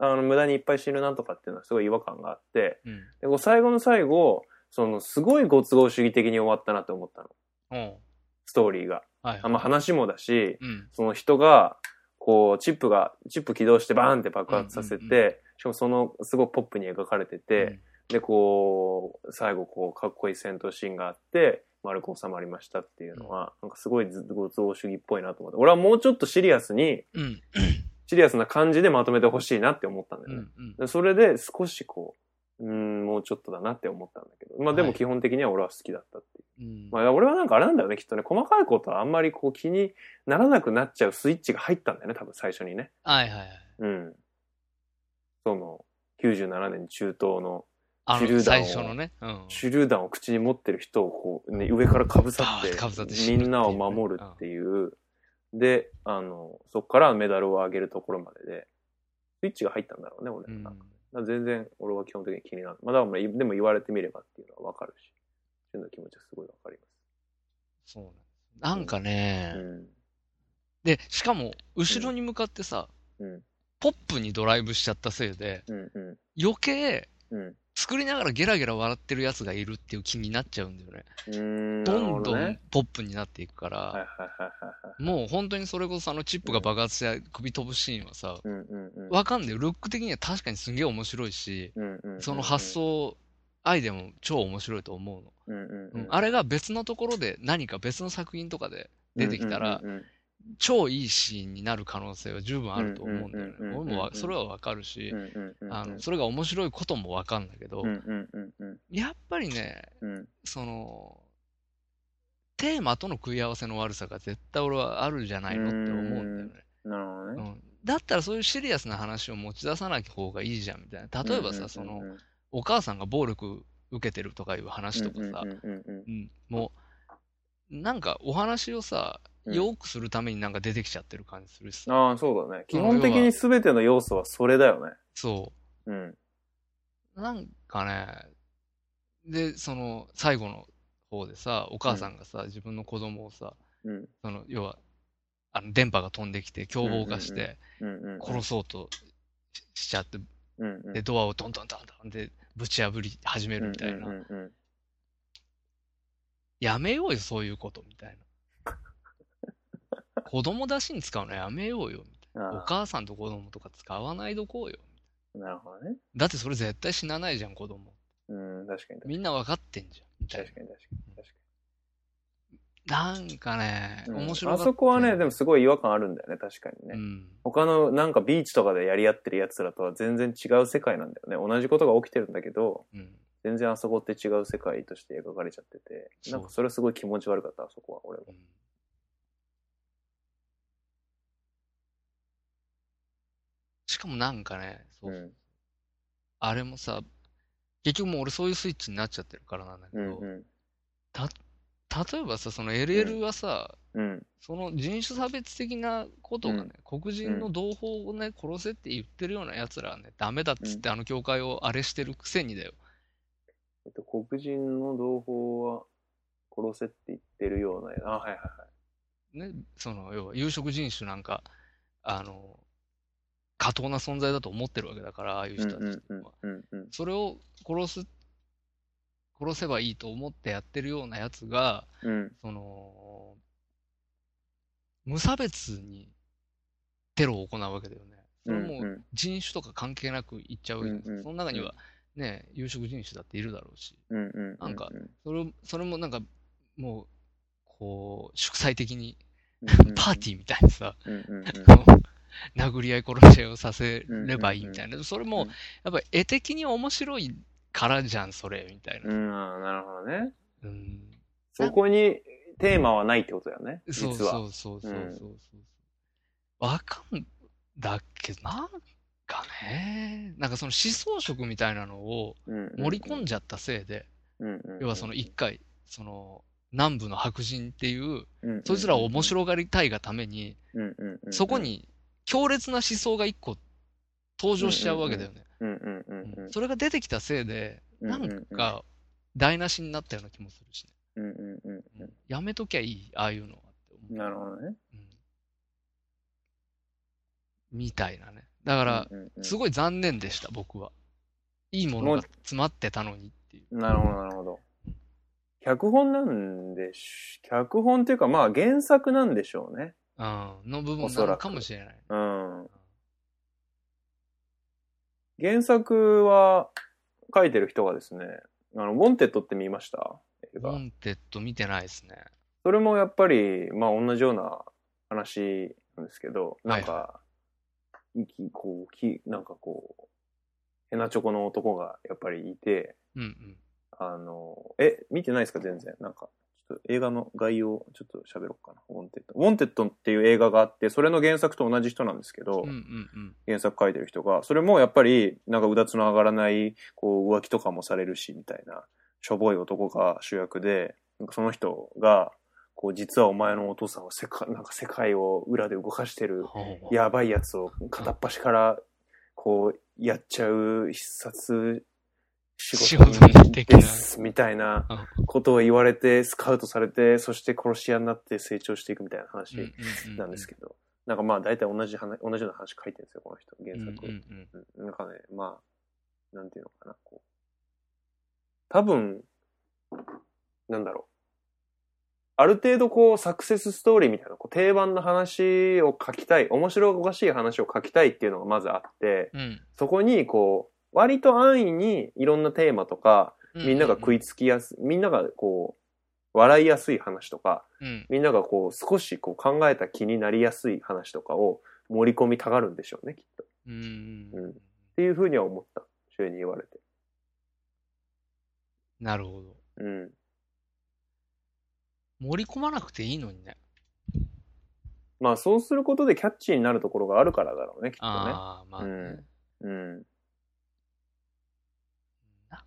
[SPEAKER 2] あの、無駄にいっぱい死ぬなとかっていうのはすごい違和感があって、
[SPEAKER 3] うん
[SPEAKER 2] でこう最後の最後、そのすごいご都合主義的に終わったなと思ったの。
[SPEAKER 3] うん。
[SPEAKER 2] ストーリーが。
[SPEAKER 3] はい
[SPEAKER 2] あ。まあ話もだし、
[SPEAKER 3] うん。
[SPEAKER 2] その人が、こう、チップが、チップ起動してバーンって爆発させて、
[SPEAKER 3] うんうん
[SPEAKER 2] しかもその、すごくポップに描かれてて、で、こう、最後、こう、かっこいい戦闘シーンがあって、丸く収まりましたっていうのは、なんかすごいずご都合主義っぽいなと思って、俺はもうちょっとシリアスに、
[SPEAKER 3] うん。うん。
[SPEAKER 2] シリアスな感じでまとめてほしいなって思ったんだ
[SPEAKER 3] う
[SPEAKER 2] よね。
[SPEAKER 3] んうん。
[SPEAKER 2] でそれで少しこう、うーん、もうちょっとだなって思ったんだけど。まあで
[SPEAKER 3] は
[SPEAKER 2] も
[SPEAKER 3] い
[SPEAKER 2] 基本的には俺は好きだったっていう。
[SPEAKER 3] うん
[SPEAKER 2] まあ俺はなんかあれなんだよね、きっとね。細かいことはあんまりこう気にならなくなっちゃうスイッチが入ったんだよね、多分最初にね。
[SPEAKER 3] はいはいはい。
[SPEAKER 2] うん。その、97年中東の
[SPEAKER 3] あ
[SPEAKER 2] 手榴
[SPEAKER 3] の、
[SPEAKER 2] 弾を
[SPEAKER 3] 最初のね。うん。
[SPEAKER 2] 手榴弾を口に持ってる人をこう、ね、上からかぶさ
[SPEAKER 3] バーンってかぶさっ
[SPEAKER 2] ってて、
[SPEAKER 3] 死ぬって
[SPEAKER 2] み
[SPEAKER 3] いうね
[SPEAKER 2] んなを守るっていう。で、あの、そこからメダルを上げるところまでで、スイッチが入ったんだろうね、俺の
[SPEAKER 3] う
[SPEAKER 2] 中で
[SPEAKER 3] ん
[SPEAKER 2] だから全然俺は基本的に気になる。まあ、だからでも言われてみればっていうのはわかるし、旬の気持ちはすごいわかり
[SPEAKER 3] そうなんなんかね
[SPEAKER 2] ます。、うん。
[SPEAKER 3] で、しかも、後ろに向かってさ、
[SPEAKER 2] うん。
[SPEAKER 3] ポップにドライブしちゃったせいで、
[SPEAKER 2] うん。う
[SPEAKER 3] 余計、
[SPEAKER 2] ん。うん。
[SPEAKER 3] 作りながらゲラゲラ笑ってる奴がいるっていう気になっちゃうんだよね。
[SPEAKER 2] うーん。
[SPEAKER 3] どんど
[SPEAKER 2] なるほ
[SPEAKER 3] ん
[SPEAKER 2] ね。
[SPEAKER 3] ポップになっていくか
[SPEAKER 2] はいは
[SPEAKER 3] ら、
[SPEAKER 2] いはいはい。
[SPEAKER 3] もう本当にそれこそあのチップが爆発して首飛ぶシーンはさ、
[SPEAKER 2] うんうんうん。
[SPEAKER 3] わかんない。ルック的には確かにすげえ面白いし、
[SPEAKER 2] うんうんうん
[SPEAKER 3] その発。想、アイデアも超面白いと思うの。
[SPEAKER 2] うんうん
[SPEAKER 3] う
[SPEAKER 2] うんん。
[SPEAKER 3] あれが別のところで何か別の作品とかで出てきたら
[SPEAKER 2] う、んうん
[SPEAKER 3] 超いいシーンになる可能性は十分あると思うんだよね。
[SPEAKER 2] うんうんうんうん
[SPEAKER 3] 俺もわそれはわかるし
[SPEAKER 2] う、んうんうんうん。
[SPEAKER 3] あの、それが面白いこともわかんだけど
[SPEAKER 2] う、んうんうんうん
[SPEAKER 3] やっぱりね、
[SPEAKER 2] うん。
[SPEAKER 3] その、テーマとの食い合わせの悪さが絶対俺はあるじゃないのって思うんだよね。
[SPEAKER 2] なるほど
[SPEAKER 3] う
[SPEAKER 2] ね。
[SPEAKER 3] ん、だったらそういうシリアスな話を持ち出さない方がいいじゃんみたいな。例えばさ、その、お母さんが暴力受けてるとかいう話とかさ、
[SPEAKER 2] うんうんうん
[SPEAKER 3] うんもう、なんかお話をさ、
[SPEAKER 2] うん
[SPEAKER 3] よくするためになんか出てきちゃってる感じするし
[SPEAKER 2] うん。
[SPEAKER 3] さ。
[SPEAKER 2] ああ、そうだね。基本的に全ての要素はそれだよね。
[SPEAKER 3] そ
[SPEAKER 2] うん。
[SPEAKER 3] う。なんかね、で、その、最後の方でさ、お母さんがさ、自分の子供をさ、
[SPEAKER 2] うん。
[SPEAKER 3] その、要は、あの、電波が飛んできて、凶暴化し
[SPEAKER 2] うんうん
[SPEAKER 3] て、
[SPEAKER 2] うんうん。
[SPEAKER 3] 殺そうとししちゃって、
[SPEAKER 2] うんうん。
[SPEAKER 3] で、ドアをドンドンドンドンでぶち破り始めるみたい
[SPEAKER 2] うんう
[SPEAKER 3] な。
[SPEAKER 2] んうんうん。
[SPEAKER 3] やめようよ、そういうこと、みたいな。子供だしに使うのやめようよ、みたいな。お
[SPEAKER 2] あ
[SPEAKER 3] 母さんと子供とか使わないどこうよ。
[SPEAKER 2] あ、なるほどね。
[SPEAKER 3] だってそれ絶対死なないじゃん、子供。
[SPEAKER 2] うん、確かに。
[SPEAKER 3] みんなわかってんじゃん、みたい
[SPEAKER 2] 確かに確かに確か
[SPEAKER 3] な。なんかね、
[SPEAKER 2] に。
[SPEAKER 3] 面白
[SPEAKER 2] うん
[SPEAKER 3] かった。
[SPEAKER 2] あそこはね、でもすごい違和感あるんだよね、確かにね。
[SPEAKER 3] うん。
[SPEAKER 2] 他のなんかビーチとかでやり合ってる奴らとは全然違う世界なんだよね。同じことが起きてるんだけど、
[SPEAKER 3] うん。
[SPEAKER 2] 全然あそこって違う世界として描かれちゃってて、なんかそれはすごい気持ち悪かった、あそこは俺も
[SPEAKER 3] う。んかもなんかね、そうう、
[SPEAKER 2] ん。
[SPEAKER 3] あれもさ、結局もう俺そういうスイッチになっちゃってるからなんだけ
[SPEAKER 2] う
[SPEAKER 3] ど、
[SPEAKER 2] ん。うん。
[SPEAKER 3] 例えばさ、その LL はさ、
[SPEAKER 2] うん。
[SPEAKER 3] その人種差別的なことがね、黒人の同胞をね、殺せって言ってるような奴らはね、ダメだっつって、あの教会をあれしてるくせにだよ。
[SPEAKER 2] えっと、黒人の同胞は殺せって言ってるようなや。あ、はいはいはい。
[SPEAKER 3] ね、その、要は、有色人種なんか、あの、過当な存在だと思ってるわけだから、ああいう人たちっていうのは。
[SPEAKER 2] うんうん。
[SPEAKER 3] それを殺す、殺せばいいと思ってやってるような奴が、
[SPEAKER 2] うん。
[SPEAKER 3] その、無差別にテロを行うわけだよね。それはもう
[SPEAKER 2] うん
[SPEAKER 3] 人種とか関係なく行っちゃうわけです
[SPEAKER 2] うんうん
[SPEAKER 3] その中には、ね、有色人種だっているだろうし、
[SPEAKER 2] うんうん。
[SPEAKER 3] なんかそれをそれもなんか、もう、こう、祝祭的に、パーティーみたいにさ、
[SPEAKER 2] ィー。うんうんうん。
[SPEAKER 3] 殴り合い殺し合いをさせればいいみたいな。それ
[SPEAKER 2] う
[SPEAKER 3] も
[SPEAKER 2] ん、
[SPEAKER 3] やっぱり絵的に面白いからじゃん、それ、みたいな。
[SPEAKER 2] うん、あーなるほどね。
[SPEAKER 3] うん
[SPEAKER 2] そこにテーマはないってことだよね。
[SPEAKER 3] そう
[SPEAKER 2] 実
[SPEAKER 3] そ
[SPEAKER 2] は。
[SPEAKER 3] うそうそうそううんそうそう。わかんだけど、なんかね、なんかその思想色みたいなのを盛り込んじゃったせいで、要はその一回、その南部の白人っていう、そいつらを面白がりたいがために、
[SPEAKER 2] い
[SPEAKER 3] そこ、に強烈な思想が一個登場しちゃうわけだよね。
[SPEAKER 2] うんうんうんうん
[SPEAKER 3] うんそれが出てきたせいで、
[SPEAKER 2] うん
[SPEAKER 3] なんか台無しになったような気もするしね。
[SPEAKER 2] うんうんうん
[SPEAKER 3] うんやめときゃいい、ああいうのはって思う。
[SPEAKER 2] なるほどね。
[SPEAKER 3] うんみたいなね。だから、
[SPEAKER 2] うんうんうん
[SPEAKER 3] すごい残念でした、僕は。いいものが詰まってたのにっていう。
[SPEAKER 2] なるほど、なるほど。脚本なんでし、脚本っていうか、まあ原作なんでしょうね。
[SPEAKER 3] うん、の部分
[SPEAKER 2] お
[SPEAKER 3] な
[SPEAKER 2] そ
[SPEAKER 3] の
[SPEAKER 2] らく
[SPEAKER 3] かもしれない。
[SPEAKER 2] うん。原作は書いてる人がですね、あの、ウォンテッドって見ました映
[SPEAKER 3] モ
[SPEAKER 2] 画
[SPEAKER 3] ンテッド見てないですね。
[SPEAKER 2] それもやっぱり、まあ同じような話なんですけど、なん
[SPEAKER 3] は
[SPEAKER 2] か、息、こう、き、なんかこう、ヘナチョコの男がやっぱりいて、
[SPEAKER 3] うんうん。
[SPEAKER 2] あの、え、見てないですか全然。なんか、ちょっと映画の概要をちょっと喋ろうかな。ウォンテッド。ウォンテッドっていう映画があって、それの原作と同じ人なんですけど、
[SPEAKER 3] うんうんうん。
[SPEAKER 2] 原作書いてる人が、それもやっぱり、なんかうだつの上がらない、こう、浮気とかもされるし、みたいな、しょぼい男が主役で、なんかその人が、こう、実はお前のお父さんは世界、なんか世界を裏で動かしてる、
[SPEAKER 3] ほう
[SPEAKER 2] やばいやつを片っ端から、こう、やっちゃう必殺仕事
[SPEAKER 3] 仕事的な
[SPEAKER 2] です、みたいなことを言われて、スカウトされて、そして殺し屋になって成長していくみたいな話。なんですけど、なんかまあ大体同じ話、同じような話書いてるんですよ、この人、原作。
[SPEAKER 3] うんうんうん
[SPEAKER 2] うんなんかね、まあ、なんていうのかな、こう。多分、なんだろう。ある程度こう、サクセスストーリーみたいな、こう定番の話を書きたい、面白おかしい話を書きたいっていうのがまずあって、
[SPEAKER 3] うん
[SPEAKER 2] そこにこう、割と安易にいろんなテーマとか、みんなが食いつきやす、みんながこう、笑いやすい話とか、
[SPEAKER 3] うん
[SPEAKER 2] みんながこう少しこう考えた気になりやすい話とかを盛り込みたがるんでしょうね、きっと。っ
[SPEAKER 3] うん
[SPEAKER 2] う
[SPEAKER 3] うんん
[SPEAKER 2] ていうふうには思った。主演に言われて。
[SPEAKER 3] なるほど。
[SPEAKER 2] うん。
[SPEAKER 3] 盛り込まなくていいのにね。
[SPEAKER 2] まあそうすることでキャッチーになるところがあるからだろうね、きっとね。
[SPEAKER 3] ああ、まあね。
[SPEAKER 2] うん
[SPEAKER 3] うん
[SPEAKER 2] うん。
[SPEAKER 3] な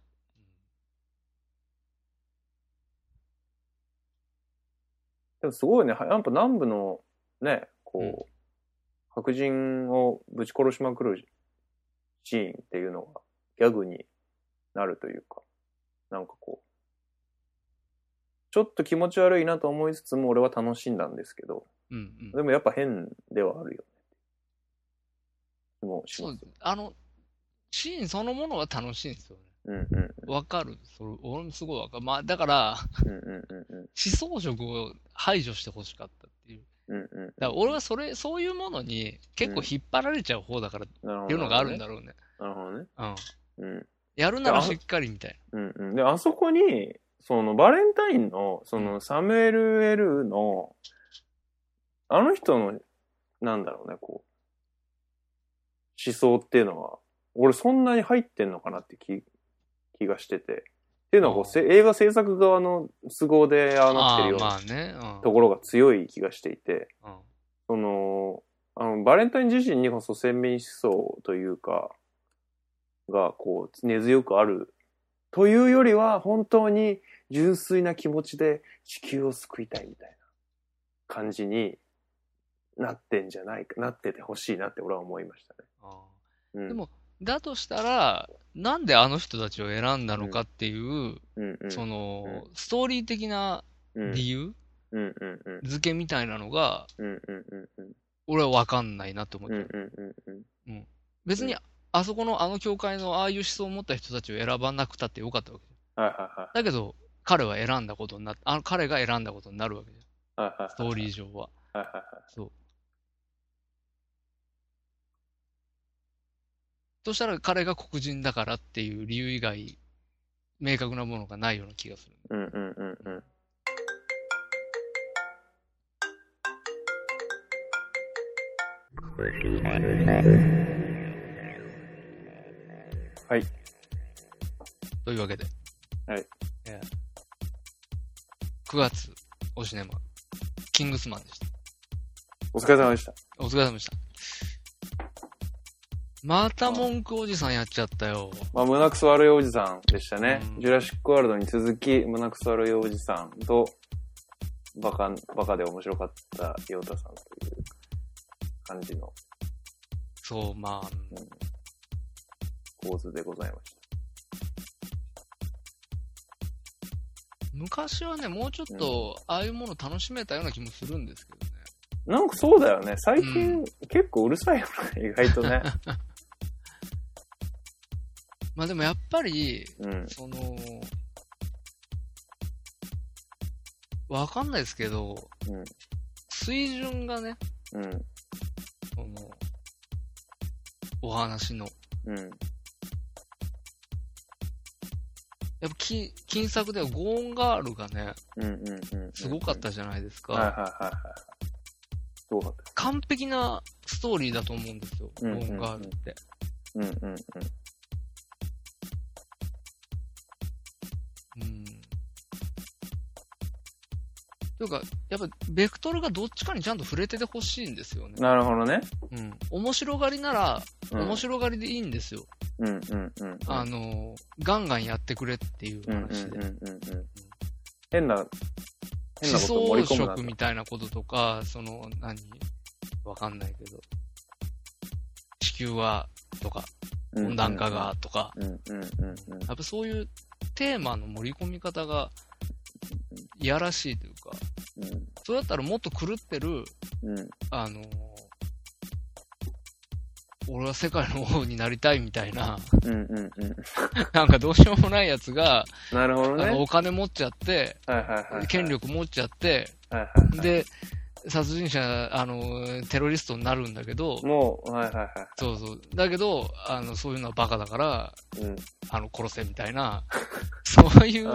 [SPEAKER 2] でもすごいね、はやっぱ南部のね、こう、
[SPEAKER 3] うん
[SPEAKER 2] 白人をぶち殺しまくるシーンっていうのがギャグになるというか、なんかこう、ちょっと気持ち悪いなと思いつつも俺は楽しんだんですけど、
[SPEAKER 3] うんうん
[SPEAKER 2] でもやっぱ変ではあるよね。もうし
[SPEAKER 3] そ
[SPEAKER 2] ま
[SPEAKER 3] う
[SPEAKER 2] す。、
[SPEAKER 3] あの、シーンそのものは楽しいんですよね。
[SPEAKER 2] うんうんうん
[SPEAKER 3] わかる。それ、俺もすごいわかる。まあ、だから、
[SPEAKER 2] うんうんうん
[SPEAKER 3] 思想色を排除してほしかったっていう。
[SPEAKER 2] うんうんうん。
[SPEAKER 3] だから俺はそれ、そういうものに結構引っ張られちゃう方だからっていうのがあるんだろうね。
[SPEAKER 2] なるほどね。
[SPEAKER 3] うん。
[SPEAKER 2] うん。
[SPEAKER 3] やるならしっかりみたいな。
[SPEAKER 2] うんうん。で、あそこに、そのバレンタインの、そのサムエル・エルの、あの人の、なんだろうね、こう、思想っていうのは、俺そんなに入ってんのかなって気、気がしてて。っていうのはこう、せ映画制作側の都合でああなってるよう
[SPEAKER 3] ああ、
[SPEAKER 2] な
[SPEAKER 3] まあね。うん
[SPEAKER 2] ところが強い気がしていて、
[SPEAKER 3] うん
[SPEAKER 2] その、あの、バレンタイン自身にこそ鮮明思想というか、が、こう、根強くある。というよりは、本当に純粋な気持ちで地球を救いたいみたいな感じになってんじゃないか、なっててほしいなって俺は思いましたね。
[SPEAKER 3] あー
[SPEAKER 2] うん、
[SPEAKER 3] でもだとしたら、なんであの人たちを選んだのかっていう、
[SPEAKER 2] うんうん、
[SPEAKER 3] その、
[SPEAKER 2] う
[SPEAKER 3] ストーリー的な
[SPEAKER 2] うん、
[SPEAKER 3] 理由
[SPEAKER 2] うんうんうん
[SPEAKER 3] 付けみたいなのが、
[SPEAKER 2] うんうんうんうん
[SPEAKER 3] 俺はわかんないなって思っ
[SPEAKER 2] うん
[SPEAKER 3] て
[SPEAKER 2] うん
[SPEAKER 3] る。
[SPEAKER 2] うんうん
[SPEAKER 3] 別に、あそこのあの教会のああいう思想を持った人たちを選ばなくたってよかったわけじ
[SPEAKER 2] はいはいは
[SPEAKER 3] ゃん。だけど、彼は選んだことになっあの彼が選んだことになるわけじゃん。
[SPEAKER 2] い。はいはいはい
[SPEAKER 3] ストーリー上は。
[SPEAKER 2] はいはいはい。
[SPEAKER 3] そしたら彼が黒人だからっていう理由以外、明確なものがないような気がする。
[SPEAKER 2] うんうんうんうん。はい。
[SPEAKER 3] というわけで。
[SPEAKER 2] はい
[SPEAKER 3] えー。9月、おシネマ、キングスマンでした。
[SPEAKER 2] お疲れ様でした。
[SPEAKER 3] お疲れ様でした。また文句おじさんやっちゃったよ。
[SPEAKER 2] まあ、胸くそ悪いおじさんでしたね。
[SPEAKER 3] うん
[SPEAKER 2] ジュラシックワールドに続き、胸くそ悪いおじさんと、バカ、バカで面白かったヨ太タさんという感じの
[SPEAKER 3] そう、まあ、
[SPEAKER 2] 構図でございまし
[SPEAKER 3] 昔はね、もうちょっと、ああいうもの楽しめたような気もするんですけどね。
[SPEAKER 2] た。なんかそうだよね。最
[SPEAKER 3] う
[SPEAKER 2] 近結構うるさいよね。意外と
[SPEAKER 3] [laughs]
[SPEAKER 2] ね。
[SPEAKER 3] まあでもやっぱり、
[SPEAKER 2] うん。
[SPEAKER 3] その、わかんないですけど、
[SPEAKER 2] うん
[SPEAKER 3] 水準がね、
[SPEAKER 2] うん。
[SPEAKER 3] その、お話の、
[SPEAKER 2] うん。
[SPEAKER 3] やっぱ金、金作ではゴーンガールがね、
[SPEAKER 2] うんうんうんうん。
[SPEAKER 3] すごかったじゃないですか。
[SPEAKER 2] はいはいはいはい。すごかった。
[SPEAKER 3] 完璧なストーリーだと思うんですよ、
[SPEAKER 2] う
[SPEAKER 3] ゴ
[SPEAKER 2] んうんうん
[SPEAKER 3] ーンガールって。
[SPEAKER 2] うんうんうん。
[SPEAKER 3] うん。というか、やっぱ、ベクトルがどっちかにちゃんと触れててほしいんですよね。
[SPEAKER 2] なるほどね。
[SPEAKER 3] うん。面白がりな
[SPEAKER 2] う
[SPEAKER 3] ら、
[SPEAKER 2] ん
[SPEAKER 3] 面白がりでいいんですよ。
[SPEAKER 2] うんうんうんうん。
[SPEAKER 3] あの、ガンガンやってくれっていう
[SPEAKER 2] うんうんうん
[SPEAKER 3] 話
[SPEAKER 2] う
[SPEAKER 3] で。
[SPEAKER 2] んうん。変な、変なことを
[SPEAKER 3] 思
[SPEAKER 2] 盛り
[SPEAKER 3] 想
[SPEAKER 2] 込むな
[SPEAKER 3] 色みたいなこととか、その、何わかんないけど。地球は、とか、
[SPEAKER 2] うん
[SPEAKER 3] 温暖化が、とか。
[SPEAKER 2] うんうんうんうん。
[SPEAKER 3] やっぱそういうテーマの盛り込み方が、いやらしいというか、
[SPEAKER 2] う
[SPEAKER 3] そうだったらもっと狂ってる、
[SPEAKER 2] んうん。
[SPEAKER 3] あのー俺は世界の王になりたいみたいな、 [laughs]
[SPEAKER 2] うんうんうん。
[SPEAKER 3] なんかどうしようもないやつが、
[SPEAKER 2] なるほ
[SPEAKER 3] あ
[SPEAKER 2] どね。はい
[SPEAKER 3] のお金持っちゃって、
[SPEAKER 2] はいはいはい。
[SPEAKER 3] 権。力持っちゃって、
[SPEAKER 2] はいはいはい。
[SPEAKER 3] で、殺人者、あのーテロリストになるんだけど、
[SPEAKER 2] もう、はいはいは
[SPEAKER 3] そうそう。だけど、あの、そういうのはバカだから、
[SPEAKER 2] い。うん。
[SPEAKER 3] あの、殺せみたいな、 [laughs] そういう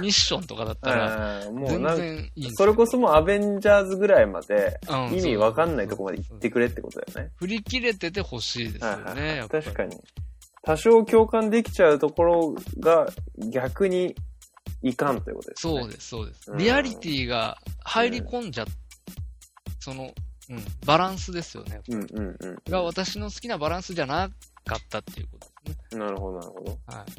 [SPEAKER 3] ミッションとかだったら、
[SPEAKER 2] あーもう
[SPEAKER 3] 全
[SPEAKER 2] なんか、
[SPEAKER 3] 然いいんですよ
[SPEAKER 2] それこそもうアベンジャーズぐらいまで、
[SPEAKER 3] うん
[SPEAKER 2] 意味わかんないとこまで行ってくれってことだよね。
[SPEAKER 3] 振り切れててほしいですよ
[SPEAKER 2] はいはい
[SPEAKER 3] ね、
[SPEAKER 2] は
[SPEAKER 3] や
[SPEAKER 2] い
[SPEAKER 3] っぱり。
[SPEAKER 2] 確かに。多少共感できちゃうところが逆にいかんということですね。
[SPEAKER 3] そうです、そうです
[SPEAKER 2] う。ん
[SPEAKER 3] リアリティが入り込んじゃ、その、うん、バランスですよね。
[SPEAKER 2] うんうんうん。
[SPEAKER 3] が私の好きなバランスじゃなかったっていうことですね。
[SPEAKER 2] なるほどなるほど。
[SPEAKER 3] はい。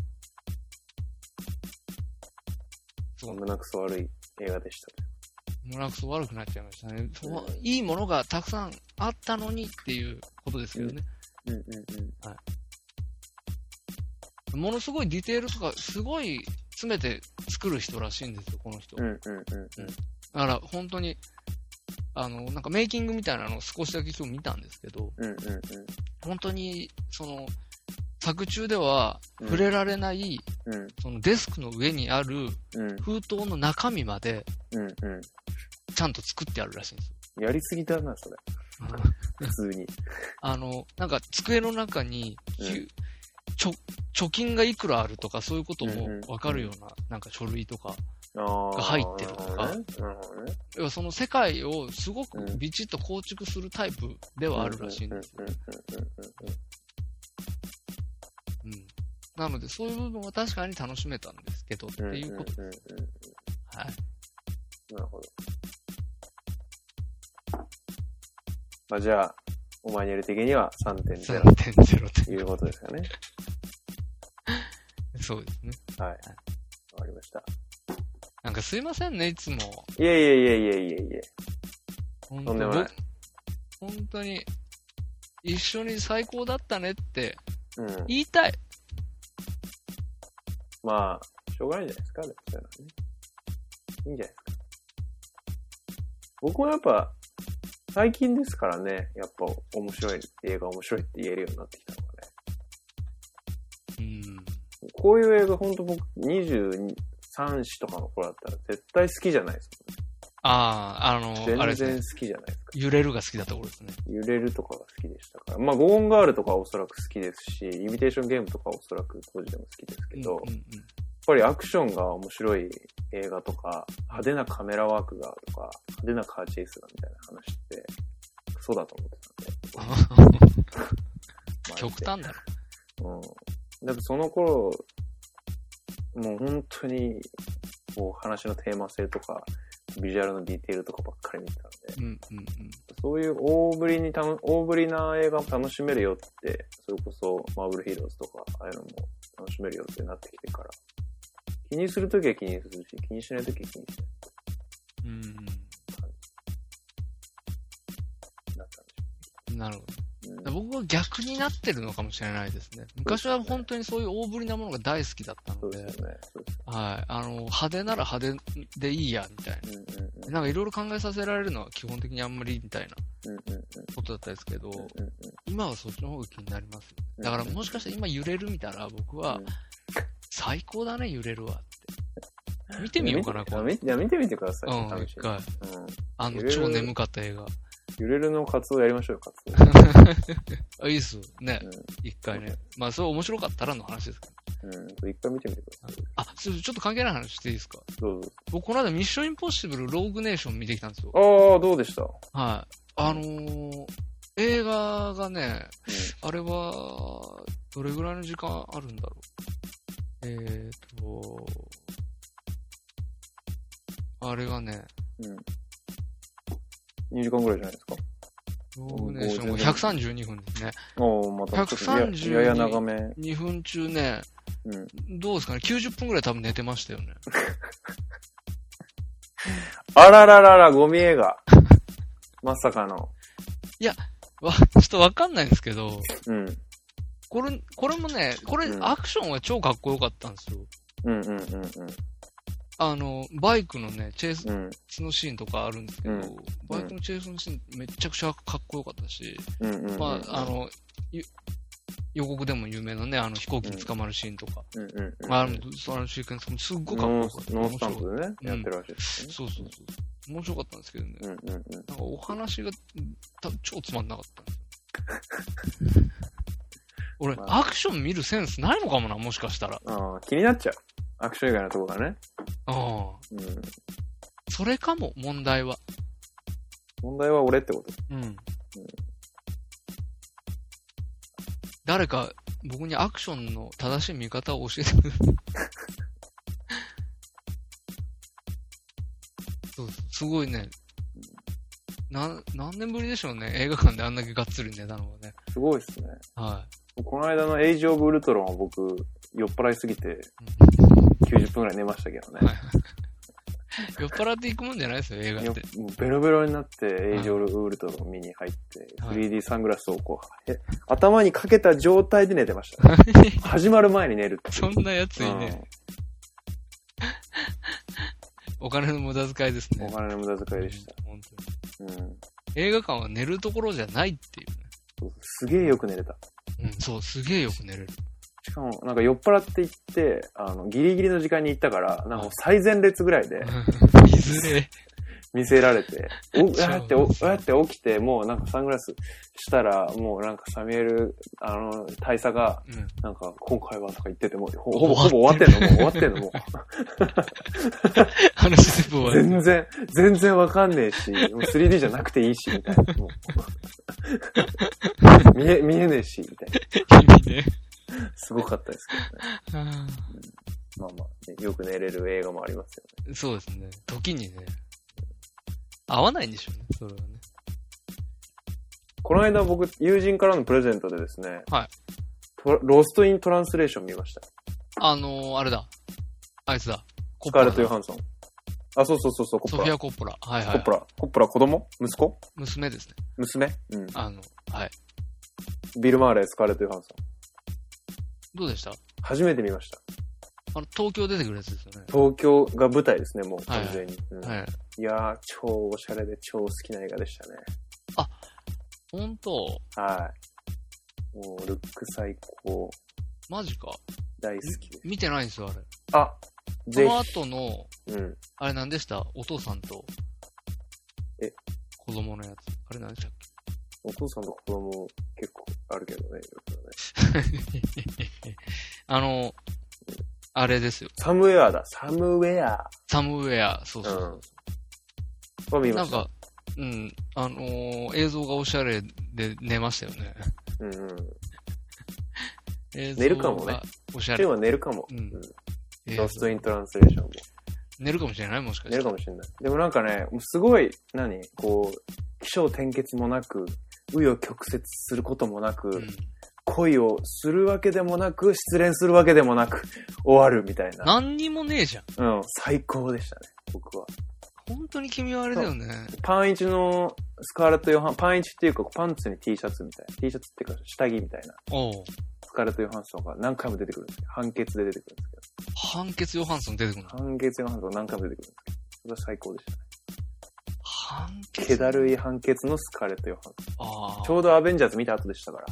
[SPEAKER 3] そう、
[SPEAKER 2] 胸くそ悪い映画でした。
[SPEAKER 3] 胸くそ悪くなっちゃいましたね。そういいものがたくさんあったのにっていうことですけどね。
[SPEAKER 2] うんうんうん。
[SPEAKER 3] ものすごいディテールとか、すごい詰めて作る人らしいんですよ、この人。
[SPEAKER 2] うんうんうん
[SPEAKER 3] だから本当に、あの、なんかメイキングみたいなのを少しだけ今日見たんですけど、
[SPEAKER 2] うんうん
[SPEAKER 3] 本当に、その、作中では
[SPEAKER 2] うん
[SPEAKER 3] 触れられない、
[SPEAKER 2] うんうん
[SPEAKER 3] そのデスクの上にある
[SPEAKER 2] うん
[SPEAKER 3] 封筒の中身まで
[SPEAKER 2] うんう
[SPEAKER 3] ちゃんと作ってあるらしいんですよ。
[SPEAKER 2] ん。やりすぎだな、それ。普通に。
[SPEAKER 3] あの、なんか机の中に、
[SPEAKER 2] うん
[SPEAKER 3] ゆちょ貯金がいくらあるとかそういうことも
[SPEAKER 2] うんうん
[SPEAKER 3] わかるような、なんか書類とか、
[SPEAKER 2] あー
[SPEAKER 3] が入ってるとか
[SPEAKER 2] なるほどねなるほどね。
[SPEAKER 3] 要はその世界をすご
[SPEAKER 2] う
[SPEAKER 3] く
[SPEAKER 2] ん
[SPEAKER 3] ビチッと構築するタイプではあるらしいんですよ
[SPEAKER 2] うん。うんうんうんうん
[SPEAKER 3] うん。なので、そういう部分は確かに楽しめたんですけど、って
[SPEAKER 2] うん。
[SPEAKER 3] いうこと。
[SPEAKER 2] んんうんうん
[SPEAKER 3] はい。
[SPEAKER 2] なるほど。まあじゃあ、オマニエル的には3.0
[SPEAKER 3] 3.0
[SPEAKER 2] ということですよね。
[SPEAKER 3] 点。 [laughs] そうですね。
[SPEAKER 2] はい。わかりました。
[SPEAKER 3] なんかすいませんね、いつも。
[SPEAKER 2] いえいえいえいえいえいえ。
[SPEAKER 3] と
[SPEAKER 2] とんでもない
[SPEAKER 3] 本当に、一緒に最高だったねって
[SPEAKER 2] うん。
[SPEAKER 3] 言いたい。
[SPEAKER 2] まあ、しょうがないんじゃないですか、でもそういうのはね。いいんじゃないですか。僕もやっぱ、最近ですからね、やっぱ面白い、映画面白いって言えるようになってきたのがね。
[SPEAKER 3] うん。
[SPEAKER 2] こういう映画、ほんと僕、23、4とかの頃だったら絶対好きじゃないです
[SPEAKER 3] ああ、あ
[SPEAKER 2] もん、
[SPEAKER 3] の、あれ
[SPEAKER 2] ね。
[SPEAKER 3] です
[SPEAKER 2] 全
[SPEAKER 3] ね
[SPEAKER 2] 然。好きじゃないですか。
[SPEAKER 3] 揺れるが好きだった頃ですね。
[SPEAKER 2] 揺れるとかが好きでしたから。まあ、ゴーンガールとかはおそらく好きですし、イミテーションゲームとかはおそらく当時でも好きですけど、
[SPEAKER 3] うんうんうん
[SPEAKER 2] やっぱりアクションが面白い映画とか、派手なカメラワークがとか、派手なカーチェイスがみたいな話って、クソだと思ってたんで。 [laughs] マジで
[SPEAKER 3] 極端だな。
[SPEAKER 2] うん。だってその頃、もう本当に、こう話のテーマ性とか、ビジュアルのディテールとかばっかり見てたんで、
[SPEAKER 3] うんうんうん。
[SPEAKER 2] そういう大ぶりにたの、大ぶりな映画も楽しめるよって、それこそマーブルヒーローズとか、ああいうのも楽しめるよってなってきてから、気にするときは気にするし、気にしないときは気にしない。
[SPEAKER 3] うん
[SPEAKER 2] なったんで
[SPEAKER 3] なるほ
[SPEAKER 2] しょうね
[SPEAKER 3] ど。僕は逆になってるのかもしれないですね。昔は本当にそういう大ぶりなものが大好きだった
[SPEAKER 2] そ
[SPEAKER 3] の
[SPEAKER 2] う
[SPEAKER 3] で、
[SPEAKER 2] ですよね。そうです
[SPEAKER 3] はい。あの、派手なら派手でいいや、みたいな。
[SPEAKER 2] よねうんうんうん
[SPEAKER 3] なんかいろいろ考えさせられるのは基本的にあんまりみたいな
[SPEAKER 2] うんうん
[SPEAKER 3] ことだったんですけど、
[SPEAKER 2] うんうんうん
[SPEAKER 3] 今はそっちの方が気になりますよね。だからもしかして今揺れる見たら僕は
[SPEAKER 2] うん
[SPEAKER 3] 最高だね、揺れるわって。見てみようかな、
[SPEAKER 2] 見て
[SPEAKER 3] 今
[SPEAKER 2] み
[SPEAKER 3] 度。
[SPEAKER 2] いや見てみてください。
[SPEAKER 3] うん
[SPEAKER 2] 試しに
[SPEAKER 3] 一回
[SPEAKER 2] うん
[SPEAKER 3] あ
[SPEAKER 2] 揺
[SPEAKER 3] の、
[SPEAKER 2] れる
[SPEAKER 3] 超眠かった映画。
[SPEAKER 2] ゆれるのカツオやりましょうよ、カツ
[SPEAKER 3] あ、いいっすよ。ね
[SPEAKER 2] うん、
[SPEAKER 3] 一回ね。まあ、それ面白かったらの話ですけど。
[SPEAKER 2] オ。うん。これ一回見てみてください。
[SPEAKER 3] あ、すいませんちょっと関係ない話していいですか
[SPEAKER 2] どうぞ。
[SPEAKER 3] 僕、この間、ミッションインポッシブル、ローグネーション見てきたんですよ。
[SPEAKER 2] ああ、どうでしたう
[SPEAKER 3] はい。あのー、映画がね、
[SPEAKER 2] ん。
[SPEAKER 3] あれは、どれぐらいの時間あるんだろう。えーと、あれがね、
[SPEAKER 2] うん。2時間ぐらいじゃないですか。
[SPEAKER 3] ローグネーションが132分ですね。
[SPEAKER 2] おおまたちょっとや
[SPEAKER 3] 132
[SPEAKER 2] やや長め。う
[SPEAKER 3] 2分中ね、
[SPEAKER 2] ん。
[SPEAKER 3] どうですかね、90分ぐらい多分寝てましたよね。
[SPEAKER 2] あらららら、ゴミ映画。まさかの。
[SPEAKER 3] わ、ちょっとわかんないんですけど、
[SPEAKER 2] うん。
[SPEAKER 3] これ、これもね、これ
[SPEAKER 2] う、ん
[SPEAKER 3] アクションは超かっこよかったんですよ。
[SPEAKER 2] うんうんうんうん。
[SPEAKER 3] あの、バイクのね、チェイス
[SPEAKER 2] うん。
[SPEAKER 3] のシーンとかあるんですけど、
[SPEAKER 2] うん
[SPEAKER 3] バイクのチェイスのシーンめちゃくちゃかっこよかったし、
[SPEAKER 2] うんうんうん。
[SPEAKER 3] まあ、あ、の、ゆ予告でも有名なね、あの飛行機に捕まるシーンとか、
[SPEAKER 2] うんうんうん。
[SPEAKER 3] あの、そのシーケンスもすっごいかっこ
[SPEAKER 2] ノ
[SPEAKER 3] よかった。
[SPEAKER 2] ーノースタンプでね、
[SPEAKER 3] 面白い
[SPEAKER 2] やってるらしいです
[SPEAKER 3] 面
[SPEAKER 2] ね。
[SPEAKER 3] 白いそうそうそう。面白かったんですけどね。
[SPEAKER 2] うんうんうん。
[SPEAKER 3] なんかお話がた超つまんなかったんですよ。
[SPEAKER 2] [laughs]
[SPEAKER 3] 俺、
[SPEAKER 2] まあ
[SPEAKER 3] アクション見るセンスないのかもな、もしかしたら。
[SPEAKER 2] ああ、気になっちゃう。アクション以外のとこがね。
[SPEAKER 3] うん。
[SPEAKER 2] うん。
[SPEAKER 3] それかも、問題は。
[SPEAKER 2] 問題は俺ってこと。
[SPEAKER 3] うん。誰か、僕にアクションの正しい見方を教えてくれる。そうです。すごいね。なん、何年ぶりでしょうね。映画館であんだけがっつり寝たのはね。
[SPEAKER 2] すごいですね。
[SPEAKER 3] は
[SPEAKER 2] この間のエイジ・オブ・ウルトロンは僕、酔っ払いすぎて
[SPEAKER 3] い。うん
[SPEAKER 2] 90分くらい寝ましたけどね。
[SPEAKER 3] 酔っ払っていくもんじゃないですよ、映画
[SPEAKER 2] よ
[SPEAKER 3] って。
[SPEAKER 2] もうベロベロになって、エイジ・オブ・ウルトロン見に入って、
[SPEAKER 3] はい
[SPEAKER 2] 3D サングラスをこう、え頭にかけた状態で寝てました、ね。始まる前に寝るってい
[SPEAKER 3] [laughs] そ
[SPEAKER 2] うん
[SPEAKER 3] なやついね、お金の無駄遣いです
[SPEAKER 2] うん
[SPEAKER 3] ね
[SPEAKER 2] お。金の無駄遣いでした。
[SPEAKER 3] 本当に
[SPEAKER 2] うん。そう
[SPEAKER 3] 映画館は寝るところじゃないってい
[SPEAKER 2] そうすげえよく寝れた。
[SPEAKER 3] うね。うん、そう、すげえよく寝
[SPEAKER 2] [laughs]
[SPEAKER 3] れる。
[SPEAKER 2] しかも、なんか酔っ払って行って、あの、ギリギリの時間に行ったから、なんかもう最前列ぐらいで、
[SPEAKER 3] いずれ。
[SPEAKER 2] 見せられて、お、
[SPEAKER 3] [laughs] そう
[SPEAKER 2] やって、お、やって起きて、もうなんかサングラスしたら、もうなんかサミュエル、あの、大佐が、
[SPEAKER 3] うん。
[SPEAKER 2] なんか今回はとか言ってて、もうほほぼ、ほ
[SPEAKER 3] 終
[SPEAKER 2] ぼ終わってんの、もう終わってんの、も
[SPEAKER 3] 話全部
[SPEAKER 2] う。
[SPEAKER 3] 終わる。
[SPEAKER 2] 全然、全然わかんねえし、もう 3D じゃなくていいし、みたいな。もう見え、見えねえし、みたい
[SPEAKER 3] 君ね。
[SPEAKER 2] な。すごかったですけどね。
[SPEAKER 3] あ
[SPEAKER 2] まあまあ、ねよく寝れる映画もありますよね。
[SPEAKER 3] ーそうですね。時にね、合わないんでしょうね、それはね。
[SPEAKER 2] この間僕、友人からのプレゼントでですね、
[SPEAKER 3] はい
[SPEAKER 2] トロストイントランスレーション見ました。
[SPEAKER 3] あのー、あれだ。あいつだ。コ
[SPEAKER 2] スカーレ
[SPEAKER 3] だ
[SPEAKER 2] ット・ヨハンソン。あ、そうそうそうそう、コ
[SPEAKER 3] ソ
[SPEAKER 2] ッ
[SPEAKER 3] フ
[SPEAKER 2] プ
[SPEAKER 3] ィ
[SPEAKER 2] ラ。
[SPEAKER 3] ア・コッポラ。はい
[SPEAKER 2] コ
[SPEAKER 3] はい
[SPEAKER 2] ップ。ラ。コップラ、子供息子
[SPEAKER 3] 娘ですね。
[SPEAKER 2] 娘うん。
[SPEAKER 3] あの、はい。
[SPEAKER 2] ビル・マーレー、スカーレット・ヨハンソン。
[SPEAKER 3] どうでした
[SPEAKER 2] 初めて見ました。
[SPEAKER 3] あの、東京出てくるやつですよね。
[SPEAKER 2] 東京が舞台ですね、もう完全に。うん
[SPEAKER 3] はい。
[SPEAKER 2] いやー、超おしゃれで超好きな映画でしたね。
[SPEAKER 3] 本当
[SPEAKER 2] はい。もう、ルック最高、
[SPEAKER 3] マジか。
[SPEAKER 2] 大好きで。
[SPEAKER 3] 見てないんですよ、あれ。
[SPEAKER 2] あ、
[SPEAKER 3] そ
[SPEAKER 2] ぜ
[SPEAKER 3] の後の、
[SPEAKER 2] ひ。うん。
[SPEAKER 3] あれ何でしたお父さんと。
[SPEAKER 2] え
[SPEAKER 3] 子供のやつ。あれ何でしたっ
[SPEAKER 2] お父さんと子供結構あるけどね、いろいろね。
[SPEAKER 3] けあの、あれですよ。
[SPEAKER 2] サムウェアだ、サムウェア。
[SPEAKER 3] サムウェア。そう
[SPEAKER 2] う
[SPEAKER 3] そう。
[SPEAKER 2] ん。は見
[SPEAKER 3] な
[SPEAKER 2] ま
[SPEAKER 3] ん
[SPEAKER 2] した。
[SPEAKER 3] か、うん、あのー映像がおしゃれで寝ましたよね。
[SPEAKER 2] うんうん。
[SPEAKER 3] 映
[SPEAKER 2] [laughs]
[SPEAKER 3] 像
[SPEAKER 2] 寝るかもね
[SPEAKER 3] がおしゃ
[SPEAKER 2] チュ
[SPEAKER 3] れ
[SPEAKER 2] ン。は寝るかも。
[SPEAKER 3] う
[SPEAKER 2] うんん。
[SPEAKER 3] 映像
[SPEAKER 2] ロストイントランスレーションも。
[SPEAKER 3] 寝るかもしれないもしかして。
[SPEAKER 2] 寝るかもしれない。でもなんかね、もうすごい、何こう、気象転結もなく、紆余曲折することもなく、恋をするわけでもなく、失恋するわけでもなく、終わるみたい
[SPEAKER 3] うん。
[SPEAKER 2] な。
[SPEAKER 3] 何にもねえじゃん。
[SPEAKER 2] うん、最高でしたね、僕は。
[SPEAKER 3] 本当に君はあれだよね。
[SPEAKER 2] パンイチのスカーレット・ヨハン、パンイチっていうかパンツに T シャツみたいな、T シャツっていうか下着みたいな、
[SPEAKER 3] おう
[SPEAKER 2] スカーレット・ヨハンソンが何回も出てくるんですけど、判決で出てくるんですけ
[SPEAKER 3] 判決ヨハンソン出てくるの
[SPEAKER 2] ど、判決・ヨハンソンが何回も出てくるんですけど、それは最高でしたね。
[SPEAKER 3] 判決
[SPEAKER 2] 気だるい判決のスカーレット・ヨハンソン。
[SPEAKER 3] あ
[SPEAKER 2] ち
[SPEAKER 3] あ。
[SPEAKER 2] ょうどアベンジャーズ見た後でした
[SPEAKER 3] [laughs]
[SPEAKER 2] から、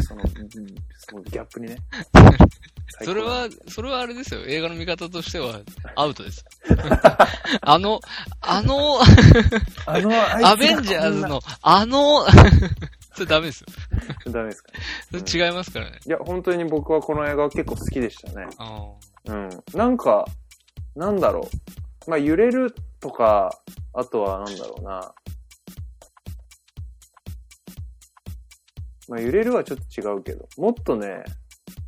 [SPEAKER 2] その、うんそのギャップにね。
[SPEAKER 3] それは、それはあれですよ。映画の見方としては、アウト
[SPEAKER 2] [laughs]
[SPEAKER 3] です。あの、あの、
[SPEAKER 2] 最高、あの、
[SPEAKER 3] アベンジャーズの、あの、 [laughs] それダメですよ。
[SPEAKER 2] ズ。ダメですかね。
[SPEAKER 3] それ違いますからね。
[SPEAKER 2] いや、本当に僕はこの映画は結構好きでしたね。
[SPEAKER 3] あー
[SPEAKER 2] うん。なんか、なんだろう。まあ、揺れるとか、あとはなんだろうな。まあ、揺れるはちょっと違うけど、もっとね、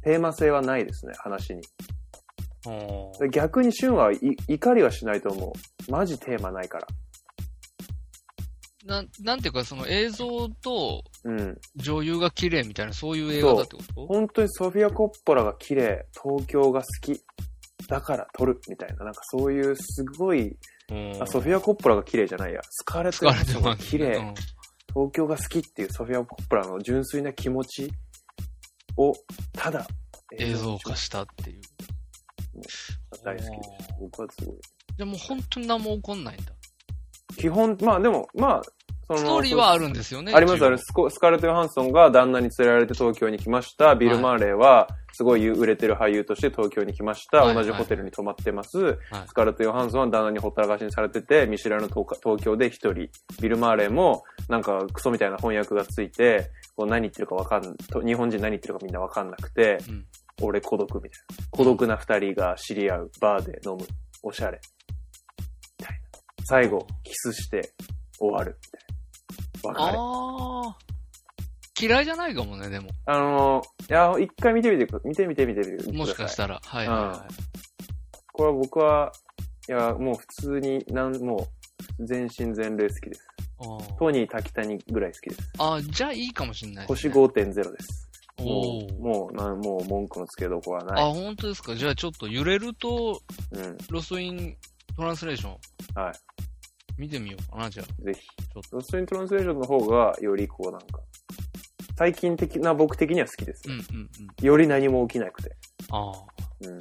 [SPEAKER 2] テーマ性はないですね、話に。
[SPEAKER 3] あー。
[SPEAKER 2] で逆に旬はい怒りはしないと思う。マジテーマないから。
[SPEAKER 3] なん、なんていうか、その映像と
[SPEAKER 2] うん。
[SPEAKER 3] 女優が綺麗みたいな、そういう映画だってこと
[SPEAKER 2] 本当にソフィア・コッポラが綺麗、東京が好き、だから撮る、みたいな。なんかそういうすごい、
[SPEAKER 3] うん
[SPEAKER 2] あ、ソフィア・コッポラが綺麗じゃないや。スカーレット・ヨハン
[SPEAKER 3] 疲れ
[SPEAKER 2] ソ
[SPEAKER 3] て
[SPEAKER 2] ンが
[SPEAKER 3] ます。
[SPEAKER 2] 綺麗。
[SPEAKER 3] うん
[SPEAKER 2] 東京が好きっていうソフィア・コップラの純粋な気持ちをただ
[SPEAKER 3] 映像化したっていう。
[SPEAKER 2] 大好きです。僕はすごい。
[SPEAKER 3] じゃあもう本当に何も起こんないんだ。
[SPEAKER 2] 基本、まあでも、まあ、その、
[SPEAKER 3] ストーリーはあるんですよね。
[SPEAKER 2] ありますある
[SPEAKER 3] 一
[SPEAKER 2] スコスカーレット・ヨハンソンが旦那に連れられて東京に来ました。ビル・マーレーは、すごい売れてる俳優として東京に来ました。
[SPEAKER 3] はい
[SPEAKER 2] 同じホテルに泊まってます。
[SPEAKER 3] はい
[SPEAKER 2] スカーレット・ヨハンソンは旦那にほったらかしにされてて、見知らぬ東東京で一人。ビル・マーレーも、なんかクソみたいな翻訳がついて、こう何言ってるかわかんと日本人何言ってるかみんなわかんなくて、
[SPEAKER 3] うん
[SPEAKER 2] 俺孤独みたいな。孤独な二人が知り合う。バーで飲む。おしゃれ。みたいな。最後、キスして終わる。みたいな。別れ。
[SPEAKER 3] 応あー。嫌いじゃないかもね、でも。
[SPEAKER 2] あのーいや、一回見てみてく、見てみて見てみてください。
[SPEAKER 3] もしかしたら。はいはいは
[SPEAKER 2] これは僕は、いや、もう普通に、なん、もう、全身全霊好きです。
[SPEAKER 3] い。
[SPEAKER 2] トニー・滝谷ぐらい好きです。
[SPEAKER 3] あーあー、じゃあいいかもしれないで
[SPEAKER 2] 星
[SPEAKER 3] すね。
[SPEAKER 2] 5.0です。
[SPEAKER 3] お
[SPEAKER 2] もう、
[SPEAKER 3] ー
[SPEAKER 2] もう、なんもう文句のつけどころは
[SPEAKER 3] あ、
[SPEAKER 2] ない。
[SPEAKER 3] 本当ですか。じゃあちょっと揺れると、
[SPEAKER 2] うん。
[SPEAKER 3] ロストイントランスレーション。
[SPEAKER 2] は
[SPEAKER 3] 見てみようかな、じゃあ。
[SPEAKER 2] い。ぜひ
[SPEAKER 3] ょっ。
[SPEAKER 2] ロストイントランスレーションの方が、よりこうなんか、最近的な僕的には好きです
[SPEAKER 3] うん
[SPEAKER 2] ね、
[SPEAKER 3] うんうん。
[SPEAKER 2] より何も起きなくて。
[SPEAKER 3] ああ。
[SPEAKER 2] うん。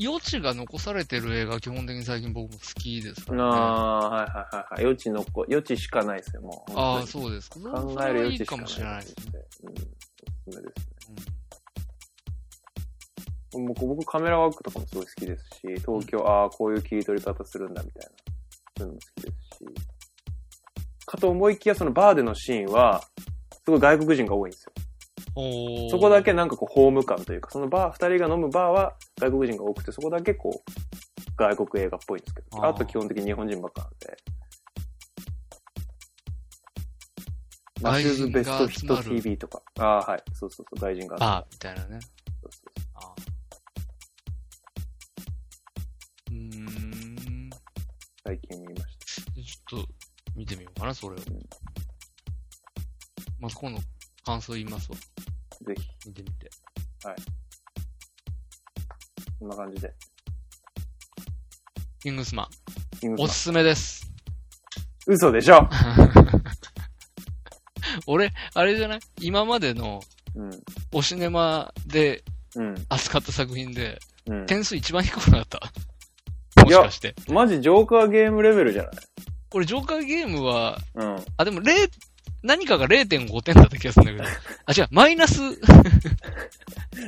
[SPEAKER 3] 余地が残されてる映画、基本的に最近僕も好きですから、ね。
[SPEAKER 2] あー、はいはいはいはい。余地のこ、余地しかないですよ、もう。
[SPEAKER 3] ああ、そうですか。それ
[SPEAKER 2] 考
[SPEAKER 3] は
[SPEAKER 2] える
[SPEAKER 3] い
[SPEAKER 2] 余
[SPEAKER 3] い
[SPEAKER 2] 地しか
[SPEAKER 3] か
[SPEAKER 2] ない
[SPEAKER 3] もしれないですね。
[SPEAKER 2] うん、おすすめですね。僕僕カメラワークとかもすごい好きですし、東京、ああ、こういう切り取り方するんだみたいな、そういうのも好きですし。かと思いきや、そのバーでのシーンは、すごい外国人が多いんですよ。
[SPEAKER 3] おー
[SPEAKER 2] そこだけなんかこう、ホーム感というか、そのバー、二人が飲むバーは外国人が多くて、そこだけこう、外国映画っぽいんですけど、
[SPEAKER 3] あー
[SPEAKER 2] あと基本的に日本人ばっかなんで。マ
[SPEAKER 3] 外
[SPEAKER 2] シューズ
[SPEAKER 3] 人が
[SPEAKER 2] ベ
[SPEAKER 3] 集
[SPEAKER 2] ス
[SPEAKER 3] ま
[SPEAKER 2] ト
[SPEAKER 3] る
[SPEAKER 2] ヒット TV とか。ああ、はい。そうそうそう、外人が集まる。
[SPEAKER 3] バーみたいなね。
[SPEAKER 2] そうそうそ
[SPEAKER 3] あーうーん。
[SPEAKER 2] う最近見まし
[SPEAKER 3] ちょっと、見てみようかな、それを
[SPEAKER 2] ん。
[SPEAKER 3] まず今度、感想言いますわ。
[SPEAKER 2] ぜひ、
[SPEAKER 3] 見てみて。
[SPEAKER 2] こんな感じで。
[SPEAKER 3] キングスマン、
[SPEAKER 2] キング
[SPEAKER 3] お
[SPEAKER 2] ス
[SPEAKER 3] すすめです。 [laughs]
[SPEAKER 2] マン嘘でしょ
[SPEAKER 3] 俺、あれじゃない今までの、
[SPEAKER 2] うん。
[SPEAKER 3] おシネマで
[SPEAKER 2] うん。
[SPEAKER 3] 扱った作品で、
[SPEAKER 2] うん。
[SPEAKER 3] 点数一番低くなかった。もしかして。
[SPEAKER 2] マジジョーカーゲームレベルじゃない
[SPEAKER 3] これ、ジョーカーゲームは、
[SPEAKER 2] うん。
[SPEAKER 3] あ、でも0、何かが0.5点だった気がするんだ
[SPEAKER 2] [laughs]
[SPEAKER 3] けど。あ、違う、マイナス、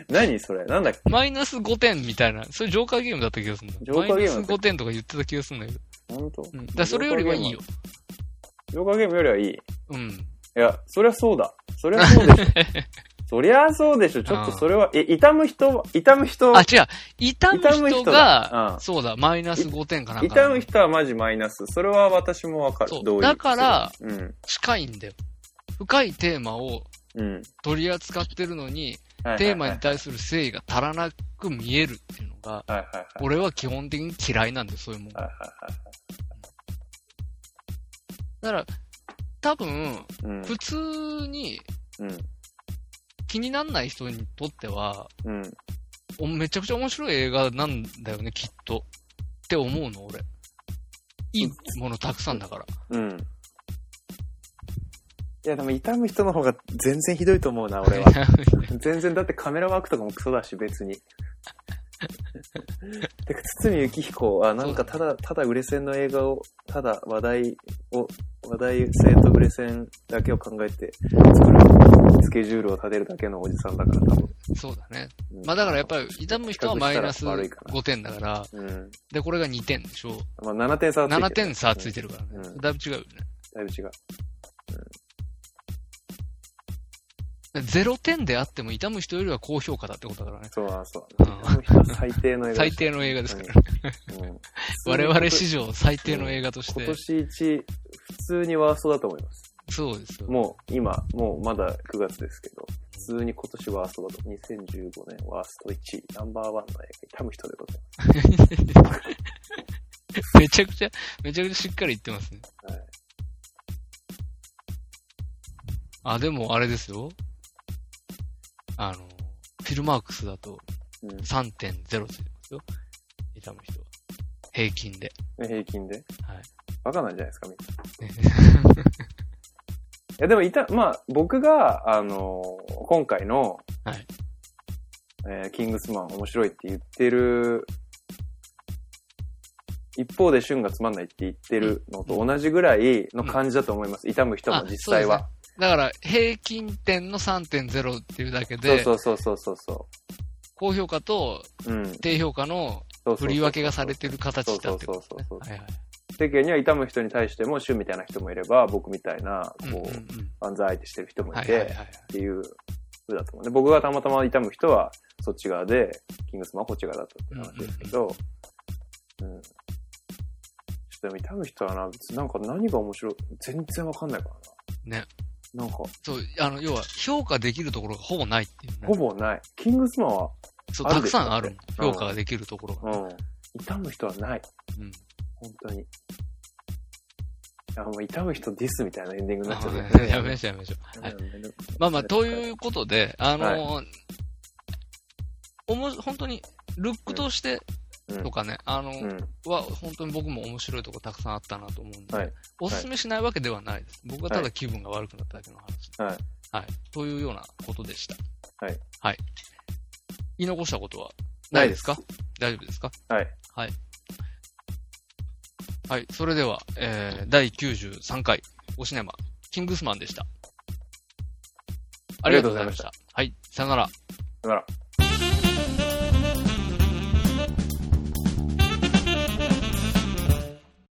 [SPEAKER 2] 何それなんだっけ
[SPEAKER 3] マイナス5点みたいな。それジョーカーゲームだった気がするんだ。
[SPEAKER 2] ジョーカーゲームだった
[SPEAKER 3] マイナス5点とか言ってた気がするんだけど。
[SPEAKER 2] 本当
[SPEAKER 3] うん。だからそれよりはいいよ。。
[SPEAKER 2] ジョーカーゲームよりはいい。
[SPEAKER 3] うん。
[SPEAKER 2] いや、そりゃそうだ。そりゃそう
[SPEAKER 3] [laughs]
[SPEAKER 2] でしょ。そりゃそうでしょ。ちょっとそれは、え、痛む人は、痛む人
[SPEAKER 3] あ、、違う。痛む
[SPEAKER 2] 痛む
[SPEAKER 3] 人
[SPEAKER 2] 人
[SPEAKER 3] が
[SPEAKER 2] だ、うん
[SPEAKER 3] そうだ、マイナス5点かなんか
[SPEAKER 2] 痛
[SPEAKER 3] な。
[SPEAKER 2] む人はマジマイナス。それは私もわかる
[SPEAKER 3] そ。う
[SPEAKER 2] 同意
[SPEAKER 3] だから
[SPEAKER 2] する、
[SPEAKER 3] 近いんだよ。深いテーマを
[SPEAKER 2] うん。うん。
[SPEAKER 3] 取り扱ってるのに、
[SPEAKER 2] はいはいはい
[SPEAKER 3] テーマに対する誠意が足らなく見えるっていうのが、
[SPEAKER 2] はいはいはい。
[SPEAKER 3] 俺は基本的に嫌いなんだよ、そういうもん。だ
[SPEAKER 2] は
[SPEAKER 3] か
[SPEAKER 2] いは
[SPEAKER 3] ら、多分、
[SPEAKER 2] いはい。
[SPEAKER 3] 普通に
[SPEAKER 2] うん。
[SPEAKER 3] 気になんない人にとっては、
[SPEAKER 2] うん。うん。
[SPEAKER 3] おめちゃくちゃ面白い映画なんだよね、きっと。って思うの、俺。いいものたくさんだから。
[SPEAKER 2] うん。いや、でも痛む人の方が全然ひどいと思うな、俺は。
[SPEAKER 3] [laughs]
[SPEAKER 2] 全然、だってカメラワークとかもクソだし、別に。てか、堤幸彦は、なんかただ、ただ売れ線の映画を、ただ話題を、話題性と売れ線だけを考えて作る、スケジュールを立てるだけのおじさんだから、多分。
[SPEAKER 3] そうだね。
[SPEAKER 2] うん
[SPEAKER 3] まあだからやっぱり、痛む人はマイナス
[SPEAKER 2] 比較したら悪いから
[SPEAKER 3] 5点だから、
[SPEAKER 2] うん。
[SPEAKER 3] で、これが2点でしょ。
[SPEAKER 2] まあ、7点差はついてる
[SPEAKER 3] 7点差ついてるからね。
[SPEAKER 2] うん
[SPEAKER 3] だいぶ違うよ
[SPEAKER 2] だいぶ違う。
[SPEAKER 3] ね。0点であっても痛む人よりは高評価だってことだからね。
[SPEAKER 2] そうなん
[SPEAKER 3] [laughs]
[SPEAKER 2] そう。
[SPEAKER 3] うん
[SPEAKER 2] 痛む人は最低の映画で
[SPEAKER 3] 最
[SPEAKER 2] し
[SPEAKER 3] 低の映画ですから。
[SPEAKER 2] た。
[SPEAKER 3] [laughs]
[SPEAKER 2] うん
[SPEAKER 3] 我々史上最低の映画とし
[SPEAKER 2] 今
[SPEAKER 3] て。
[SPEAKER 2] 年一、普通にワーストだと思います。
[SPEAKER 3] そうですよ。
[SPEAKER 2] もう今、もうまだ9月ですけど、普通に今年ワーストだと、2015年ワースト1位、ナンバーワンの映画、痛む人でございま
[SPEAKER 3] [laughs] めちゃくちゃ、めちゃくちゃしっかり言ってますね。
[SPEAKER 2] はい
[SPEAKER 3] あ、でもあれですよ。あの、フィルマークスだと
[SPEAKER 2] す。
[SPEAKER 3] 3.0ついてますよ。痛む人は。平均で。
[SPEAKER 2] うん、平均で。
[SPEAKER 3] はい。
[SPEAKER 2] バカなんじゃないですか、みんな。いや、でもいた、まあ、僕が、あのー今回の、
[SPEAKER 3] はい
[SPEAKER 2] えーキングスマン面白いって言ってる、一方で旬がつまんないって言ってるのと同じぐらいの感じだと思います。痛む人も実際は。
[SPEAKER 3] だから、平均点の3.0っていうだけ
[SPEAKER 2] そう
[SPEAKER 3] で、
[SPEAKER 2] そうそうそうそうそ
[SPEAKER 3] 高評価と
[SPEAKER 2] う。うん。そう
[SPEAKER 3] 低評価の
[SPEAKER 2] そうそう
[SPEAKER 3] 振り分けがされてる形だってこ
[SPEAKER 2] そ
[SPEAKER 3] と
[SPEAKER 2] うそうそうそう
[SPEAKER 3] ね。はいはい。
[SPEAKER 2] 世間には痛む人に対しても、シュンみたいな人もいれば、僕みたいな、
[SPEAKER 3] うん
[SPEAKER 2] こ
[SPEAKER 3] うん
[SPEAKER 2] う、
[SPEAKER 3] うん
[SPEAKER 2] 万歳相手してる人もい
[SPEAKER 3] はいはいはい
[SPEAKER 2] て、
[SPEAKER 3] はい。
[SPEAKER 2] っていう風だと思う。で、僕がたまたま痛む人は、そっち側で、キングスマンはこっち側だったって話ですけど、うん。ちょっとでも痛む人はな、なんか何が面白い、全然わかんないからな。
[SPEAKER 3] ね。
[SPEAKER 2] なんか、
[SPEAKER 3] そう、あの、要は、評価できるところがほぼないっていうね、
[SPEAKER 2] ほぼない。キングスマンは、
[SPEAKER 3] そう、
[SPEAKER 2] あ
[SPEAKER 3] た
[SPEAKER 2] る
[SPEAKER 3] く
[SPEAKER 2] でしょ
[SPEAKER 3] さんある
[SPEAKER 2] う
[SPEAKER 3] もん。
[SPEAKER 2] ん
[SPEAKER 3] 評価ができるところ
[SPEAKER 2] う
[SPEAKER 3] が。
[SPEAKER 2] ん。痛む人はない。
[SPEAKER 3] うん。
[SPEAKER 2] 本当に。いや、もう痛む人ディスみたいなエンディングになっちゃう
[SPEAKER 3] あーやめましょうやめましょう。はい。
[SPEAKER 2] ね。
[SPEAKER 3] まあまあ、と
[SPEAKER 2] う
[SPEAKER 3] い
[SPEAKER 2] ん。
[SPEAKER 3] うことで、あのーおも、本当に、ルックとして
[SPEAKER 2] うん
[SPEAKER 3] とかね、あの
[SPEAKER 2] うん。
[SPEAKER 3] は、本当に僕も面白いとこたくさんあったなと思うんで、
[SPEAKER 2] はい
[SPEAKER 3] おすすめしないわけではないです。僕はただ気分が悪くなっただけの話。
[SPEAKER 2] はい。
[SPEAKER 3] はい。というようなことでした。
[SPEAKER 2] はい。
[SPEAKER 3] はい。言い残したことはないですか大丈夫ですか
[SPEAKER 2] はい。
[SPEAKER 3] はい。はい。それでは、えー、第93回、おシネマ、キングスマンでした。ありがとうございました。はい。さよなら。
[SPEAKER 2] だから。